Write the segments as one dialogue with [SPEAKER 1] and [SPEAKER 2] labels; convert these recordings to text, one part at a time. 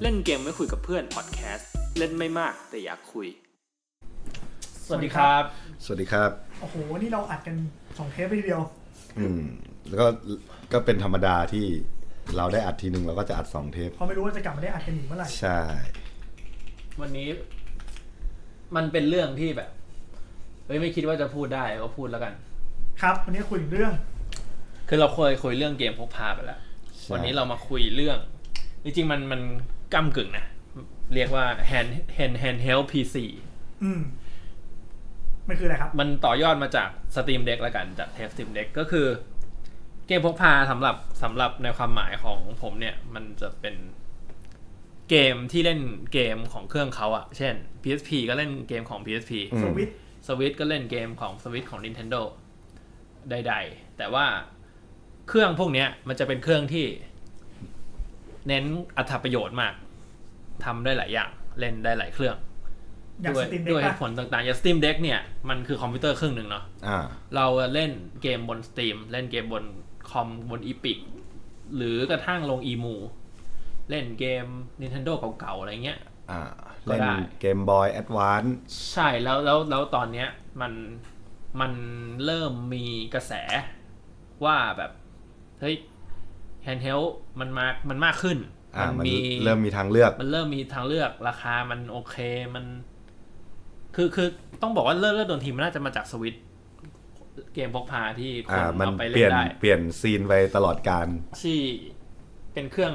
[SPEAKER 1] เล่นเกมไม่คุยกับเพื่อนพอดแคสต์เล่นไม่มากแต่อยากคุย
[SPEAKER 2] สวัสดีครับ
[SPEAKER 3] สวัสดีครับ
[SPEAKER 4] โอ้โห นี่เราอัดกันสองเทปไปทีเดียว
[SPEAKER 3] อืม แล้วก็ก็เป็นธรรมดาที่เราได้อัดทีหนึ่งเราก็จะอัดสองเทป
[SPEAKER 4] เพราะไม่รู้ว่าจะกลับมาได้อัดกันอีกเมื่อไหร่
[SPEAKER 3] ใช่
[SPEAKER 2] วันนี้ มันเป็นเรื่องที่แบบเฮ้ยไม่คิดว่าจะพูดได้ก็พูดแล้วกัน
[SPEAKER 4] ครับ วันนี้คุยถึงเรื่อง
[SPEAKER 2] คือเราเคยคุยเรื่องเกมพกพาไปแล้ว
[SPEAKER 3] ใช่
[SPEAKER 2] วันนี้เรามาคุยเรื่อง จริงๆมันมันก้ากึ่งนะ เรียกว่า hand hand handheld PC
[SPEAKER 4] อืม มันคืออะไรครับ
[SPEAKER 2] มันต่อยอดมาจาก Steam Deck ละกันจากเทป Steam Deck ก็คือเกมพกพาสำหรับสำหรับในความหมายของผมเนี่ย มันจะเป็นเกมที่เล่นเกมของเครื่องเขาอะเช่น PSP ก็เล่นเกมของ PSP
[SPEAKER 3] อืม
[SPEAKER 4] สวิตช์
[SPEAKER 2] สวิตก็เล่นเกมของสวิตของ Nintendo ใดๆ แต่ว่าเครื่องพวกเนี้ยมันจะเป็นเครื่องที่ เน้นอัตประโยชน์มากทำได้หลายอย่าง เล่นได้หลายเครื่อง
[SPEAKER 4] อย่าง
[SPEAKER 2] ด้ว
[SPEAKER 4] ส
[SPEAKER 2] ย
[SPEAKER 4] ตรีมเด็
[SPEAKER 2] ด้วย
[SPEAKER 4] ก
[SPEAKER 2] เห
[SPEAKER 4] ป่ะ
[SPEAKER 2] ตุผลต่างๆ อย่าง Steam Deck เนี่ย มันคือคอมพิวเตอร์เครื่องหนึ่งเนาะ
[SPEAKER 3] อ่า
[SPEAKER 2] เราเล่นเกมบน Steam เล่นเกมบนคอมบน Epic หรือกระทั่งลง Emu เล่นเกม Nintendo เก่าๆ อะไรเงี้ย
[SPEAKER 3] อ่า
[SPEAKER 2] ก็
[SPEAKER 3] เล่น
[SPEAKER 2] ได้
[SPEAKER 3] เกมบอยแอดวานซ์
[SPEAKER 2] ใช่แล้วแล้วแล้วตอนเนี้ยมันมันเริ่มมีกระแสว่าแบบเฮ้ยแฮนด์เฮลมันมากมันมากขึ้น
[SPEAKER 3] อ่า มัน
[SPEAKER 2] มี
[SPEAKER 3] เริ่มมีทางเลือก
[SPEAKER 2] มันเริ่มมีทางเลือกราคามันโอเคมัน คือคือต้องบอกว่าเริ่มเริ่มโดนทีมันน่าจะมาจากสวิตช์เกมพกพาที่คน
[SPEAKER 3] อ่า มัน
[SPEAKER 2] เอาไป
[SPEAKER 3] เป
[SPEAKER 2] เล่
[SPEAKER 3] ลี่ย
[SPEAKER 2] น
[SPEAKER 3] น
[SPEAKER 2] ได้
[SPEAKER 3] เปลี่ยนซีนไปตลอดการ
[SPEAKER 2] ที่เป็นเครื่อง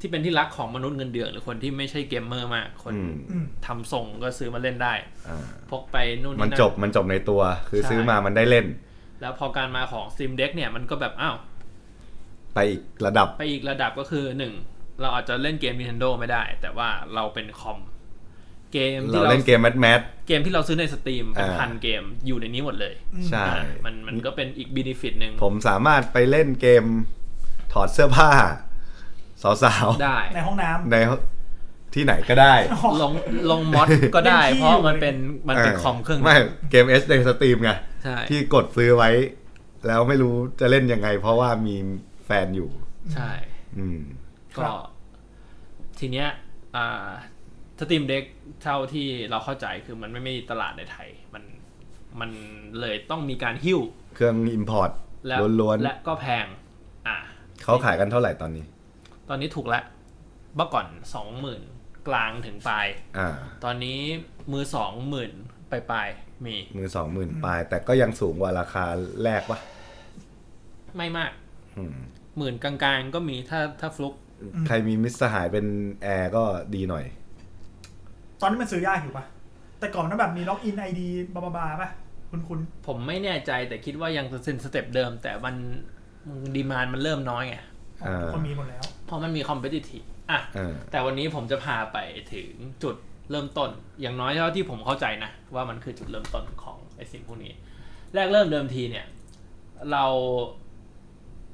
[SPEAKER 2] ที่เป็นที่รักของมนุษย์เงินเดือนหรือคนที่ไม่ใช่เกมเมอร์มากคน
[SPEAKER 3] อืม
[SPEAKER 4] อืม
[SPEAKER 2] ทำส่งก็ซื้อมาเล่นได้
[SPEAKER 3] อ่า
[SPEAKER 2] พกไปนู่น
[SPEAKER 3] มัน
[SPEAKER 2] นั่น
[SPEAKER 3] จบมันจบในตัว คือ
[SPEAKER 2] ใช่
[SPEAKER 3] ซื้อมามันได้เล่น
[SPEAKER 2] แล้วพอการมาของ Steam Deck เนี่ยมันก็แบบอ้าว
[SPEAKER 3] ไปอีกระดับ
[SPEAKER 2] ไปอีกระดับก็คือหนึ่งเราอาจจะเล่นเกม Nintendo ไม่ได้ แต่ว่าเราเป็นคอม เกม
[SPEAKER 3] เรา
[SPEAKER 2] ที่เรา
[SPEAKER 3] เล่นเกมแมทแมท
[SPEAKER 2] เกมที่เราซื้อในสตรีมเป็น
[SPEAKER 3] อ่า
[SPEAKER 2] พันเกมอยู่ในนี้หมดเลย
[SPEAKER 3] ใช่
[SPEAKER 2] อ่ามันมันก็เป็นอีกบีนิฟิตหนึ่ง
[SPEAKER 3] ผมสามารถไปเล่นเกมถอดเสื้อผ้า สาว
[SPEAKER 2] ได้
[SPEAKER 4] ในห้องน้ำ
[SPEAKER 3] ๆ ในที่ไหนก็ได้
[SPEAKER 4] อ๋อ
[SPEAKER 2] ลงลงมอดก็ได้
[SPEAKER 4] เล่นที่
[SPEAKER 2] เพราะมัน
[SPEAKER 4] อยู่
[SPEAKER 2] เป็นมันเป็นคอมเครื่อง
[SPEAKER 3] ไม่เกม S ในสตรีมไง
[SPEAKER 2] ใช่
[SPEAKER 3] ที่กดซื้อไว้ แล้วไม่รู้จะเล่นยังไง เพราะว่ามีแฟนอยู่
[SPEAKER 2] ใช่
[SPEAKER 3] อืม
[SPEAKER 4] ครั
[SPEAKER 2] ก็
[SPEAKER 4] บ
[SPEAKER 2] ทีเนี้ยอ่าสตรีมเด็กเท่าที่เราเข้าใจคือมันไม่มีตลาดในไทย มันมันเลยต้องมีการหิ้ว
[SPEAKER 3] เครื่องอิมพอร์ต
[SPEAKER 2] และ
[SPEAKER 3] ล้วน
[SPEAKER 2] และก็แพง อ่ะ
[SPEAKER 3] ๆเขาขายกันเท่าไหร่ตอนนี้
[SPEAKER 2] ตอนนี้ถูกละเมื่อก่อนสองหมื่นกลางถึงปลาย
[SPEAKER 3] อ่า
[SPEAKER 2] ตอนนี้มือสองหมื่นปลายปลายๆมี
[SPEAKER 3] มือสองหมื่นปลาย แต่ก็ยังสูงกว่าราคาแรกวะ
[SPEAKER 2] ไม่มาก
[SPEAKER 3] อืม
[SPEAKER 2] หมื่นกลางๆ ก็มีถ้าถ้าฟลุก
[SPEAKER 4] อืม
[SPEAKER 3] ใครมีมิตรสหายเป็นแอร์ก็ดีหน่อย
[SPEAKER 4] ตอนนี้มันซื้อยากอยู่ป่ะ แต่ก่อนนั้นแบบมีล็อกอินไอดีบาบาบาป่ะ คุณคุณ
[SPEAKER 2] ผมไม่แน่ใจแต่คิดว่ายังเซ็นสเต็ปเดิม แต่มันดีมานมันเริ่มน้อยไง
[SPEAKER 3] อ่า
[SPEAKER 4] คนมีหมดแล้ว
[SPEAKER 2] เพราะมันมีคอมเพติทีอ่ะ
[SPEAKER 3] อ่า
[SPEAKER 2] แต่วันนี้ผมจะพาไปถึงจุดเริ่มต้น อย่างน้อยเท่าที่ผมเข้าใจนะ ว่ามันคือจุดเริ่มต้นของไอสิ่งพวกนี้ แรกเริ่มเดิมทีเนี่ย เรา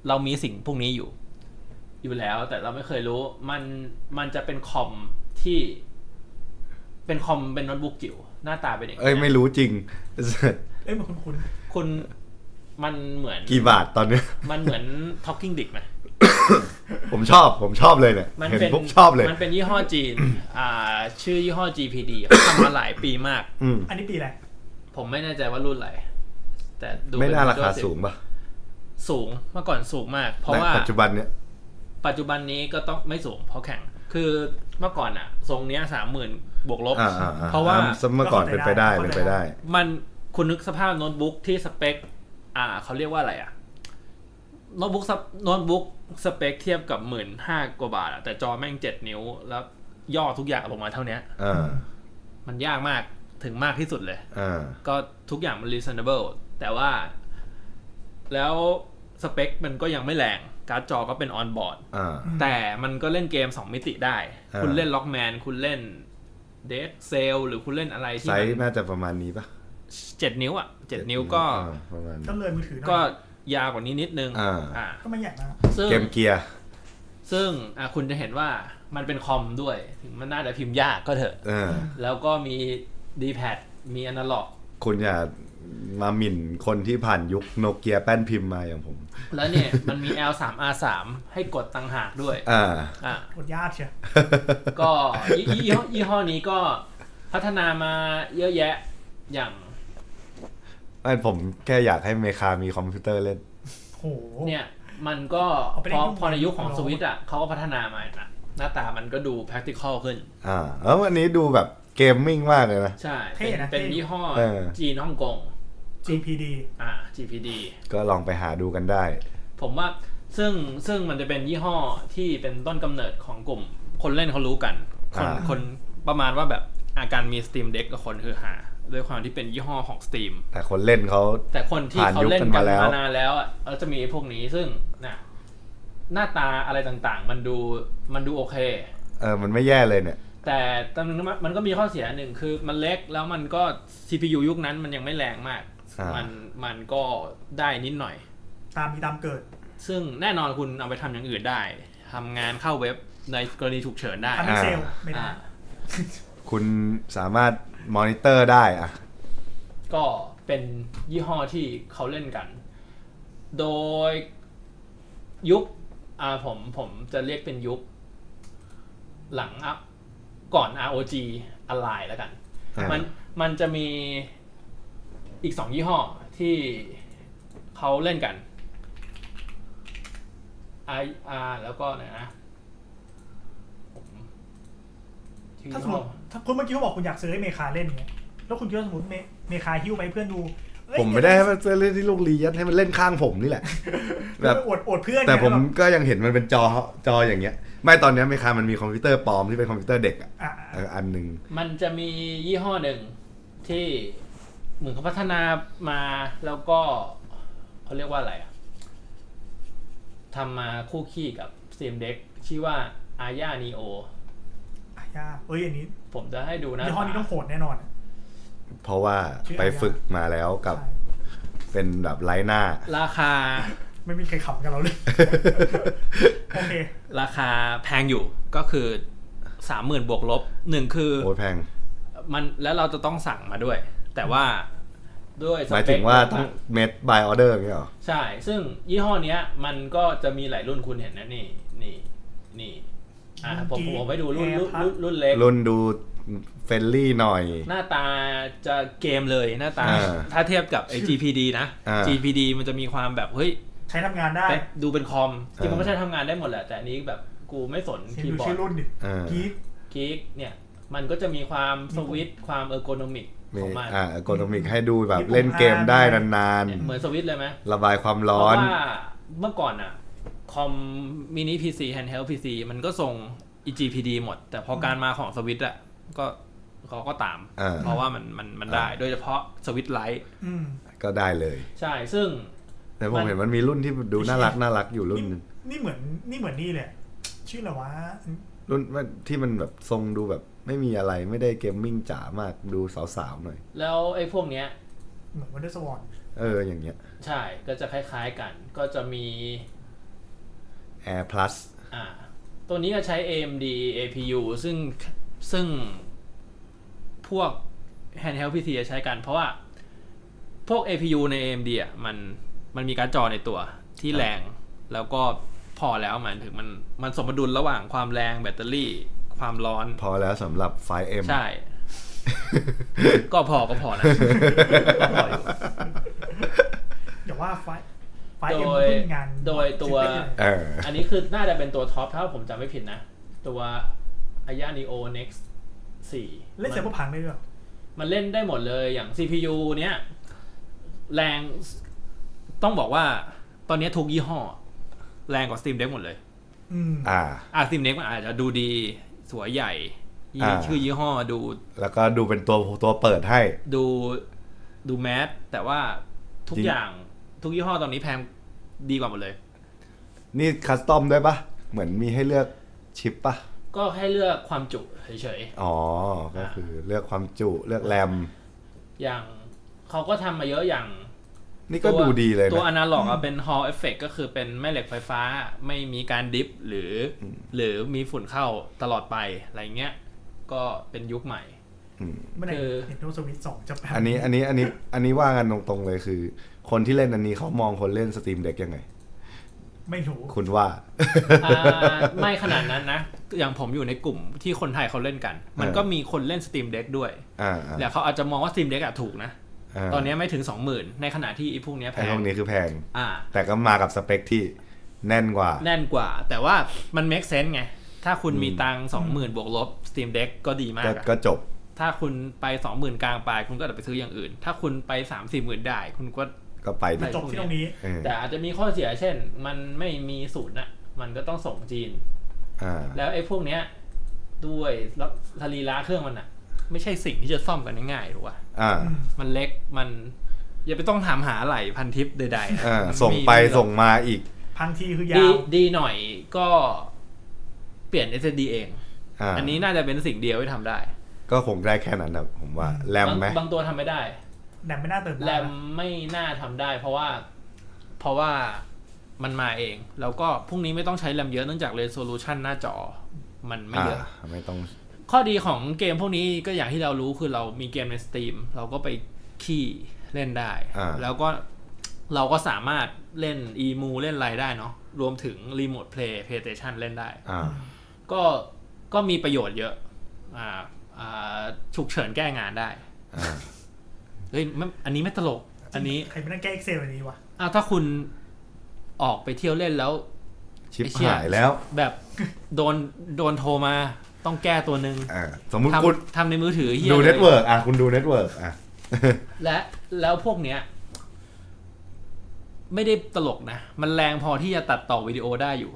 [SPEAKER 2] เรามีสิ่งพวกนี้อยู่ อยู่แล้วแต่เราไม่เคยรู้มันมันจะเป็นคอมที่ เป็นคอมเป็นโน้ตบุ๊กจิ๋วหน้าตาเป็นอย่าง
[SPEAKER 3] เอ้ย
[SPEAKER 2] นี้ย
[SPEAKER 3] ไม่รู้จริง
[SPEAKER 4] เอ้ยเหมือนคุณคุณ
[SPEAKER 2] คุณมันเหมือน
[SPEAKER 3] กี่บาทตอนเนี้ย
[SPEAKER 2] มันเหมือน Talking Dick ไหม
[SPEAKER 3] ผมชอบผมชอบเลยเนี่ย
[SPEAKER 2] มัน
[SPEAKER 3] เห็น
[SPEAKER 2] เป็น
[SPEAKER 3] ปุ๊บชอบเลย
[SPEAKER 2] มันเป็นยี่ห้อจีน อ่า ชื่อยี่ห้อ GPD เขาทำมาหลายปีมาก
[SPEAKER 3] อืม
[SPEAKER 4] อันนี้ปีอะไร
[SPEAKER 2] ผมไม่แน่ใจว่ารุ่นอะไร แต่ดู
[SPEAKER 3] ไม่น่า
[SPEAKER 2] เป็
[SPEAKER 3] ราคา
[SPEAKER 2] Windows 10
[SPEAKER 3] สูงป่ะ
[SPEAKER 2] สูง เมื่อก่อนสูงมาก เพราะว่า
[SPEAKER 3] ณปัจจุบันเนี่ย
[SPEAKER 2] ปัจจุบันนี้ก็ต้องไม่สูงเพราะแข่ง คือเมื่อก่อนอะทรงเนี้ยสามหมื่นบวกลบ
[SPEAKER 3] อ่าอ่าอ่
[SPEAKER 2] เพราะว่า
[SPEAKER 3] เมื่อก่อนเป็นไปได้เป็นไปได้
[SPEAKER 2] มันคุณนึกสภาพโน้ตบุ๊กที่สเปค อ่า เขาเรียกว่าอะไรอะโน้ตบุ๊กสเปโน้ตบุ๊กสเปคเทียบกับหมื่นห้ากว่าบาทอะแต่จอแม่งเจ็ดนิ้ว แล้วย่อทุกอย่างลงมาเท่าเนี้ย
[SPEAKER 3] อ่า
[SPEAKER 2] มันยากมากถึงมากที่สุดเลย
[SPEAKER 3] อ่า
[SPEAKER 2] ก็ทุกอย่างมัน reasonable แต่ว่า แล้วสเปคมันก็ยังไม่แรง การ์ดจอก็เป็น on board
[SPEAKER 3] อ่า
[SPEAKER 4] อืม
[SPEAKER 2] แต่มันก็เล่นเกม 2 มิติได้
[SPEAKER 3] อ่า
[SPEAKER 2] คุณเล่น Lockman คุณเล่น Dead Cell หรือคุณเล่นอะไร
[SPEAKER 3] ไซ
[SPEAKER 2] ที่
[SPEAKER 3] ส์น่าจะประมาณนี้ป่ะ
[SPEAKER 2] เจ็ดนิ้วอ่ะเจ็ดนิ้วก็
[SPEAKER 3] อ่าประมาณนี้
[SPEAKER 4] ก็เลยมือถือหน่
[SPEAKER 2] ก็
[SPEAKER 4] อย
[SPEAKER 2] ยาวกว่านี้นิดนึง
[SPEAKER 3] อ่า
[SPEAKER 2] อ่า
[SPEAKER 4] ก็ไม่ใหญ่มาก
[SPEAKER 2] ซึ่ง
[SPEAKER 3] เกมเกียร์
[SPEAKER 2] ซึ่งอ่ะคุณจะเห็นว่ามันเป็นคอมด้วย ถึงมันน่าจะพิมพ์ยากก็เถอะ
[SPEAKER 3] เออ
[SPEAKER 2] แล้วก็มี D-pad มี Analog
[SPEAKER 3] คุณอย่ามาหมิ่นคนที่ผ่านยุคโนเกียแป้นพิมพ์มาอย่างผม
[SPEAKER 2] แล้วเนี่ยมันมี L3 R3 ให้กดต่างหากด้วย
[SPEAKER 3] อ่า
[SPEAKER 2] อ่ะ
[SPEAKER 4] กดยากเชียว
[SPEAKER 2] ก็ยี่ยี่ห้อยี่ห้อนี้ก็พัฒนามาเยอะแยะอย่าง
[SPEAKER 3] ไม่ผมแค่อยากให้อเมริกามีคอมพิวเตอร์เล่น
[SPEAKER 4] โห
[SPEAKER 2] เนี่ยมันก็
[SPEAKER 4] เอาไปเล่
[SPEAKER 2] พอ
[SPEAKER 4] นยุ่ง
[SPEAKER 2] พอในยุคของ
[SPEAKER 4] เหรอ
[SPEAKER 2] สวิตอ่ะเขาก็พัฒนามานะหน้าตามันก็ดู practical ขึ้น
[SPEAKER 3] อ่าเออวันนี้ดูแบบเกมมิ่งมากเลยนะ
[SPEAKER 2] ใช่
[SPEAKER 4] เท่
[SPEAKER 2] เป็น
[SPEAKER 4] นะ
[SPEAKER 2] เป็น
[SPEAKER 4] เท่
[SPEAKER 2] ยี่ห้อ
[SPEAKER 3] เออ
[SPEAKER 2] จีนฮ่องกง
[SPEAKER 4] GPD
[SPEAKER 2] อ่า GPD
[SPEAKER 3] ก็ลองไปหาดูกันได้
[SPEAKER 2] ผมว่าซึ่งซึ่งมันจะเป็นยี่ห้อที่เป็นต้นกำเนิดของกลุ่ม คนเล่นเขารู้กัน คน
[SPEAKER 3] อ่า
[SPEAKER 2] คนประมาณว่าแบบอาการมี Steam Deck กับคนคือหาด้วยความที่เป็นยี่ห้อของ Steam
[SPEAKER 3] แต่คนเล่นเขา
[SPEAKER 2] แต่คนที่
[SPEAKER 3] ผ่าน
[SPEAKER 2] เขา
[SPEAKER 3] ยุค
[SPEAKER 2] เล่น
[SPEAKER 3] กั
[SPEAKER 2] กัน น
[SPEAKER 3] มาแล้ว
[SPEAKER 2] มานานแล้วอ่ะเราจะมีไอ้พวกนี้ซึ่งนะหน้าตาอะไรต่างๆ มันดูมันดูโอเค
[SPEAKER 3] เออมันไม่แย่เลยเนี่ย
[SPEAKER 2] แต่ตอนนั้นมันก็มีข้อเสียหนึ่งคือมันเล็กแล้วมันก็ CPU ยุคนั้นมันยังไม่แรงมาก
[SPEAKER 3] อ่ามั
[SPEAKER 2] มันมันก็ได้นิดหน่อย
[SPEAKER 4] ตามมีตามเกิด
[SPEAKER 2] ซึ่งแน่นอนคุณเอาไปทำอย่างอื่นได้ทำงานเข้าเว็บในกรณีฉุกเฉินได้
[SPEAKER 4] ทำให้เซลลไม่ได้
[SPEAKER 2] อ่า
[SPEAKER 3] คุณสามารถมอนิเตอร์ได้อะ
[SPEAKER 2] ก็เป็นยี่ห้อที่เขาเล่นกัน โดยยุคอ่าผมผมจะเรียกเป็นยุค หลังอัพก่อน ROG Align แล้วกัน
[SPEAKER 3] อ่า
[SPEAKER 2] มันมันจะมีอีกสองยี่ห้อที่เขาเล่นกันไออาแล้วก็ไหนนะผมชื่อ
[SPEAKER 4] ถ้าส
[SPEAKER 2] ยี่
[SPEAKER 4] มม
[SPEAKER 2] ห้อ
[SPEAKER 4] ติถ้าคุณเมื่อกี้เขาบอกคุณอยากซื้อให้เมคาเล่นไงแล้วคุณคิดว่าสมมติเมเมคาฮิ้วไปให้เพื่อนดูเอ้ย
[SPEAKER 3] ผมไม่ได้ให้มันเล่นที่ลูกรียัดให้มันเล่นข้างผมนี่แหละ
[SPEAKER 4] เพื่อ
[SPEAKER 3] แบ
[SPEAKER 4] น
[SPEAKER 3] บ
[SPEAKER 4] ไปอวดอวดเพื่อน
[SPEAKER 3] แต่ผม
[SPEAKER 4] ไง
[SPEAKER 3] ก็ยังเห็นมันเป็นจอจออย่างเงี้ย ไม่ตอนเนี้ยไม่ค่ะมันมีคอมพิวเตอร์ปลอมที่เป็นคอมพิวเตอร์เด็กอะ
[SPEAKER 4] อ่ะ
[SPEAKER 3] เอออันหนึ่ง
[SPEAKER 2] มันจะมียี่ห้อหนึ่งที่เหมือนเขาพัฒนามาแล้วก็เขาเรียกว่าอะไรอะทำมาคู่ขี้กับ Steam Deck ชื่อว่า Aya Neo
[SPEAKER 4] อ่ะยากเอ้ยอันนี้
[SPEAKER 2] ผมจะให้ดูนะ
[SPEAKER 4] ยี่ห้อนี้ต้องโหดแน่นอนอะ
[SPEAKER 3] เพราะว่าไปฝึกมาแล้วกับ
[SPEAKER 4] ใช่
[SPEAKER 3] เป็นแบบไร้หน้า
[SPEAKER 2] ราคา
[SPEAKER 4] ไม่มีใครขำกัน เราเลย โอเค
[SPEAKER 2] ราคาแพงอยู่ก็คือสามหมื่นบวกลบหนึ่งคือ
[SPEAKER 3] โอ้ยแพง
[SPEAKER 2] มันแล้วเราจะต้องสั่งมาด้วย แต่ว่าด้วยสเปค
[SPEAKER 3] หมายถึงว่าต้อง
[SPEAKER 2] ต่ๆ
[SPEAKER 3] เม็ดบายออเดอร์อย่างเงี้ยเหรอ
[SPEAKER 2] ใช่ ซึ่งยี่ห้อเนี้ย มันก็จะมีหลายรุ่นคุณเห็นนะนี่นี่นี่อ่ะผม
[SPEAKER 4] เมื่อกี้
[SPEAKER 2] ผมไปดูรุ่นรุ่น
[SPEAKER 4] AirPods
[SPEAKER 2] รุ่นรุ่นเล็ก
[SPEAKER 3] รุ่นดูเฟรนลี่หน่อย
[SPEAKER 2] หน้าตาจะเกมเลยหน้าตา
[SPEAKER 3] อ่า
[SPEAKER 2] ถ้าเทียบกับไอ้ GPD นะ
[SPEAKER 3] อ่า
[SPEAKER 2] GPD มันจะมีความแบบเฮ้ย
[SPEAKER 4] ใช้ทำงานได้
[SPEAKER 2] เป็นดูเป็นคอมจริง
[SPEAKER 3] เออ
[SPEAKER 2] มันก็ใช้ทำงานได้หมดแหละ แต่อันนี้แบบกูไม่สน
[SPEAKER 4] เห็น
[SPEAKER 2] คีย์
[SPEAKER 4] ดู
[SPEAKER 2] บอ
[SPEAKER 4] ชื่
[SPEAKER 2] ร์
[SPEAKER 4] อ
[SPEAKER 2] ด
[SPEAKER 4] รุ่นดิ
[SPEAKER 3] เออ
[SPEAKER 4] กีฟ
[SPEAKER 2] กีกเนี่ยมันก็จะมีความสวิตช์ความเออร์โกนมิก
[SPEAKER 3] มี
[SPEAKER 2] ของมัน
[SPEAKER 3] อ่าโกนมิกให้ดูแบบ
[SPEAKER 4] มีปุ่ม
[SPEAKER 3] เล่นเกมได้
[SPEAKER 4] อ่าน
[SPEAKER 3] นาน
[SPEAKER 2] เนี่ยเหมือนสวิตช์เลยไหม
[SPEAKER 3] ๆ ระบายความ
[SPEAKER 2] เพ
[SPEAKER 3] ร้อ
[SPEAKER 2] ราะ
[SPEAKER 3] น
[SPEAKER 2] ว่าเมื่อก่อนอะคอมมินิพีซีแฮนด์เฮลพีซีมันก็ส่ง EGPD หมด แต่พอการมาของสวิตช์อะก็เขาก็ตาม
[SPEAKER 3] อ่า
[SPEAKER 2] เพราะว่ามันมันมันได้โดยเฉพาะสวิตช์ไลท์
[SPEAKER 4] อืม
[SPEAKER 3] ก็ได้เลย
[SPEAKER 2] ใช่ ซึ่ง
[SPEAKER 3] แต่ผม
[SPEAKER 2] มัน
[SPEAKER 3] เห็นมันมีรุ่นที่ดูน่ารักน่ารักอยู่รุ่นหนึ่ง
[SPEAKER 4] นี่เหมือนนี่เหมือนนี่เลยอะชื่ออะไรวะ
[SPEAKER 3] รุ่นว่าที่มันแบบทรงดูแบบไม่มีอะไรไม่ได้เกมมิ่งจ๋ามากดูสาวๆหน่อย
[SPEAKER 2] แล้วไอ้พวกเนี้ย
[SPEAKER 4] เหมือนวันเดอร์สวอน
[SPEAKER 3] เอออย่างเงี้ย
[SPEAKER 2] ใช่ก็จะคล้ายๆกัน ก็จะมี
[SPEAKER 3] Air Plus
[SPEAKER 2] อ่า ตัวนี้ก็ใช้ AMD APU ซึ่งซึ่งพวก handheld PC จะใช้กัน เพราะว่าพวก APU ใน AMD อ่ะมันมันมีการ์ดจอในตัวที่แรง แล้วก็พอแล้วหมายถึงมันมันสมดุลระหว่างความแรงแบตเตอรี่ ความร้อน
[SPEAKER 3] พอแล้วสำหรับไฟเอ็ม
[SPEAKER 2] ใช่ ก็พอก็พอนะ ก็พออยู่
[SPEAKER 4] อย่าว่าไฟไฟ
[SPEAKER 2] โดย
[SPEAKER 4] เอ็มเพิ่งงาน
[SPEAKER 2] โดยตัว
[SPEAKER 4] สิบเอ็ดเลย
[SPEAKER 3] เออ
[SPEAKER 2] อันนี้คือน่าจะเป็นตัวท็อปถ้าผมจำไม่ผิดนะ ตัว Aya Neo Next 4
[SPEAKER 4] เล่นเซิร์ฟเวอร์พังได้ด้วยเหรอ
[SPEAKER 2] มันเล่นได้หมดเลยอย่าง CPU เนี้ยแรงต้องบอกว่าตอนเนี้ยทุกยี่ห้อ แรงกว่า Steam Deck หมดเลย
[SPEAKER 4] อืม
[SPEAKER 3] อ่า
[SPEAKER 2] อ่ะ Steam Deck มันอาจจะดูดีสวยใหญ่ยี่
[SPEAKER 3] อ่า
[SPEAKER 2] ชื่อยี่ห้อดู
[SPEAKER 3] แล้วก็ดูเป็นตัวตัวเปิดให้
[SPEAKER 2] ดูดูแมสแต่ว่าทุก
[SPEAKER 3] จริง
[SPEAKER 2] อย่างทุกยี่ห้อตอนนี้แพงดีกว่าหมดเลย
[SPEAKER 3] นี่คัสตอมด้วยปะเหมือนมีให้เลือกชิปปะ
[SPEAKER 2] ก็ให้เลือกความจุเฉย
[SPEAKER 3] อ๋อก็คือเลือกความจุเลือกแรม
[SPEAKER 2] ๆ อย่างเขาก็ทำมาเยอะอย่าง
[SPEAKER 3] นี่ก็ดูดีเลย
[SPEAKER 2] ตัว
[SPEAKER 3] นะ
[SPEAKER 2] อนาล็อกอะเป็น Hall Effect ก็คือเป็นแม่เหล็กไฟฟ้าไม่มีการดิฟหรือ หรือมีฝุ่นเข้าตลอดไปอะไรเงี้ย ก็เป็นยุคใหม่
[SPEAKER 4] เมื่อไหร่
[SPEAKER 2] คือ
[SPEAKER 4] Nintendo Switch 2จะแปล
[SPEAKER 3] อันนี้อันนี้อันนี้อันนี้ว่ากันตรงๆเลยคือ คนที่เล่นอันนี้เขามองคนเล่นสตรีมเด็กยังไง
[SPEAKER 4] ไม่รู้
[SPEAKER 3] คุณว่า
[SPEAKER 2] อ่าไม่ขนาดนั้นนะ อย่างผมอยู่ในกลุ่มที่คนไทยเขาเล่นกัน มันก็มีคนเล่น Steam Deck ด้วย
[SPEAKER 3] อ่า
[SPEAKER 2] แต่เขาอาจจะมองว่า Steam Deck อะถูกนะ
[SPEAKER 3] า
[SPEAKER 2] ตอนนี้ไม่ถึง 20,000 ในขณะที่ไอ้พวกเนี้ยแพ
[SPEAKER 3] ไอ้
[SPEAKER 2] ง
[SPEAKER 3] พวกนี้คือแพง
[SPEAKER 2] อ่า
[SPEAKER 3] แต่ก็มากับสเปคที่แน่นกว่า
[SPEAKER 2] แน่นกว่า แต่ว่ามัน make sense ไง ถ้าคุณมีตังค์20,000 บวกลบ Steam Deck ก็ดีมาก
[SPEAKER 3] ก็
[SPEAKER 2] อะ
[SPEAKER 3] ก็จบ
[SPEAKER 2] ถ้าคุณไป 20,000 กลางไปคุณก็อาจจะไปซื้ออย่างอื่น ถ้าคุณไป 3 4 0 0 0 0 ได้ คุณก็
[SPEAKER 3] ก็ไปดิ
[SPEAKER 2] ไ
[SPEAKER 4] จบที่ตรงนี้
[SPEAKER 3] เออ
[SPEAKER 2] แต่อาจจะมีข้อเสียเช่น มันไม่มีศูนย์อะมันก็ต้องส่งจีน
[SPEAKER 3] อ่า
[SPEAKER 2] แล้วไอ้พวกเนี้ยด้วยแล้วสรีระเครื่องมันอะไม่ใช่สิ่งที่จะซ่อมกันง่ายๆหรอวะ
[SPEAKER 3] อ่า
[SPEAKER 2] มันเล็กมัน อย่าไปต้องถามหาไหลพันทิปใดๆนะ
[SPEAKER 3] อ่า
[SPEAKER 2] มันม่
[SPEAKER 3] ส่งไป
[SPEAKER 2] ม่มีหรอก
[SPEAKER 3] ส่งมาอีก
[SPEAKER 4] พังทีคือ
[SPEAKER 2] ดี
[SPEAKER 4] ยาว
[SPEAKER 2] ดีหน่อยก็เปลี่ยน SSD เอง
[SPEAKER 3] อ่า
[SPEAKER 2] อันนี้น่าจะเป็นสิ่งเดียวที่ทำได้
[SPEAKER 3] ก็คงได้แค่นั้นนะผมว่า แรม
[SPEAKER 2] บาง
[SPEAKER 3] ไหม
[SPEAKER 2] บางตัวทำไม่ได้
[SPEAKER 4] แหลมไม่น่าเติมได้
[SPEAKER 2] แรม
[SPEAKER 4] นะ
[SPEAKER 2] ไม่น่าทำได้ เพราะว่า เพราะว่ามันมาเอง แล้วก็พรุ่งนี้ไม่ต้องใช้แรมเยอะเนื่องจาก resolution หน้าจอ มันไม่
[SPEAKER 3] อ่า
[SPEAKER 2] เยอะ
[SPEAKER 3] ไม่ต้อง
[SPEAKER 2] ข้อดีของเกมพวกนี้ก็อย่างที่เรารู้คือเรามีเกมใน Steam เราก็ไปขี้เล่นได้
[SPEAKER 3] อ่า
[SPEAKER 2] แล้วก็เราก็สามารถเล่น e m u เล่นอะไรได้เนาะรวมถึง Remote Play PlayStation เล่นได้
[SPEAKER 3] อ่า
[SPEAKER 2] ก็ก็มีประโยชน์เยอะ อ่าอ่าฉุกเฉินแก้งานได้
[SPEAKER 3] อ่า
[SPEAKER 2] เฮ้ยไม่อันนี้ไม่ตลก อันนี้
[SPEAKER 4] ใครไม่นั่งแก้ Excel อันนี้วะ
[SPEAKER 2] อ้าวถ้าคุณออกไปเที่ยวเล่นแล้ว
[SPEAKER 3] ชิป
[SPEAKER 2] ไอ้เชี่ย
[SPEAKER 3] หายแล้ว
[SPEAKER 2] แบบ โดนโดนโทรมาต้องแก้ตัวหนึ่ง
[SPEAKER 3] อ่า สมมุติคุณ
[SPEAKER 2] ทำทำในมือถือหี้ย
[SPEAKER 3] ดู
[SPEAKER 2] ลย
[SPEAKER 3] เน็ตเวิร์กอ่ะ คุณดูเน็ตเวิร์กอ่ะ
[SPEAKER 2] และแล้วพวกเนี้ย ไม่ได้ตลกนะ มันแรงพอที่จะตัดต่อวิดีโอได้อยู่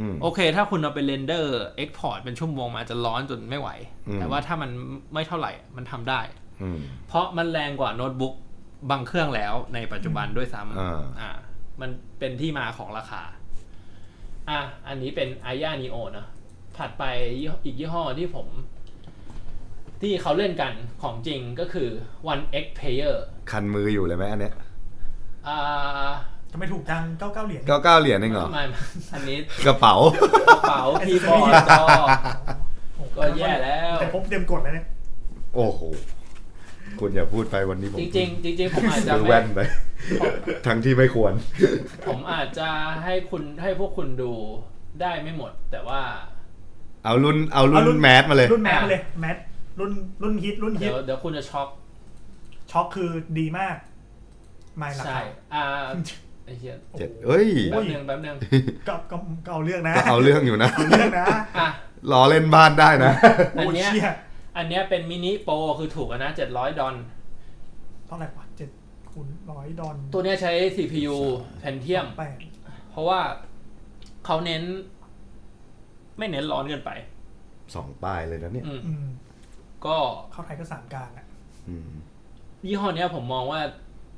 [SPEAKER 3] อืม
[SPEAKER 2] โอเค ถ้าคุณเอาไปเรนเดอร์ เอ็กพอร์ตเป็นชั่วโมงมาอาจจะร้อนจนไม่ไหว
[SPEAKER 3] อืม
[SPEAKER 2] แต่ว่าถ้ามันไม่เท่าไหร่มันทำได้
[SPEAKER 3] อืม
[SPEAKER 2] เพราะมันแรงกว่าโน้ตบุ๊กบางเครื่องแล้วในปัจจุบันด้วยซ้ำ
[SPEAKER 3] อ่า
[SPEAKER 2] อ่า มันเป็นที่มาของราคา อ่ะ อันนี้เป็น a ายา n น o นะ ถัดไปยี่ห้ออีกยี่ห้อที่ผม ที่เขาเล่นกันของจริงก็คือ One X Player
[SPEAKER 3] คันมืออยู่เลยไหมอันเนี้ย
[SPEAKER 2] อ่า
[SPEAKER 4] จะไม่ถูกดังเก้าเก้าเหรียญ
[SPEAKER 3] เก้าเก้าเหรียญเองเหรอ
[SPEAKER 2] ไม่ไม่อันนี้
[SPEAKER 3] กระเป๋า
[SPEAKER 2] กระเป๋า คีย์บอร์ดจอ
[SPEAKER 4] โอ้โห
[SPEAKER 2] ก็แย่แล้ว
[SPEAKER 4] แต่ผมเต็มกดแล้วเนี่ย
[SPEAKER 3] โอ้โห คุณอย่าพูดไปวันนี้ผม
[SPEAKER 2] จริงๆจริงๆผมอาจจะ
[SPEAKER 3] ซื้อ
[SPEAKER 2] ไม่
[SPEAKER 3] แว่นไป ทั้งที่ไม่ควร
[SPEAKER 2] ผมอาจจะให้คุณให้พวกคุณดูได้ไม่หมด แต่ว่า
[SPEAKER 3] เอารุ่น เอา
[SPEAKER 4] เอารุ่
[SPEAKER 3] รุ่น
[SPEAKER 4] น
[SPEAKER 3] แมสมาเลย
[SPEAKER 4] รุ่นแมทเลยแมทรุ่นรุ่นฮิตรุ่นฮิ
[SPEAKER 2] เดี๋
[SPEAKER 4] ต
[SPEAKER 2] ยวเดี๋ยวคุณจะช็อก
[SPEAKER 4] ช็อคคือดีมากไม่ละ
[SPEAKER 2] ใช่
[SPEAKER 4] ครับ
[SPEAKER 2] อ่าไอ้เหี้ย
[SPEAKER 3] เจ็ดเอ้ย
[SPEAKER 2] แป๊บหนึงแป๊บหนึง
[SPEAKER 4] ก็ก็ก็เอาเรื่องนะ
[SPEAKER 3] ก็เอาเรื่องอยู่นะ
[SPEAKER 4] เอาเรื่องนะ
[SPEAKER 2] อ่ะ
[SPEAKER 3] ล้อเล่นบ้านได้นะ
[SPEAKER 2] อั
[SPEAKER 4] โอ้
[SPEAKER 2] นเนี้ย
[SPEAKER 4] เชี่ย
[SPEAKER 2] อันเนี้ยเป็นมินิโปรคือถูกอะนะเจ็ดร้อยดอล
[SPEAKER 4] เท่าไหร่วะเจ็ดคูณร้อยดอล
[SPEAKER 2] ตัวเนี้ยใช้ CPU Pentium
[SPEAKER 4] แปด
[SPEAKER 2] เพราะว่าเขาเน้น ไม่เน้นร้อนเกินไป
[SPEAKER 3] สองป้ายเลยนะเนี่ย
[SPEAKER 2] อืม
[SPEAKER 4] อืม
[SPEAKER 2] ก็
[SPEAKER 4] เข้าไทยก็สามกลางอ่ะ
[SPEAKER 3] อืม
[SPEAKER 2] ยี่ห้อเนี้ยผมมองว่า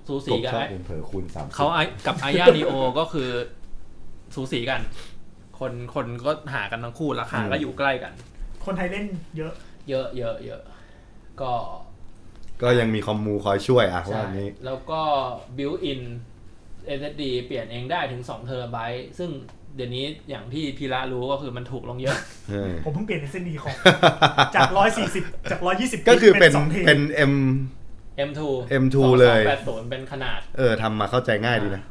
[SPEAKER 2] สูสี
[SPEAKER 3] กบ
[SPEAKER 2] กัน
[SPEAKER 3] ชอบ
[SPEAKER 2] ไหม
[SPEAKER 3] คุณเผลอคูณสามสิบ
[SPEAKER 2] เขาไอกับอายานีโอ ก็คือสูสีกัน คนคนก็หากันทั้งคู่ราคาก็อยู่ใกล้กัน
[SPEAKER 4] คนไทยเล่นเยอะ
[SPEAKER 2] เยอะเยอะเยอะก็
[SPEAKER 3] ก็ยังมีคอมมูคอยช่วยอ่ะว่า
[SPEAKER 2] ใช่
[SPEAKER 3] อันนี้
[SPEAKER 2] แล้วก็ built in SSD เปลี่ยนเองได้ถึง2เทราไบต์ซึ่งเดี๋ยวนี้อย่างที่พีระรู้ก็คือมันถูกลงเยอะ
[SPEAKER 3] เออ
[SPEAKER 4] ผมเพิ่งเปลี่ยนในเส้นดีของ จากร้อยสี่สิบจากร้อยยี่สิบ
[SPEAKER 3] ก็คือเป็น
[SPEAKER 4] สองเท
[SPEAKER 3] เป็น M
[SPEAKER 2] M2
[SPEAKER 3] M2
[SPEAKER 2] 2280
[SPEAKER 3] เลย
[SPEAKER 2] เป็นขนาด
[SPEAKER 3] เออทำมาเข้าใจง่ายดีนะ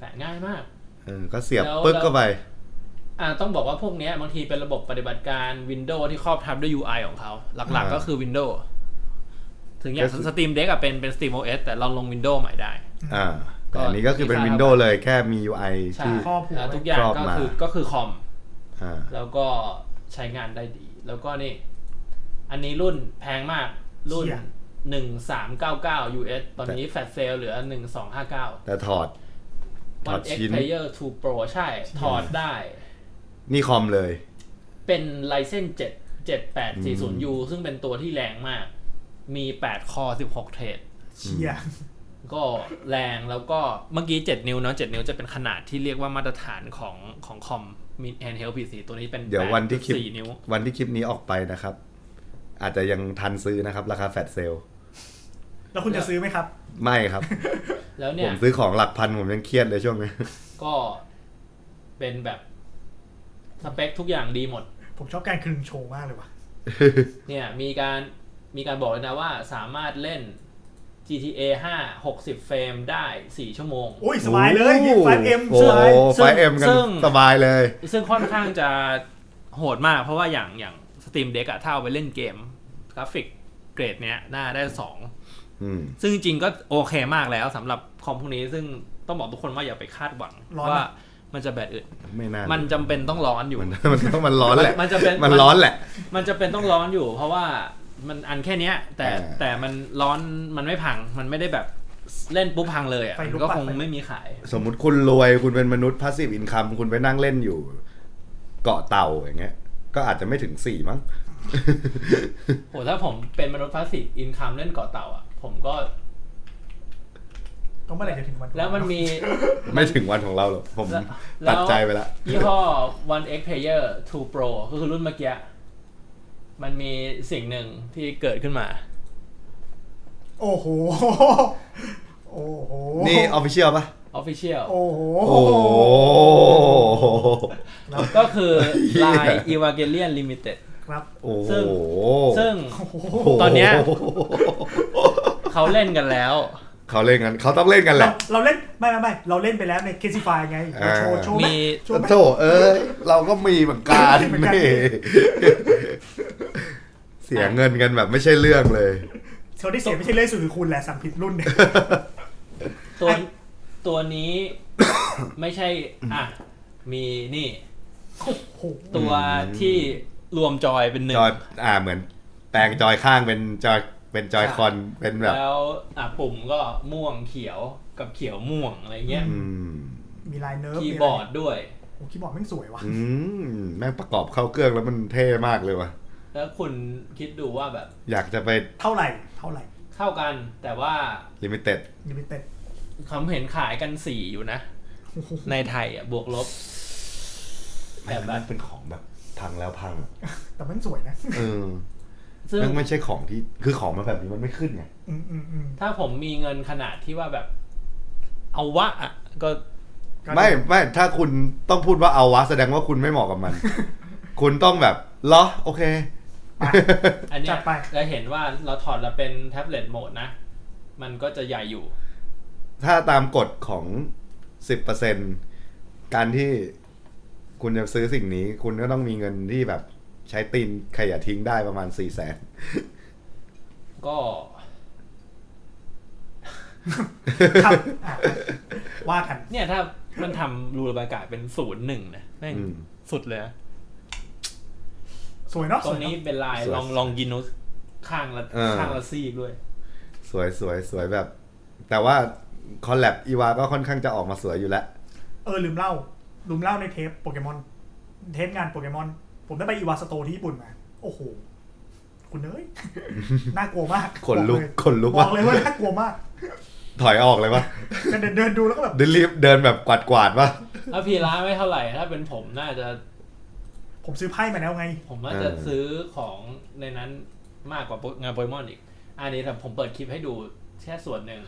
[SPEAKER 2] แปะง่ายมาก
[SPEAKER 3] เออ ก็เสียบ
[SPEAKER 2] แล้ว
[SPEAKER 3] ปึ๊ก
[SPEAKER 2] แล้ว
[SPEAKER 3] เข้าไป
[SPEAKER 2] อ่าต้องบอกว่าพวกเนี้ยบางทีเป็นระบบปฏิบัติการ Windows ที่ครอบทับด้วย UI ของเขา หลัก
[SPEAKER 3] อ่า
[SPEAKER 2] ๆก็คือ Windows ถึงอย่า
[SPEAKER 3] ก็
[SPEAKER 2] ง
[SPEAKER 3] คือ
[SPEAKER 2] Steam Deck อะเป็นเป็น Steam OS แต่เราลง Windows ใหม่ได้
[SPEAKER 3] อ่า แต่อันนี้ก็คือเป็น
[SPEAKER 2] ก็
[SPEAKER 3] วินโดว์เลยแค่มี UI
[SPEAKER 2] ใช่
[SPEAKER 3] ที่
[SPEAKER 4] ครอบหัว
[SPEAKER 2] อ่าทุกอย่าง
[SPEAKER 3] ครอบ
[SPEAKER 2] ก็
[SPEAKER 3] มา
[SPEAKER 2] คือก็คือคอม
[SPEAKER 3] อ่า
[SPEAKER 2] แล้วก็ใช้งานได้ดี แล้วก็นี่ อันนี้รุ่นแพงมากรุ่น
[SPEAKER 4] เชี่ย
[SPEAKER 2] 1399 US ตอนนี้แฟลชเซลเหลือ 1259
[SPEAKER 3] แต่ถอด ถอด
[SPEAKER 2] One X
[SPEAKER 3] ชิ้น
[SPEAKER 2] Player 2 Pro ใช่ ถอดได้
[SPEAKER 3] นี่คอมเลย
[SPEAKER 2] เป็น Ryzen 7 7840U ซึ่งเป็นตัวที่แรงมาก มี 8 คอ 16 เทรด
[SPEAKER 4] เชี่ย
[SPEAKER 2] ก็แรงแล้วก็เมื่อกี้ 7 นิ้วเนาะ7นิ้วจะเป็นขนาดที่เรียกว่ามาตรฐานของของคอมมีแอนเฮลพีซีตัวนี้เป็น
[SPEAKER 3] เดี๋ยววันที่คลิป
[SPEAKER 2] 8.4นิ้ว
[SPEAKER 3] วันที่คลิปนี้ออกไปนะครับ อาจจะยังทันซื้อนะครับ ราคาแฟลชเซล
[SPEAKER 4] แล้วคุณจะซื้อไหมครับ
[SPEAKER 3] ไม่ครับ
[SPEAKER 2] แล้ว
[SPEAKER 3] ผ
[SPEAKER 2] เนี่ย
[SPEAKER 3] มซื้อของหลักพันผมยังเครียดเลยช่วงนี้
[SPEAKER 2] ก็เป็นแบบสเปคทุกอย่างดีหมด
[SPEAKER 4] ผมชอบการคลึงโชว์มากเลยว่ะ
[SPEAKER 2] เนี่ยมีการ มีการบอกเลยนะว่าสามารถเล่น GTA 5 60 เฟรมได้ 4 ชั่วโมง
[SPEAKER 4] อุ้ยสบายเลยยี่ไฟเอ็ม
[SPEAKER 3] โอ้
[SPEAKER 4] สบาย
[SPEAKER 2] ซึ่ง
[SPEAKER 3] ไฟเอ็มกัน
[SPEAKER 2] ซึ่ง
[SPEAKER 3] สบายเลย
[SPEAKER 2] ซึ่งค่อนข้างจะโหดมาก เพราะว่าอย่างอย่างสตรีมเด็กอะถ้าเอาไปเล่นเกมกราฟิกเกรดเนี้ยน่าได้ 2
[SPEAKER 3] อืม
[SPEAKER 2] ซึ่งจริงๆก็โอเคมากแล้วสำหรับคอมพวกนี้ซึ่งต้องบอกทุกคนว่าอย่าไปคาดหวัง
[SPEAKER 4] ร้อน
[SPEAKER 2] ว่า
[SPEAKER 4] อะ
[SPEAKER 2] มันจะแบตอึด
[SPEAKER 3] ไม่น่า
[SPEAKER 2] มั
[SPEAKER 3] มัน
[SPEAKER 2] จำเป็นต้องร้อนอยู่
[SPEAKER 3] มันมันต้องมันร้อนแหละ
[SPEAKER 2] มันจะเป็น
[SPEAKER 3] มันร้อนแหละ
[SPEAKER 2] มันจะเป็นต้องร้อนอยู่ เพราะว่ามันอันแค่เนี้ย แต่
[SPEAKER 3] อ่า
[SPEAKER 2] แต่มันร้อนมันไม่พัง มันไม่ได้แบบเล่นปุ๊บพังเลยอ่ะ
[SPEAKER 4] ไฟลุก
[SPEAKER 2] มันก็
[SPEAKER 4] ปะ
[SPEAKER 2] คงไม่มีขาย
[SPEAKER 3] สมมุติคุณรวยคุณเป็นมนุษย์พาสซีฟอินคัมคุณไปนั่งเล่นอยู่ เกาะเต่าอย่างเงี้ย ก็อาจจะไม่ถึงสี่มั้ง
[SPEAKER 2] โหถ้าผมเป็นมนุษย์พาสซีฟอินคัมเล่นเกาะเต่าอ่ะ ผมก็
[SPEAKER 4] ก็เมื่อไหร่จะถึงวัน
[SPEAKER 2] แล้วมันมี
[SPEAKER 3] ไม่ถึงวันของเราหรอกผม
[SPEAKER 2] แล้ว
[SPEAKER 3] ตัดใจไปละ
[SPEAKER 2] ยี่ห้อ One X Player 2 Pro ก็คือรุ่นเมื่อกี้ มันมีสิ่งหนึ่งที่เกิดขึ้นมา
[SPEAKER 4] โอ้โห โอ้โห
[SPEAKER 3] นี่ออฟฟิเชียลปะ
[SPEAKER 2] Official
[SPEAKER 4] โอ้โห
[SPEAKER 3] โอ้โห
[SPEAKER 2] ก็คือลาย
[SPEAKER 3] เหี้
[SPEAKER 2] e
[SPEAKER 3] ย
[SPEAKER 2] v a n g e l i o n Limited
[SPEAKER 4] ครับ
[SPEAKER 3] โอ้
[SPEAKER 2] ซึ่ง
[SPEAKER 3] โห
[SPEAKER 2] ซึ่ง
[SPEAKER 4] โอ้โห
[SPEAKER 2] ตอนเนี้ย เขาเล่นกันแล้ว
[SPEAKER 3] เขาเล่นกันเขาต้องเล่นกันแห
[SPEAKER 4] เรา
[SPEAKER 3] ละ
[SPEAKER 4] เราเล่นไม่ไม่ไม่เราเล่นไปแล้วในเคซี่ไฟไงเราโชว์โชว์ไห
[SPEAKER 2] มี
[SPEAKER 4] โชว์ไหม
[SPEAKER 3] โถเอ้ยเราก็มีเหมือนกัน
[SPEAKER 4] เหมือนกัน
[SPEAKER 3] นี่เสียเงินกันแบบไม่ใช่เรื่องเลย
[SPEAKER 4] โชว์ที่เสียไม่ใช่เล่นสุดคือคุณแหละสั่งผิดรุ่นเนี่ย
[SPEAKER 2] ตัว
[SPEAKER 4] ไอ้
[SPEAKER 2] ตัวนี้ ไม่ใช่ อ่ะ มีนี่
[SPEAKER 4] โอ้โห
[SPEAKER 2] ตัวที่รวมจอยเป็นหนึ่
[SPEAKER 3] จ
[SPEAKER 2] ง
[SPEAKER 3] อยอ่าเหมือนแปลงจอยข้างเป็นจอยเป็นจอยคอนเป็นแบบ
[SPEAKER 2] แล้ว อ่ะ ปุ่มก็ม่วงเขียวกับเขียวม่วงอะไรเงี้ย
[SPEAKER 3] อืม
[SPEAKER 4] มีลายเนิร์ฟ
[SPEAKER 2] คี
[SPEAKER 4] มีะ
[SPEAKER 2] ย์
[SPEAKER 4] ไ
[SPEAKER 2] บอร์ดด้วย
[SPEAKER 4] โอ้คีย์บอร์ดแม่งสวยว่ะ
[SPEAKER 3] อืมแม่งประกอบเข้าเครื่องแล้วมันเท่มากเลยว่ะ
[SPEAKER 2] แล้วคุณคิดดูว่าแบบ
[SPEAKER 3] อยากจะไป
[SPEAKER 4] เท่าไหร่เท่าไหร่
[SPEAKER 2] เท่ากันแต่ว่า
[SPEAKER 3] ลิมิเต็ด
[SPEAKER 4] ยูมิเต็ด
[SPEAKER 2] ผมเห็นขายกันสี่อยู่นะ ในไทยอ่ะ บวกลบ แบบ
[SPEAKER 3] มั
[SPEAKER 2] นั้น
[SPEAKER 3] นเป็นของแบบพังแล้วพังอะ
[SPEAKER 4] แต่แม่งสวยนะ
[SPEAKER 3] เออ
[SPEAKER 2] ซึ่ง
[SPEAKER 3] แม่งไม่ใช่ของที่คือของมันแบบนี้มันไม่ขึ้นไง
[SPEAKER 4] อืมอืมอืม
[SPEAKER 2] ถ้าผมมีเงินขนาดที่ว่าแบบ เอาวะอะก็
[SPEAKER 4] ก็
[SPEAKER 3] ไม่ไม่ถ้าคุณต้องพูดว่าเอาวะแสดงว่าคุณไม่เหมาะกับ มัน คุณต้องแบบเหรอโอเค
[SPEAKER 2] อันเนี้
[SPEAKER 4] จั
[SPEAKER 2] ย
[SPEAKER 4] ดไป
[SPEAKER 2] จะเห็นว่าเราถอดเราเป็นแท็บเล็ตโหมดนะ มันก็จะใหญ่อยู่
[SPEAKER 3] ถ้าตามกฎของ 10%การที่คุณจะซื้อสิ่งนี้ คุณก็ต้องมีเงินที่แบบใช้ตีนขยะทิ้งได้ประมาณ 4 0 0 0 0น
[SPEAKER 2] ก็
[SPEAKER 4] ครับอ่ะว่ากัน
[SPEAKER 2] เนี่ยถ้ามันทำรูระบายอากาศเป็นศูนย์หนึ่งนะแม่งสุดเลยนะ
[SPEAKER 4] สวยเนาะ
[SPEAKER 2] ต
[SPEAKER 4] ส
[SPEAKER 2] ร
[SPEAKER 4] ว
[SPEAKER 2] ง
[SPEAKER 4] ยเาะ
[SPEAKER 2] นี้เป็นลายลองลองกินุสข้างละข้างละซีกด้วย
[SPEAKER 3] สวยสวยสวยแบบ แต่ว่าคอลแลบอีวาก็ค่อนข้างจะออกมาสวยอยู่แล้ว
[SPEAKER 4] เออลืมเล่าลืมเล่าในเทปโปเกมอน เทปงานโปเกมอน ผมได้ไปอีวาสโตที่ญี่ปุ่นมา โอ้โห คุณเอ้ย น่ากลัวมาก
[SPEAKER 3] ขนลุ
[SPEAKER 4] บ
[SPEAKER 3] ก
[SPEAKER 4] อกเย
[SPEAKER 3] ขนลุก
[SPEAKER 4] บ
[SPEAKER 3] ว่ะ
[SPEAKER 4] อกเลยว่าน่ากลัว มาก
[SPEAKER 3] ถอยออกเลยปะ
[SPEAKER 4] เดินเดินดูแล้วก็แบบ
[SPEAKER 3] เดินรีบเดินแบบกวาดกวาดๆปะ
[SPEAKER 2] ถ้าพีร้าไม่เท่าไหร่ ถ้าเป็นผมน่าจะ
[SPEAKER 4] ผมซื้อไพ่มาแล้ว ไง
[SPEAKER 2] ผมน่าจะ
[SPEAKER 3] เออ
[SPEAKER 2] ซื้อของในนั้นมากกว่าโปงานโปเกมอนอีก อันนี้แต่ผมเปิดคลิปให้ดูแค่ส่วน หนึ่ง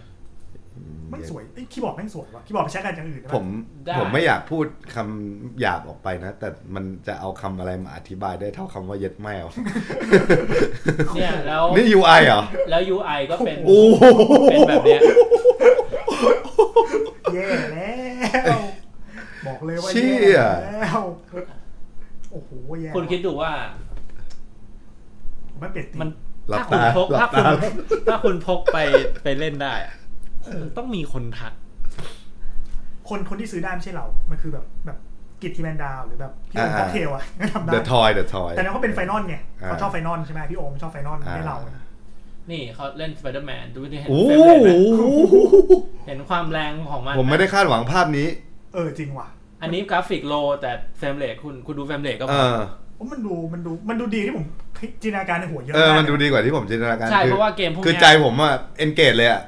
[SPEAKER 4] แม่งสวยเอ้ยคีย์บอร์ดแม่งสวยว่ะคีย์บอร์ดไปใช้กันอย่างอื่นได้ปะ
[SPEAKER 3] ผม
[SPEAKER 2] ได้
[SPEAKER 3] ผมไม่อยากพูดคำหยาบออกไปนะ แต่มันจะเอาคำอะไรมาอธิบายได้เท่าคำว่าเย็ดแมว
[SPEAKER 2] เนี่ยแล้ว
[SPEAKER 3] นี่ UI เหรอ
[SPEAKER 2] แล้ว UI ก็เป็น
[SPEAKER 3] โอ้โห
[SPEAKER 2] เป็นแบบเนี้ย
[SPEAKER 4] แย่แล้ว บอกเลยว่า
[SPEAKER 3] เชี่
[SPEAKER 4] แย่
[SPEAKER 3] ย
[SPEAKER 4] แล้วโอ้โหแย่
[SPEAKER 2] คุณคิดดูว่า
[SPEAKER 4] ผมไม่เปลี่ยนตี
[SPEAKER 2] มัน
[SPEAKER 3] หลับ
[SPEAKER 2] ถ้าคุณ
[SPEAKER 3] ตา
[SPEAKER 2] พก
[SPEAKER 3] หลับ
[SPEAKER 2] ถ้าคุณ
[SPEAKER 3] ตา
[SPEAKER 2] ถ้าคุณพกไปไปเล่นได้อะต้องมีคนทัก
[SPEAKER 4] คนคนที่ซื้อได้ไม่ใช่เรา มันคือแบบแบบกิจทีแมนดาวหรือแบบพี่โอม
[SPEAKER 3] อ่า
[SPEAKER 4] ค็อกเทลอะ ทำได้
[SPEAKER 3] The Toy The Toy
[SPEAKER 4] แต่เนี่ยเขาเป็นไฟนอลไง
[SPEAKER 3] อ่า
[SPEAKER 4] เขาชอบไฟนอลใช่ไหมพี่โอมชอบไฟนอลไม่เรา
[SPEAKER 3] อ่า
[SPEAKER 2] นี่เขาเล่น Spider-Man ดูที่เห็น
[SPEAKER 3] โอ้
[SPEAKER 2] เฟร
[SPEAKER 3] โ
[SPEAKER 2] มเรทไหม
[SPEAKER 3] ห
[SPEAKER 2] เห็นความแรงของมัน
[SPEAKER 3] ผมไม่ได้คาดหวังภาพนี้
[SPEAKER 4] เออจริงว่ะ
[SPEAKER 2] อันนี้กราฟิกโลแต่เฟรมเรทคุณคุณดูเฟรมเรทก็พ
[SPEAKER 3] เอ
[SPEAKER 2] อ
[SPEAKER 3] อ
[SPEAKER 4] โอ้มันดูมันดูมันดูดีที่ผมจินตนาการในหัวเยอะ
[SPEAKER 3] เออ
[SPEAKER 4] มาก
[SPEAKER 3] มันดูดีกว่าที่ผมจินตนาการ
[SPEAKER 2] ใช่
[SPEAKER 3] คือ
[SPEAKER 2] เพราะว่าเกมพวกเนี้ย
[SPEAKER 3] คือใจผมอะเอนเกตเลยอะ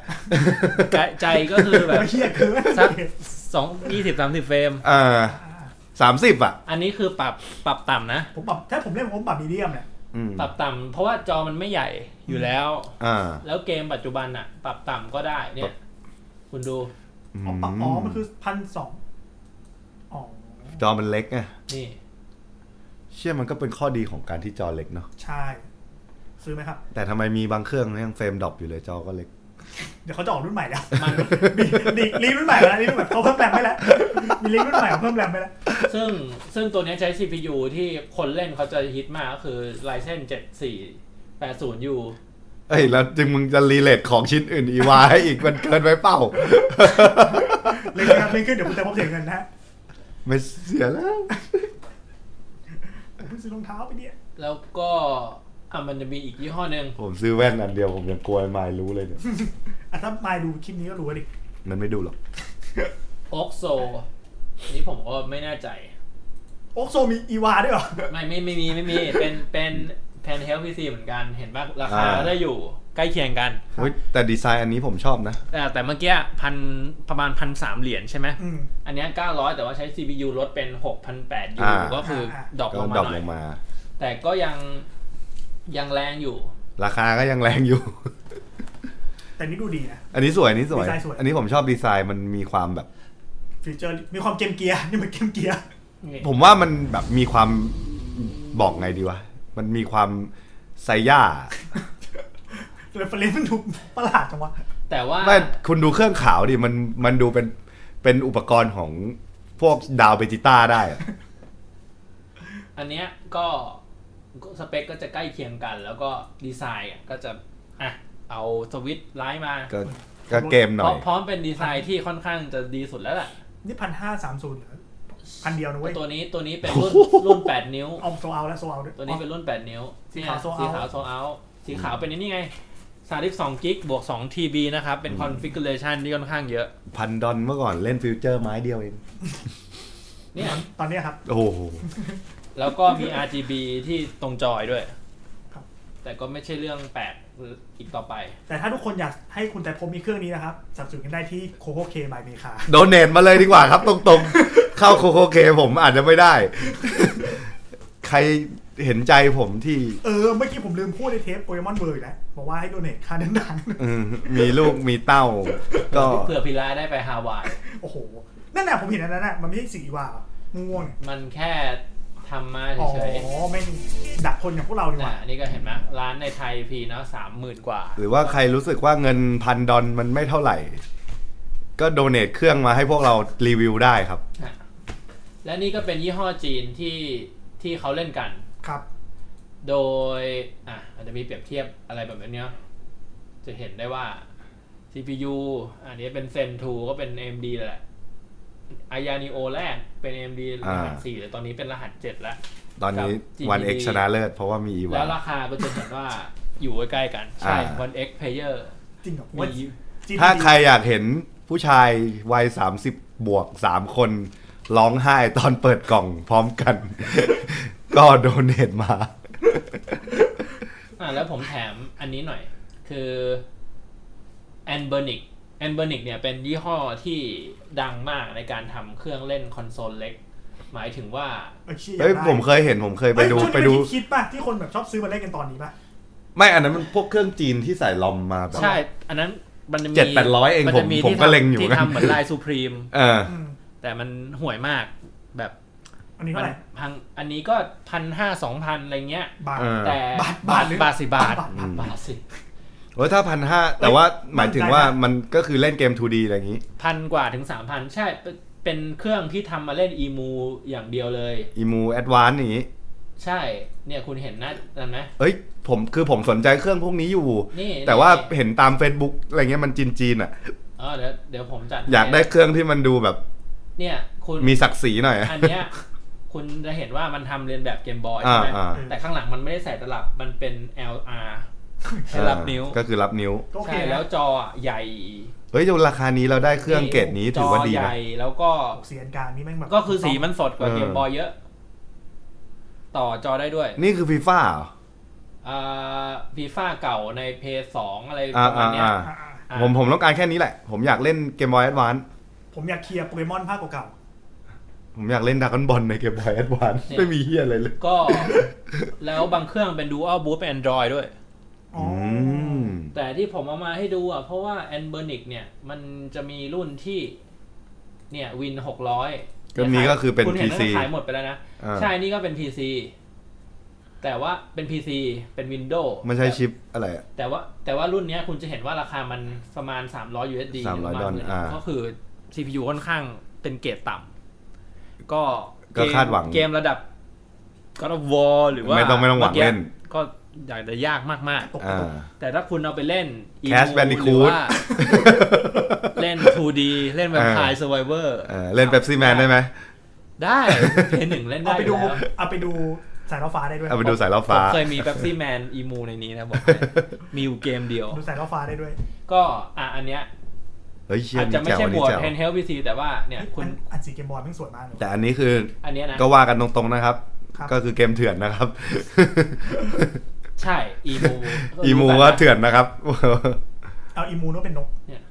[SPEAKER 2] ใจใจก็คือแบบ
[SPEAKER 4] ไม่เฮียคือ
[SPEAKER 2] สักสองยี่สิบสามสิบเฟรม
[SPEAKER 3] เออสามสิบอะ
[SPEAKER 2] อันนี้คือปรับปรับต่ำนะ
[SPEAKER 4] ผมปรับถ้าผมเล่นผมปรับมีเดียมเนี่ย
[SPEAKER 3] อืม
[SPEAKER 2] ปรับต่ำเพราะว่าจอมันไม่ใหญ่อยู่แล้ว
[SPEAKER 3] อ่า
[SPEAKER 2] แล้วเกมปัจจุบันอะปรับต่ำก็ได้เนี่ย คุณดู
[SPEAKER 4] อ๋อปรับอ๋อมันคือพันสองอ๋อ
[SPEAKER 3] จอมันเล็กไง
[SPEAKER 2] นี่
[SPEAKER 3] เชื่อมันก็เป็นข้อดีของการที่จอเล็กเนาะ
[SPEAKER 4] ใช่ ซื้อไหมครับ
[SPEAKER 3] แต่ทำไมมีบางเครื่องยังเฟรมดรอปอยู่เลยจอก็เล็ก
[SPEAKER 4] เดี๋ยวเขาจะออกรุ่นใหม่แล้วมีมีลิงก์รุ่นใหม่แล้วลิงก์รุ่นใหม่เขาเพิ่มแรมไปแล้ว มีลิงก์รุ่นใหม่เขาเพิ่มแรมไปแล้ว
[SPEAKER 2] ซึ่งซึ่งตัวเนี้ยใช้ CPU ที่คนเล่นเขาจะฮิตมากก็คือ Ryzen 7480U
[SPEAKER 3] เอ้ยแล้วจึงมึงจะรีเลทของชิ้นอื่นอีวาให้อีกมันเกินไปเปล่า
[SPEAKER 4] ลิงก์นะครับลิงก์ขึ้นเดี๋ยวคุณจะพบเสียเงินนะฮะ
[SPEAKER 3] ไม่เสียแล้ว
[SPEAKER 4] ผมเพิ่งซื้อรองเท้าไปเนี่ย
[SPEAKER 2] แล้วก็อ่ะมันจะมีอีกยี่ห้อหนึ่ง
[SPEAKER 3] ผมซื้อแว่นอันเดียวผมยังกลัวไอ้มายรู้เลยเนี่ย
[SPEAKER 4] อ่ะถ้ามาดูคลิปนี้ก็รู้แล้วดิ
[SPEAKER 3] มันไม่ดูหรอก
[SPEAKER 2] โอกโซนี้ผมก็ไม่แน่ใจ
[SPEAKER 4] โอ๊กโซมีอีวาด้วยเหรอ
[SPEAKER 2] ไม่ไม่ไม่มีไม่มี เป็นเป็นแพนเฮลพีซีเหมือนกัน เห็นป่ะราคา
[SPEAKER 3] อ่า
[SPEAKER 2] ก็ได้อยู่ใกล้เคียงกัน
[SPEAKER 3] เฮ้ยแต่ดีไซน์อันนี้ผมชอบนะ
[SPEAKER 2] แต่แต่เมื่อกี้พันประมาณพันสามเหรียญใช่ไหม
[SPEAKER 4] อืม
[SPEAKER 2] อันเนี้เก้าร้อย900 แต่ว่าใช้ CPU ลดเป็นหกพันแปดยู
[SPEAKER 3] อ่า
[SPEAKER 2] ก็คืออา ดรอปล
[SPEAKER 3] ก็
[SPEAKER 2] งมา
[SPEAKER 3] ดรอป
[SPEAKER 2] หน่อ
[SPEAKER 3] ล
[SPEAKER 2] ย
[SPEAKER 3] งมา
[SPEAKER 2] แต่ก็ยังยังแรงอยู่
[SPEAKER 3] ราคาก็ยังแรงอยู่
[SPEAKER 4] แต่นี่ดูดีนะ
[SPEAKER 3] อันนี้สวยอันนี้สวย
[SPEAKER 4] ดีไซน์สวย
[SPEAKER 3] อันนี้ผมชอบดีไซน์มันมีความแบบ
[SPEAKER 4] ฟีเจอร์มีความเกมเกียร์นี่มันเกมเกียร์
[SPEAKER 3] ผมว่ามันแบบมีความบอกไงดีวะ มันมีความไซย่า
[SPEAKER 4] เรฟเฟรนซ์มันถูกประหลาดจังวะ
[SPEAKER 2] แต่ว่า
[SPEAKER 3] ไม่คุณดูเครื่องขาวดิมันมันดูเป็นเป็นอุปกรณ์ของพวกดาวเบจิต้าได้อะ
[SPEAKER 2] อันเนี้ยก็ก็สเปคก็จะใกล้เคียงกัน แล้วก็ดีไซน์อ่ะก็จะอ่ะเอาสวิตช์ไลท์มา
[SPEAKER 3] ก็ก็เกมหน่
[SPEAKER 2] เพ
[SPEAKER 3] อ
[SPEAKER 2] ราะ
[SPEAKER 3] ย
[SPEAKER 2] พร้อมเป็นดีไซน์ที่ค่อนข้างจะดีสุดแล้วล่ะ
[SPEAKER 4] นี่พันห้าสามศูนย์เหรอพันเดียวนะเว้ย
[SPEAKER 2] ตัวนี้ตัวนี้เป็นรุ่นรุ่น 8 นิ้ว
[SPEAKER 4] เอาโซเอาแล้วโซเอาด้วย
[SPEAKER 2] ตัวนี้เป็นรุ่น 8 นิ้ว
[SPEAKER 4] สีขาว
[SPEAKER 2] เนี่ยสี
[SPEAKER 4] sold out
[SPEAKER 2] ขาวโซเอาสีขาวเป็นอันนี่ไง32กิกบวก2 TB นะครับ เป็นคอนฟิกเรชันที่ค่อนข้างเยอะ
[SPEAKER 3] พันดอนเมื่อก่อนเล่นฟิวเจอร์ไม้เดียวเอง
[SPEAKER 2] เนี่ย
[SPEAKER 4] ตอนเนี้ยครับ
[SPEAKER 3] โอ้โห
[SPEAKER 2] แล้วก็มี RGB ที่ตรงจอยด้วย
[SPEAKER 4] ครับ
[SPEAKER 2] แต่ก็ไม่ใช่เรื่องแปลกอีกต่อไป
[SPEAKER 4] แต่ถ้าทุกคนอยากให้คุณแต่ผมมีเครื่องนี้นะครับสนับสนุนกันได้ที่โคโคเคบายเมคา
[SPEAKER 3] โดเนทมาเลยดีกว่าครับตรงๆ เข้าโคโคเคผมอาจจะไม่ได้ ใครเห็นใจผมที่
[SPEAKER 4] เออ เมื่อกี้ผมลืมพูดในเทปโปเกมอนเวิร์แล้วบอกว่าให้โดเนทค่าเดินทาง
[SPEAKER 3] อืมมีลูกมีเต้า ก็
[SPEAKER 2] เผื่อพิลาได้ไปฮาวาย
[SPEAKER 4] โอ้โห นั่นแหละผมเห็นอันนั้นน่ะมันไม่ใช่สีว่าง่วงๆเนี่ย
[SPEAKER 2] มันแค่ทำมา
[SPEAKER 4] อ๋อ
[SPEAKER 2] เฉย
[SPEAKER 4] แม่งดักคนอย่างพวกเราดี
[SPEAKER 2] ๆ
[SPEAKER 4] ก
[SPEAKER 2] น่ะ
[SPEAKER 4] ว่า
[SPEAKER 2] อันนี้ก็เห็นไหมร้านในไทยพีเนาะสามหมื่นกว่า
[SPEAKER 3] หรือว่าใครรู้สึกว่าเงินพันดอนมันไม่เท่าไหร่ ก็โดเนทเครื่องมาให้พวกเรารีวิวได้ครับ
[SPEAKER 2] อ่ะและนี่ก็เป็นยี่ห้อจีนที่ที่เขาเล่นกัน
[SPEAKER 4] ครับ
[SPEAKER 2] โดยอ่ะอาจจะมีเปรียบเทียบอะไรแบบนี้เนาะจะเห็นได้ว่า CPU อันนี้เป็น Zen 2 ก็เป็น AMD แหละ a y a n i o แรกเป็น AMD รหัส
[SPEAKER 3] อ่า
[SPEAKER 2] 4แต่ตอนนี้เป็นรหัส 7 แล้ว
[SPEAKER 3] ตอนนี้
[SPEAKER 2] ครับ
[SPEAKER 3] วันเอ็ก
[SPEAKER 2] GBD
[SPEAKER 3] ชนะเลิศเพราะว่ามีอีวา
[SPEAKER 2] แล้วราคาก็จะเห็นว่าอยู่ใกล้ๆกัน ใช่
[SPEAKER 3] อ่า
[SPEAKER 2] One X Player
[SPEAKER 4] จริงเหรอผม
[SPEAKER 2] มี
[SPEAKER 4] ว่าจีน
[SPEAKER 3] ถ้าใครอยากเห็นผู้ชายวัย 30 บวก 3 คนร้องไห้ตอนเปิดกล่องพร้อมกัน ก็โดเนทมา
[SPEAKER 2] อ่าแล้วผมแถมอันนี้หน่อย คือ a n b e r n i c a n b e r n i c เนี่ยเป็นยี่ห้อที่ดังมากในการทำเครื่องเล่นคอนโซลเล็ก หมายถึงว่า
[SPEAKER 4] เออชี่
[SPEAKER 3] เฮ้ย
[SPEAKER 4] อากด้
[SPEAKER 3] ผมเคยเห็นผมเคยไป
[SPEAKER 4] เฮ้ย
[SPEAKER 3] ดู
[SPEAKER 4] ช่วงนี้
[SPEAKER 3] ไปดู
[SPEAKER 4] ม่คิดป่ะที่คนแบบชอบซื้อมาเล่นกันตอนนี้ป่ะ
[SPEAKER 3] ไม่อันนั้นมันพวกเครื่องจีนที่ใส่ลอมมาแบบ
[SPEAKER 2] ใช่ อันนั้นมันจะมี
[SPEAKER 3] เจ็ดแปดร้อยเอง
[SPEAKER 2] นจะ
[SPEAKER 3] ผมผม
[SPEAKER 2] ที่
[SPEAKER 3] ก็
[SPEAKER 2] ทำ
[SPEAKER 3] เล็งอยู่
[SPEAKER 2] ที่
[SPEAKER 3] นะ
[SPEAKER 2] ทำเหมือนลายซูพรีม
[SPEAKER 3] เออ
[SPEAKER 4] อืม
[SPEAKER 2] แต่มันห่วยมากแบบ
[SPEAKER 4] อันนี้เท่าไหร่
[SPEAKER 2] พังอันนี้ก็พันห้าสองพันอะไรเงี้ย
[SPEAKER 4] บาท
[SPEAKER 3] เออ
[SPEAKER 2] แต่
[SPEAKER 4] บาทบาทหรือบ
[SPEAKER 2] าทสิบาท
[SPEAKER 4] บาทบาท
[SPEAKER 2] บาทสิ
[SPEAKER 3] โอ้ยถ้าพันห้าแต่ว่าหมายถึงว่ามันก็คือเล่นเกม 2D อะไรอย่างนี้
[SPEAKER 2] พันกว่าถึงสามพันใช่เป็นเป็นเครื่องที่ทำมาเล่นอีมูอย่างเดียวเลย
[SPEAKER 3] อีมูแอดวานซ์อย่างนี้
[SPEAKER 2] ใช่ เนี่ยคุณเห็นหนะนั่นไหม
[SPEAKER 3] เอ้ย ผมคือผมสนใจเครื่องพวกนี้อยู่
[SPEAKER 2] นี่
[SPEAKER 3] แต่ว่า
[SPEAKER 2] นี่
[SPEAKER 3] เห็นตาม Facebook อะไรเงี้ยมันจีนจีนๆอ่ะ
[SPEAKER 2] อ๋อเดี๋ยวเดี๋ยวผมจัด
[SPEAKER 3] อยากได้เครื่องที่มันดูแบบ
[SPEAKER 2] เนี่ยคุณ
[SPEAKER 3] มีศักดิ์ศรีหน่อย
[SPEAKER 2] อันเนี้ยคุณจะเห็นว่ามันทำเรียนแบบเกมบอยใช่
[SPEAKER 3] อ่า
[SPEAKER 2] ไหม
[SPEAKER 3] อ่า
[SPEAKER 2] แต่ข้างหลังมันไม่ได้ใส่ตลับมันเป็น LR ให้รับนิ้ว
[SPEAKER 3] ก็คือรับนิ้ว
[SPEAKER 4] ก็โอเค
[SPEAKER 2] ใช่
[SPEAKER 4] นะ
[SPEAKER 2] แล้วจออะใหญ่
[SPEAKER 3] เฮ้ยดูราคานี้เราได้เครื่องเกรดนี้ถือว่าดี
[SPEAKER 2] จให
[SPEAKER 3] นะ
[SPEAKER 2] ญ่แล้วก็
[SPEAKER 4] ออกเสียงกลางนี่แม่งแบบ
[SPEAKER 2] ก็คือสีมันสดกว่า
[SPEAKER 3] เออ
[SPEAKER 2] เกมบอยเยอะ ต่อจอได้ด้วย
[SPEAKER 3] นี่คือฟีฟ่า
[SPEAKER 2] อ่าฟีฟ่าเก่าในเพย์สองอะไร
[SPEAKER 3] อ่า
[SPEAKER 2] ประมา
[SPEAKER 3] อ่า
[SPEAKER 2] ณเนี้ย
[SPEAKER 3] อ่า
[SPEAKER 4] อ่ะอ่ะ
[SPEAKER 2] อ่ะ
[SPEAKER 3] ผมผมต้องการแค่นี้แหละ ผมอยากเล่นเกมบอยแอดวาน
[SPEAKER 4] ผมอยากเคลียร์โปเกมอนภาคเก่า
[SPEAKER 3] ผมอยากเล่นดากอนบอลในเกมบอยแอดวานไม่มีเฮียอะไรเลย
[SPEAKER 2] ก็ แล้วบางเครื่องเป็นดูอัลบู t เป็น Android ด้วย
[SPEAKER 4] ๆอ๋อ
[SPEAKER 3] อื
[SPEAKER 4] อ
[SPEAKER 3] ม
[SPEAKER 2] แต่ที่ผมเอามาให้ดูอ่ะ เพราะว่า a n b e r n i c เนี่ย มันจะมีรุ่นที่ เนี่ยวินหกร้อย
[SPEAKER 3] ก็นี่ก็คือเป็น
[SPEAKER 2] คุณเห็น
[SPEAKER 3] PC
[SPEAKER 2] ว่าขายหมดไปแล้วนะ
[SPEAKER 3] อ่า
[SPEAKER 2] ใช่นี่ก็เป็น PC แต่ว่าเป็น PC เป็น Windows
[SPEAKER 3] มันใช้ชิปอะไรอะ
[SPEAKER 2] แต่ว่าแต่ว่ารุ่นเนี้ยคุณจะเห็นว่าราคามันประมาณ 300 USD
[SPEAKER 3] 300
[SPEAKER 2] หประมาณ
[SPEAKER 3] ดอลลาร์
[SPEAKER 2] นั้น
[SPEAKER 3] อ่า
[SPEAKER 2] ก็คือ CPU ค่อนข้างเป็นเกรดต่ำก็
[SPEAKER 3] ก็คาดหวัง
[SPEAKER 2] เกมระดับ God of War หรือว่า
[SPEAKER 3] ไม่ต้องไม่ต้องหวังเล่น
[SPEAKER 2] ก็อยากจะยากมาก
[SPEAKER 4] ตก
[SPEAKER 3] อ่า
[SPEAKER 2] ๆ แต่ถ้าคุณเอาไปเล่น Emu ห
[SPEAKER 3] Crash
[SPEAKER 2] รื
[SPEAKER 3] Bandicoot
[SPEAKER 2] อว่าเล่น 2D เล่น Vampire Survivor
[SPEAKER 3] เออเล่นเป๊ปซี่แมนได้ไหม
[SPEAKER 2] ได้เพย์หนึ่งเล่น
[SPEAKER 4] เอา
[SPEAKER 2] ได้
[SPEAKER 4] ไป
[SPEAKER 2] อ
[SPEAKER 4] ดู
[SPEAKER 2] ยู่แล้ว
[SPEAKER 4] เอาไปดูสายล่อฟ้าได้ด้วย
[SPEAKER 3] เอาไปดูสายล่อฟ้า
[SPEAKER 2] ผมเคยมีแป๊บซี่แมนอีมูในนี้นะบอกให้มีอยู่เกมเดียว
[SPEAKER 4] ดูสายล่อฟ้าได้ด้วย
[SPEAKER 2] ก็อ่ะอันเนี้ย
[SPEAKER 3] เฮ้ยเชี่ย
[SPEAKER 2] อาจจะ
[SPEAKER 3] นี่
[SPEAKER 2] ไม่
[SPEAKER 3] แจ๋ว
[SPEAKER 2] ใช่หม
[SPEAKER 3] นี่
[SPEAKER 2] วด
[SPEAKER 3] แจ๋ว
[SPEAKER 2] แฮนด์เฮลพีซีแต่ว่าเนี่ยคุ
[SPEAKER 4] อั
[SPEAKER 2] ณ
[SPEAKER 4] นอันสีเกมบอยแม่งสวยมากเลย
[SPEAKER 3] แต่อันนี้คือ
[SPEAKER 2] อันเนี้ยนะ
[SPEAKER 3] ก็ว่ากันตรงๆนะครับ
[SPEAKER 4] ครับ
[SPEAKER 3] ก็คือเกมเถื่อนนะครับ
[SPEAKER 2] ใช่อี มู
[SPEAKER 3] อีมู
[SPEAKER 2] รู้
[SPEAKER 3] ก็
[SPEAKER 2] กันนะ
[SPEAKER 3] เถื่อนนะครับ
[SPEAKER 4] เอาอีมูนว่าเป็นนก
[SPEAKER 2] เนี่ย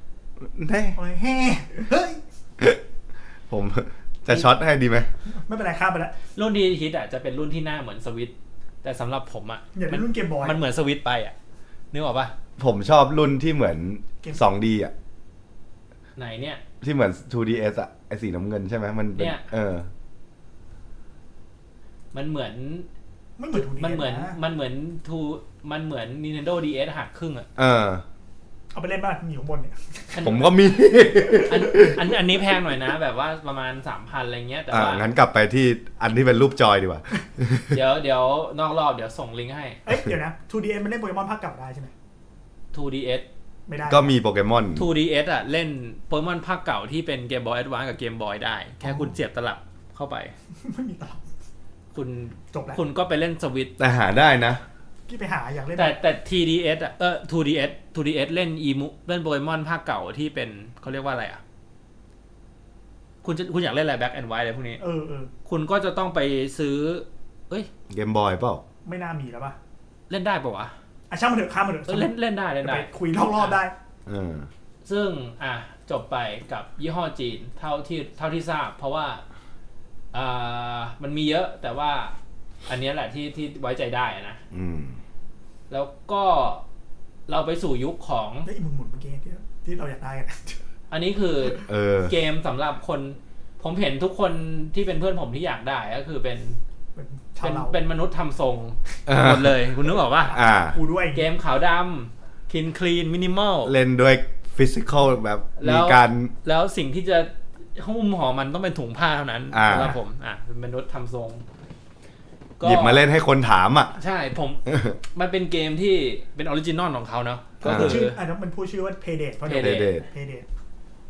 [SPEAKER 3] แน่
[SPEAKER 4] โอ้ย เฮ้เฮ้ย
[SPEAKER 3] ผมจะช็อตให้ดีไหม
[SPEAKER 4] ไม่เป็นไรข้ามไปแล้ว
[SPEAKER 2] รุ่นที่ฮิตอ่ะจะเป็นรุ่นที่หน้าเหมือนสวิตช์แต่สำหรับผมอ่ะ
[SPEAKER 4] อย่าเป็
[SPEAKER 2] มัน
[SPEAKER 4] รุ่นเกมบอย
[SPEAKER 2] มันเหมือนสวิตช์ไปอ่ะนึกออกปะ
[SPEAKER 3] ผมชอบรุ่นที่เหมือน
[SPEAKER 4] เกม
[SPEAKER 3] 2D อ่ะ
[SPEAKER 2] ไหนเนี่ย
[SPEAKER 3] ที่เหมือน 2DS อ่ะ ไอสีน้ำเงินใช่ไหมมันเป็น
[SPEAKER 2] เนี่ย
[SPEAKER 3] เออ
[SPEAKER 2] มันเหมือน
[SPEAKER 4] ไม่เหมือนดูดี
[SPEAKER 2] มันเหมือน
[SPEAKER 4] นะ
[SPEAKER 2] มันเหมือนทูมันเหมือน Nintendo DS หักครึ่งอ่ะ
[SPEAKER 3] เออ
[SPEAKER 4] เอาไปเล่นบ้านมีอยู่ข้างบนเนี่ย
[SPEAKER 2] อัน
[SPEAKER 3] ผมก็มี
[SPEAKER 2] อันอันอันนี้แพงหน่อยนะ แบบว่าประมาณสามพันอะไรเงี้ยแต่
[SPEAKER 3] อ่า
[SPEAKER 2] ว่า
[SPEAKER 3] งั้นกลับไปที่อันที่เป็นรูปจอยดีกว่า
[SPEAKER 2] เดี๋ยวเดี๋ยวนอกรอบเดี๋ยวส่งลิงก์ให้
[SPEAKER 4] เอ้ยเดี๋ยวนะ 2DN มันเล่นโปเกมอนภาคเก่าได้ใช่ไหม
[SPEAKER 2] 2ds
[SPEAKER 4] ไม่ได้
[SPEAKER 3] ก็มีโปเกมอน
[SPEAKER 2] 2ds อ่ะ เล่นโปเกมอนภาคเก่าที่เป็นเกมบอยแอดวานกับเกมบอยได้ แค่คุณเสียบตลับเข้าไป
[SPEAKER 4] ไม่มีตลับ
[SPEAKER 2] คุณ
[SPEAKER 4] จบแล้ว
[SPEAKER 2] คุณก็ไปเล่นสวิตช์
[SPEAKER 3] แต่หาได้นะ
[SPEAKER 4] พี่ไปหาอยากเล่น
[SPEAKER 2] แต่แต่ tds อ่ะเออ 2ds 2ds เล่นอีมุเล่นโปเกมอนภาคเก่าที่เป็นเขาเรียกว่าอะไรอ่ะ คุณจะคุณอยากเล่นอะไรแบ็กแอนด์ไวอะไรพวกนี้
[SPEAKER 4] เออเออ
[SPEAKER 2] คุณก็จะต้องไปซื้อ เอ้ย
[SPEAKER 3] เกมบอยเปล่า
[SPEAKER 4] ไม่น่ามีแล้วป่ะ
[SPEAKER 2] เล่นได้ปะวะ
[SPEAKER 4] อ่ะช่างมันเถอะข้ามมันเถอะ
[SPEAKER 2] เออเล่นเล่นได้เล่น
[SPEAKER 4] ไป
[SPEAKER 2] ได้
[SPEAKER 4] คุยนอกรอบได้
[SPEAKER 3] เออ
[SPEAKER 2] ซึ่งอ่ะจบไปกับยี่ห้อจีนเท่าที่เท่าที่ทราบ เพราะว่าอ่ามันมีเยอะแต่ว่าอันเนี้ยแหละที่ที่ไว้ใจได้อะนะ
[SPEAKER 3] อืม
[SPEAKER 2] แล้วก็เราไปสู่ยุคของ
[SPEAKER 4] เฮ้ยมึงหมุนเมื่อกี้ที่ที่เราอยากได้กัน
[SPEAKER 2] อันนี้คือ
[SPEAKER 3] เออ
[SPEAKER 2] เกมสำหรับคน ผมเห็นทุกคนที่เป็นเพื่อนผมที่อยากได้ก็คือเป็น
[SPEAKER 4] เป็นชา
[SPEAKER 2] เป็
[SPEAKER 4] ว
[SPEAKER 2] น
[SPEAKER 4] เรา
[SPEAKER 2] เป็นมนุษย์ทำทรง
[SPEAKER 3] เออ
[SPEAKER 2] หมดเลย คุณนึกออกว่า
[SPEAKER 3] อ่า
[SPEAKER 4] กูด้วย
[SPEAKER 2] เกมขาวดำคินคลีนมินิมอล
[SPEAKER 3] เล่นด้วยฟิสิก a l แบบ
[SPEAKER 2] แล้
[SPEAKER 3] มี
[SPEAKER 2] ว
[SPEAKER 3] การ
[SPEAKER 2] แล้วสิ่งที่จะหุ้มห่อมันต้องเป็นถุงผ้าเท่านั้น
[SPEAKER 3] อ่า
[SPEAKER 2] สำหรับผม อ่ะเป็นมนุษย์ทำทรง
[SPEAKER 3] หยิบมาเล่นให้คนถามอ่ะ
[SPEAKER 2] ใช่ ผม มันเป็นเกมที่เป็นออริจินอลของเขาเนาะก็คือ
[SPEAKER 4] ชื่ออันนั้นมันพูดชื่อว่าเพเดทเพราะเดี๋ยว
[SPEAKER 2] Payday
[SPEAKER 3] เดเด
[SPEAKER 4] เพเดท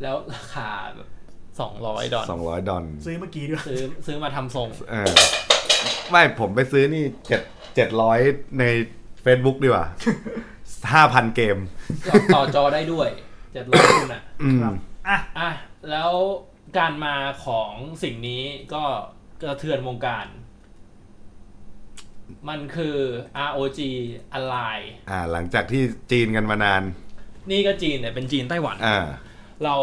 [SPEAKER 2] แล้วราคาแบบสองร้อยดอล
[SPEAKER 3] สองร้อยดอล
[SPEAKER 4] ซื้อเมื่อกี้ด้วย
[SPEAKER 2] ซื้อซื้อมาทำทรง
[SPEAKER 3] เออ ไม่ผมไปซื้อนี่เจ็ดเจ็ดร้อยใน Facebook ดีก ว่าห้าพันเกม
[SPEAKER 2] ต่อต่อจอได้ด้วยเจ็ดร้อยคุณอ่ะ
[SPEAKER 3] อืม
[SPEAKER 4] ครับ อ่ะ
[SPEAKER 2] อ่ะ แล้วการมาของสิ่งนี้ก็กระเทือนวงการ มันคือ ROG Ally
[SPEAKER 3] อ่า หลังจากที่จีนกันมานาน
[SPEAKER 2] นี่ก็จีนแต่เป็นจีนไต้หวัน
[SPEAKER 3] อ่า
[SPEAKER 2] เรา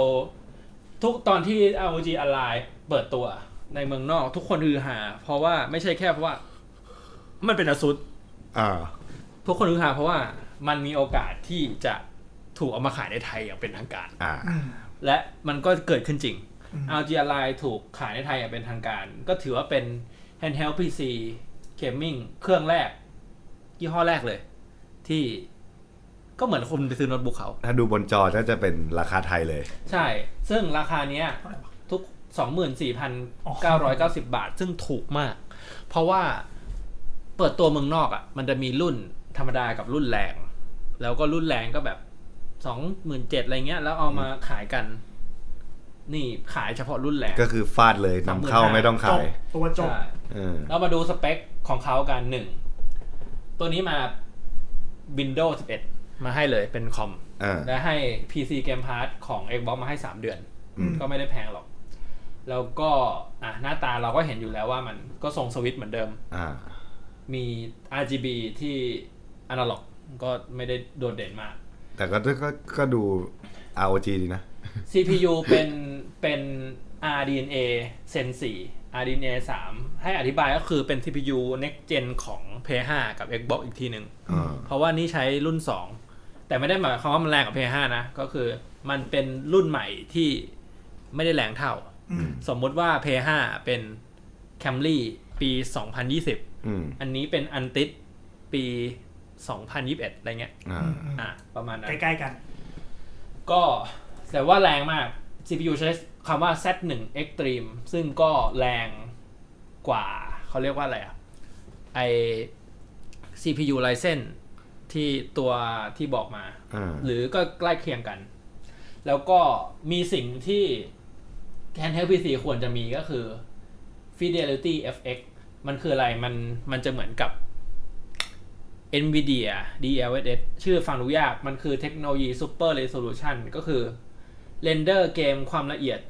[SPEAKER 2] ทุกตอนที่ ROG Ally เปิดตัวในเมืองนอกทุกคนฮือหา เพราะว่าไม่ใช่แค่เพราะว่า มันเป็นอสุด
[SPEAKER 3] อ่า
[SPEAKER 2] ทุกคนฮือหาเพราะว่ามันมีโอกาสที่จะถูกเอามาขายในไทยอย่างเป็นทางการ
[SPEAKER 3] อ่า
[SPEAKER 2] และมันก็เกิดขึ้นจริง
[SPEAKER 4] อืม
[SPEAKER 2] ROG Ally ถูกขายในไทยอย่างเป็นทางการ ก็ถือว่าเป็น handheld PC gaming เครื่องแรก ยี่ห้อแรกเลย ที่ก็เหมือนคนไปซื้อโน้ตบุ๊กเขา
[SPEAKER 3] ถ้าดูบนจอก็จะเป็นราคาไทยเลย
[SPEAKER 2] ใช่ ซึ่งราคาเนี้ย
[SPEAKER 4] เท่าไหร่วะ
[SPEAKER 2] ทุก 24,990 บาท ซึ่งถูกมาก เพราะว่าเปิดตัวเมืองนอกอะ่ะ มันจะมีรุ่นธรรมดากับรุ่นแรง แล้วก็รุ่นแรงก็แบบ 27,000อะไรเงี้ย แล้วเอามาขายกัน นี่ขายเฉพาะรุ่นแรง
[SPEAKER 3] ก็คือฟาดเลยนำเข้า
[SPEAKER 2] สามหมื่นห้า
[SPEAKER 3] ไม่ต้อง
[SPEAKER 4] จ
[SPEAKER 3] ขา
[SPEAKER 4] บ
[SPEAKER 3] ย
[SPEAKER 4] ตัวจบ
[SPEAKER 2] ใช่
[SPEAKER 3] เออ
[SPEAKER 2] เรามาดูสเปคของเขากันหนึ่ง ตัวนี้มา Windows 11 มาให้เลยเป็นคอม
[SPEAKER 3] อ่า
[SPEAKER 2] และให้ PC Game Pass ของ Xbox มาให้ 3 เดือน
[SPEAKER 4] อืม
[SPEAKER 2] ก็ไม่ได้แพงหรอก แล้วก็อ่ะหน้าตาเราก็เห็นอยู่แล้วว่ามันก็ทรงสวิตช์เหมือนเดิม
[SPEAKER 3] อ่า
[SPEAKER 2] มี RGB ที่อนาล็อกก็ไม่ได้โดดเด่นมาก
[SPEAKER 3] แต่ก็ก็ก็ดู ROG ดีนะ
[SPEAKER 2] CPU เป็นเป็น RDNA Zen 4 RDNA 3 ให้อธิบายก็คือเป็น CPU next gen ของ PS 5กับ Xbox อีกทีหนึ่ง
[SPEAKER 3] อ่า
[SPEAKER 2] เพราะว่านี่ใช้รุ่น 2 แต่ไม่ได้หมายความว่ามันแรงกว่า PS5 นะ ก็คือมันเป็นรุ่นใหม่ที่ไม่ได้แรงเท่า
[SPEAKER 4] อืม
[SPEAKER 2] สมมุติว่า PS5 เป็น Camry ปี 2020
[SPEAKER 3] อืม
[SPEAKER 2] อันนี้เป็นอันติดปี 2021 อะไรเงี้ย
[SPEAKER 3] อ่า
[SPEAKER 2] อ่ะประมาณนั้น
[SPEAKER 4] ใกล้ๆกัน
[SPEAKER 2] ก็แต่ว่าแรงมาก CPU ใช้คำว่า Z1 Extreme ซึ่งก็แรงกว่า เขาเรียกว่าอะไรอ่ะ ไอ CPU Ryzen ที่ตัวที่บอกมา
[SPEAKER 3] อ่า
[SPEAKER 2] หรือก็ใกล้เคียงกัน แล้วก็มีสิ่งที่ h a n d h e l d PC ควรจะมีก็คือ Fidelity FX มันคืออะไร มันมันจะเหมือนกับ NVIDIA DLSS ชื่อฟังดูยาก มันคือเทคโนโลยี Super Resolution ก็คือเรนเดอร์เกมความละเอียด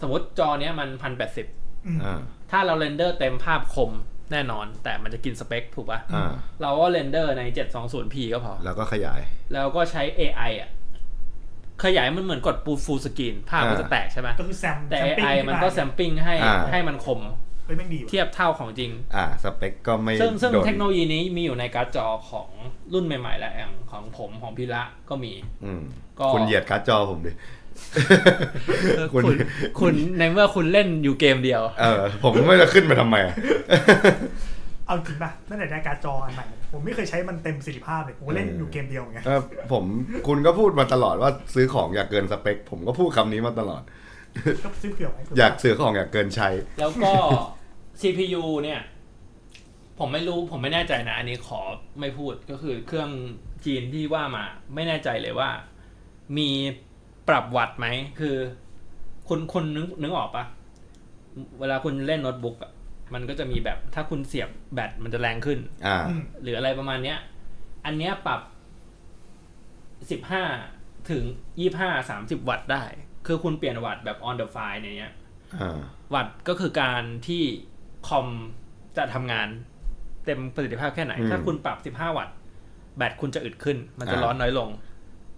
[SPEAKER 2] สมมติจอเนี้ยมัน 1080
[SPEAKER 3] อ่า
[SPEAKER 2] ถ้าเราเรนเดอร์เต็มภาพคมแน่นอน แต่มันจะกินสเปคถูกปะ
[SPEAKER 3] อ่า
[SPEAKER 2] เราก็เรนเดอร์ใน 720p ก็พอ
[SPEAKER 3] แล้วก็ขยาย
[SPEAKER 2] แล้วก็ใช้ AI อ่ะ ขยายมันเหมือนกดปูฟูลสกรีน ภาพมัน
[SPEAKER 3] อ่า
[SPEAKER 2] จะแตกใช่ไหม
[SPEAKER 4] ก็คือแซม
[SPEAKER 2] แต่
[SPEAKER 4] แซมปิ้ง
[SPEAKER 2] AI
[SPEAKER 4] ขึ้า
[SPEAKER 2] มันก็แซมปิ้งให้
[SPEAKER 3] อ่า
[SPEAKER 2] ให้มันคม
[SPEAKER 4] เฮ้ยแม่งดีว่ะ
[SPEAKER 2] เทียบเท่าของจริง
[SPEAKER 3] อ่า สเปคก็ไม่
[SPEAKER 2] ซึ่งซึ่ง
[SPEAKER 3] โดด
[SPEAKER 2] เทคโนโลยีนี้มีอยู่ในการ์ดจอของรุ่นใหม่ๆแหละอย่างของผมของพี่ละก็มี
[SPEAKER 3] อืม
[SPEAKER 2] ก็
[SPEAKER 3] คุณเหยียดการ์ดจอผมดิ คุณ
[SPEAKER 2] คุณคุณในเมื่อคุณเล่นอยู่เกมเดียว
[SPEAKER 3] เออ ผมไม่จะขึ้นมาทำไมอะ
[SPEAKER 4] เอาจริงป่ะตั้งแต่ได้การ์ดจออันใหม่ผมไม่เคยใช้มันเต็มประสิทธิภาพเลยผมเล่นอยู่เกมเดียวไง
[SPEAKER 3] เออผมคุณก็พูดมาตลอดว่าซื้อของอย่าเกินสเปค ผมก็พูดคำนี้มาตลอด
[SPEAKER 4] ก็ซื้อเผื่อไว้เผื่
[SPEAKER 3] อยากซื้อของอย่าเกินใช้
[SPEAKER 2] แล้วก็ CPU เนี่ย ผมไม่รู้ผมไม่แน่ใจนะ อันนี้ขอไม่พูดก็คือเครื่องจีนที่ว่ามา ไม่แน่ใจเลยว่า มีปรับวัดไหม คือ คุณคุณนึกนึกออกปะเวลาคุณเล่นโน้ตบุ๊กอะมันก็จะมีแบบ ถ้าคุณเสียบแบตมันจะแรงขึ้น
[SPEAKER 3] อ่า
[SPEAKER 4] อืม
[SPEAKER 2] หรืออะไรประมาณเนี้ย อันเนี้ยปรับสิบห้าถึงยี่ห้าสามสิบวัตต์ได้ คือคุณเปลี่ยนวัตต์แบบ on the fly ในเนี้ย
[SPEAKER 3] อ่า
[SPEAKER 2] วัตต์ก็คือการที่คอมจะทำงานเต็มประสิทธิภาพแค่ไหน
[SPEAKER 3] อืม
[SPEAKER 2] ถ้าคุณปรับ 15 วัตต์ แบตคุณจะอึดขึ้น มันจะ
[SPEAKER 3] อ่า
[SPEAKER 2] ร้อนน้อยลง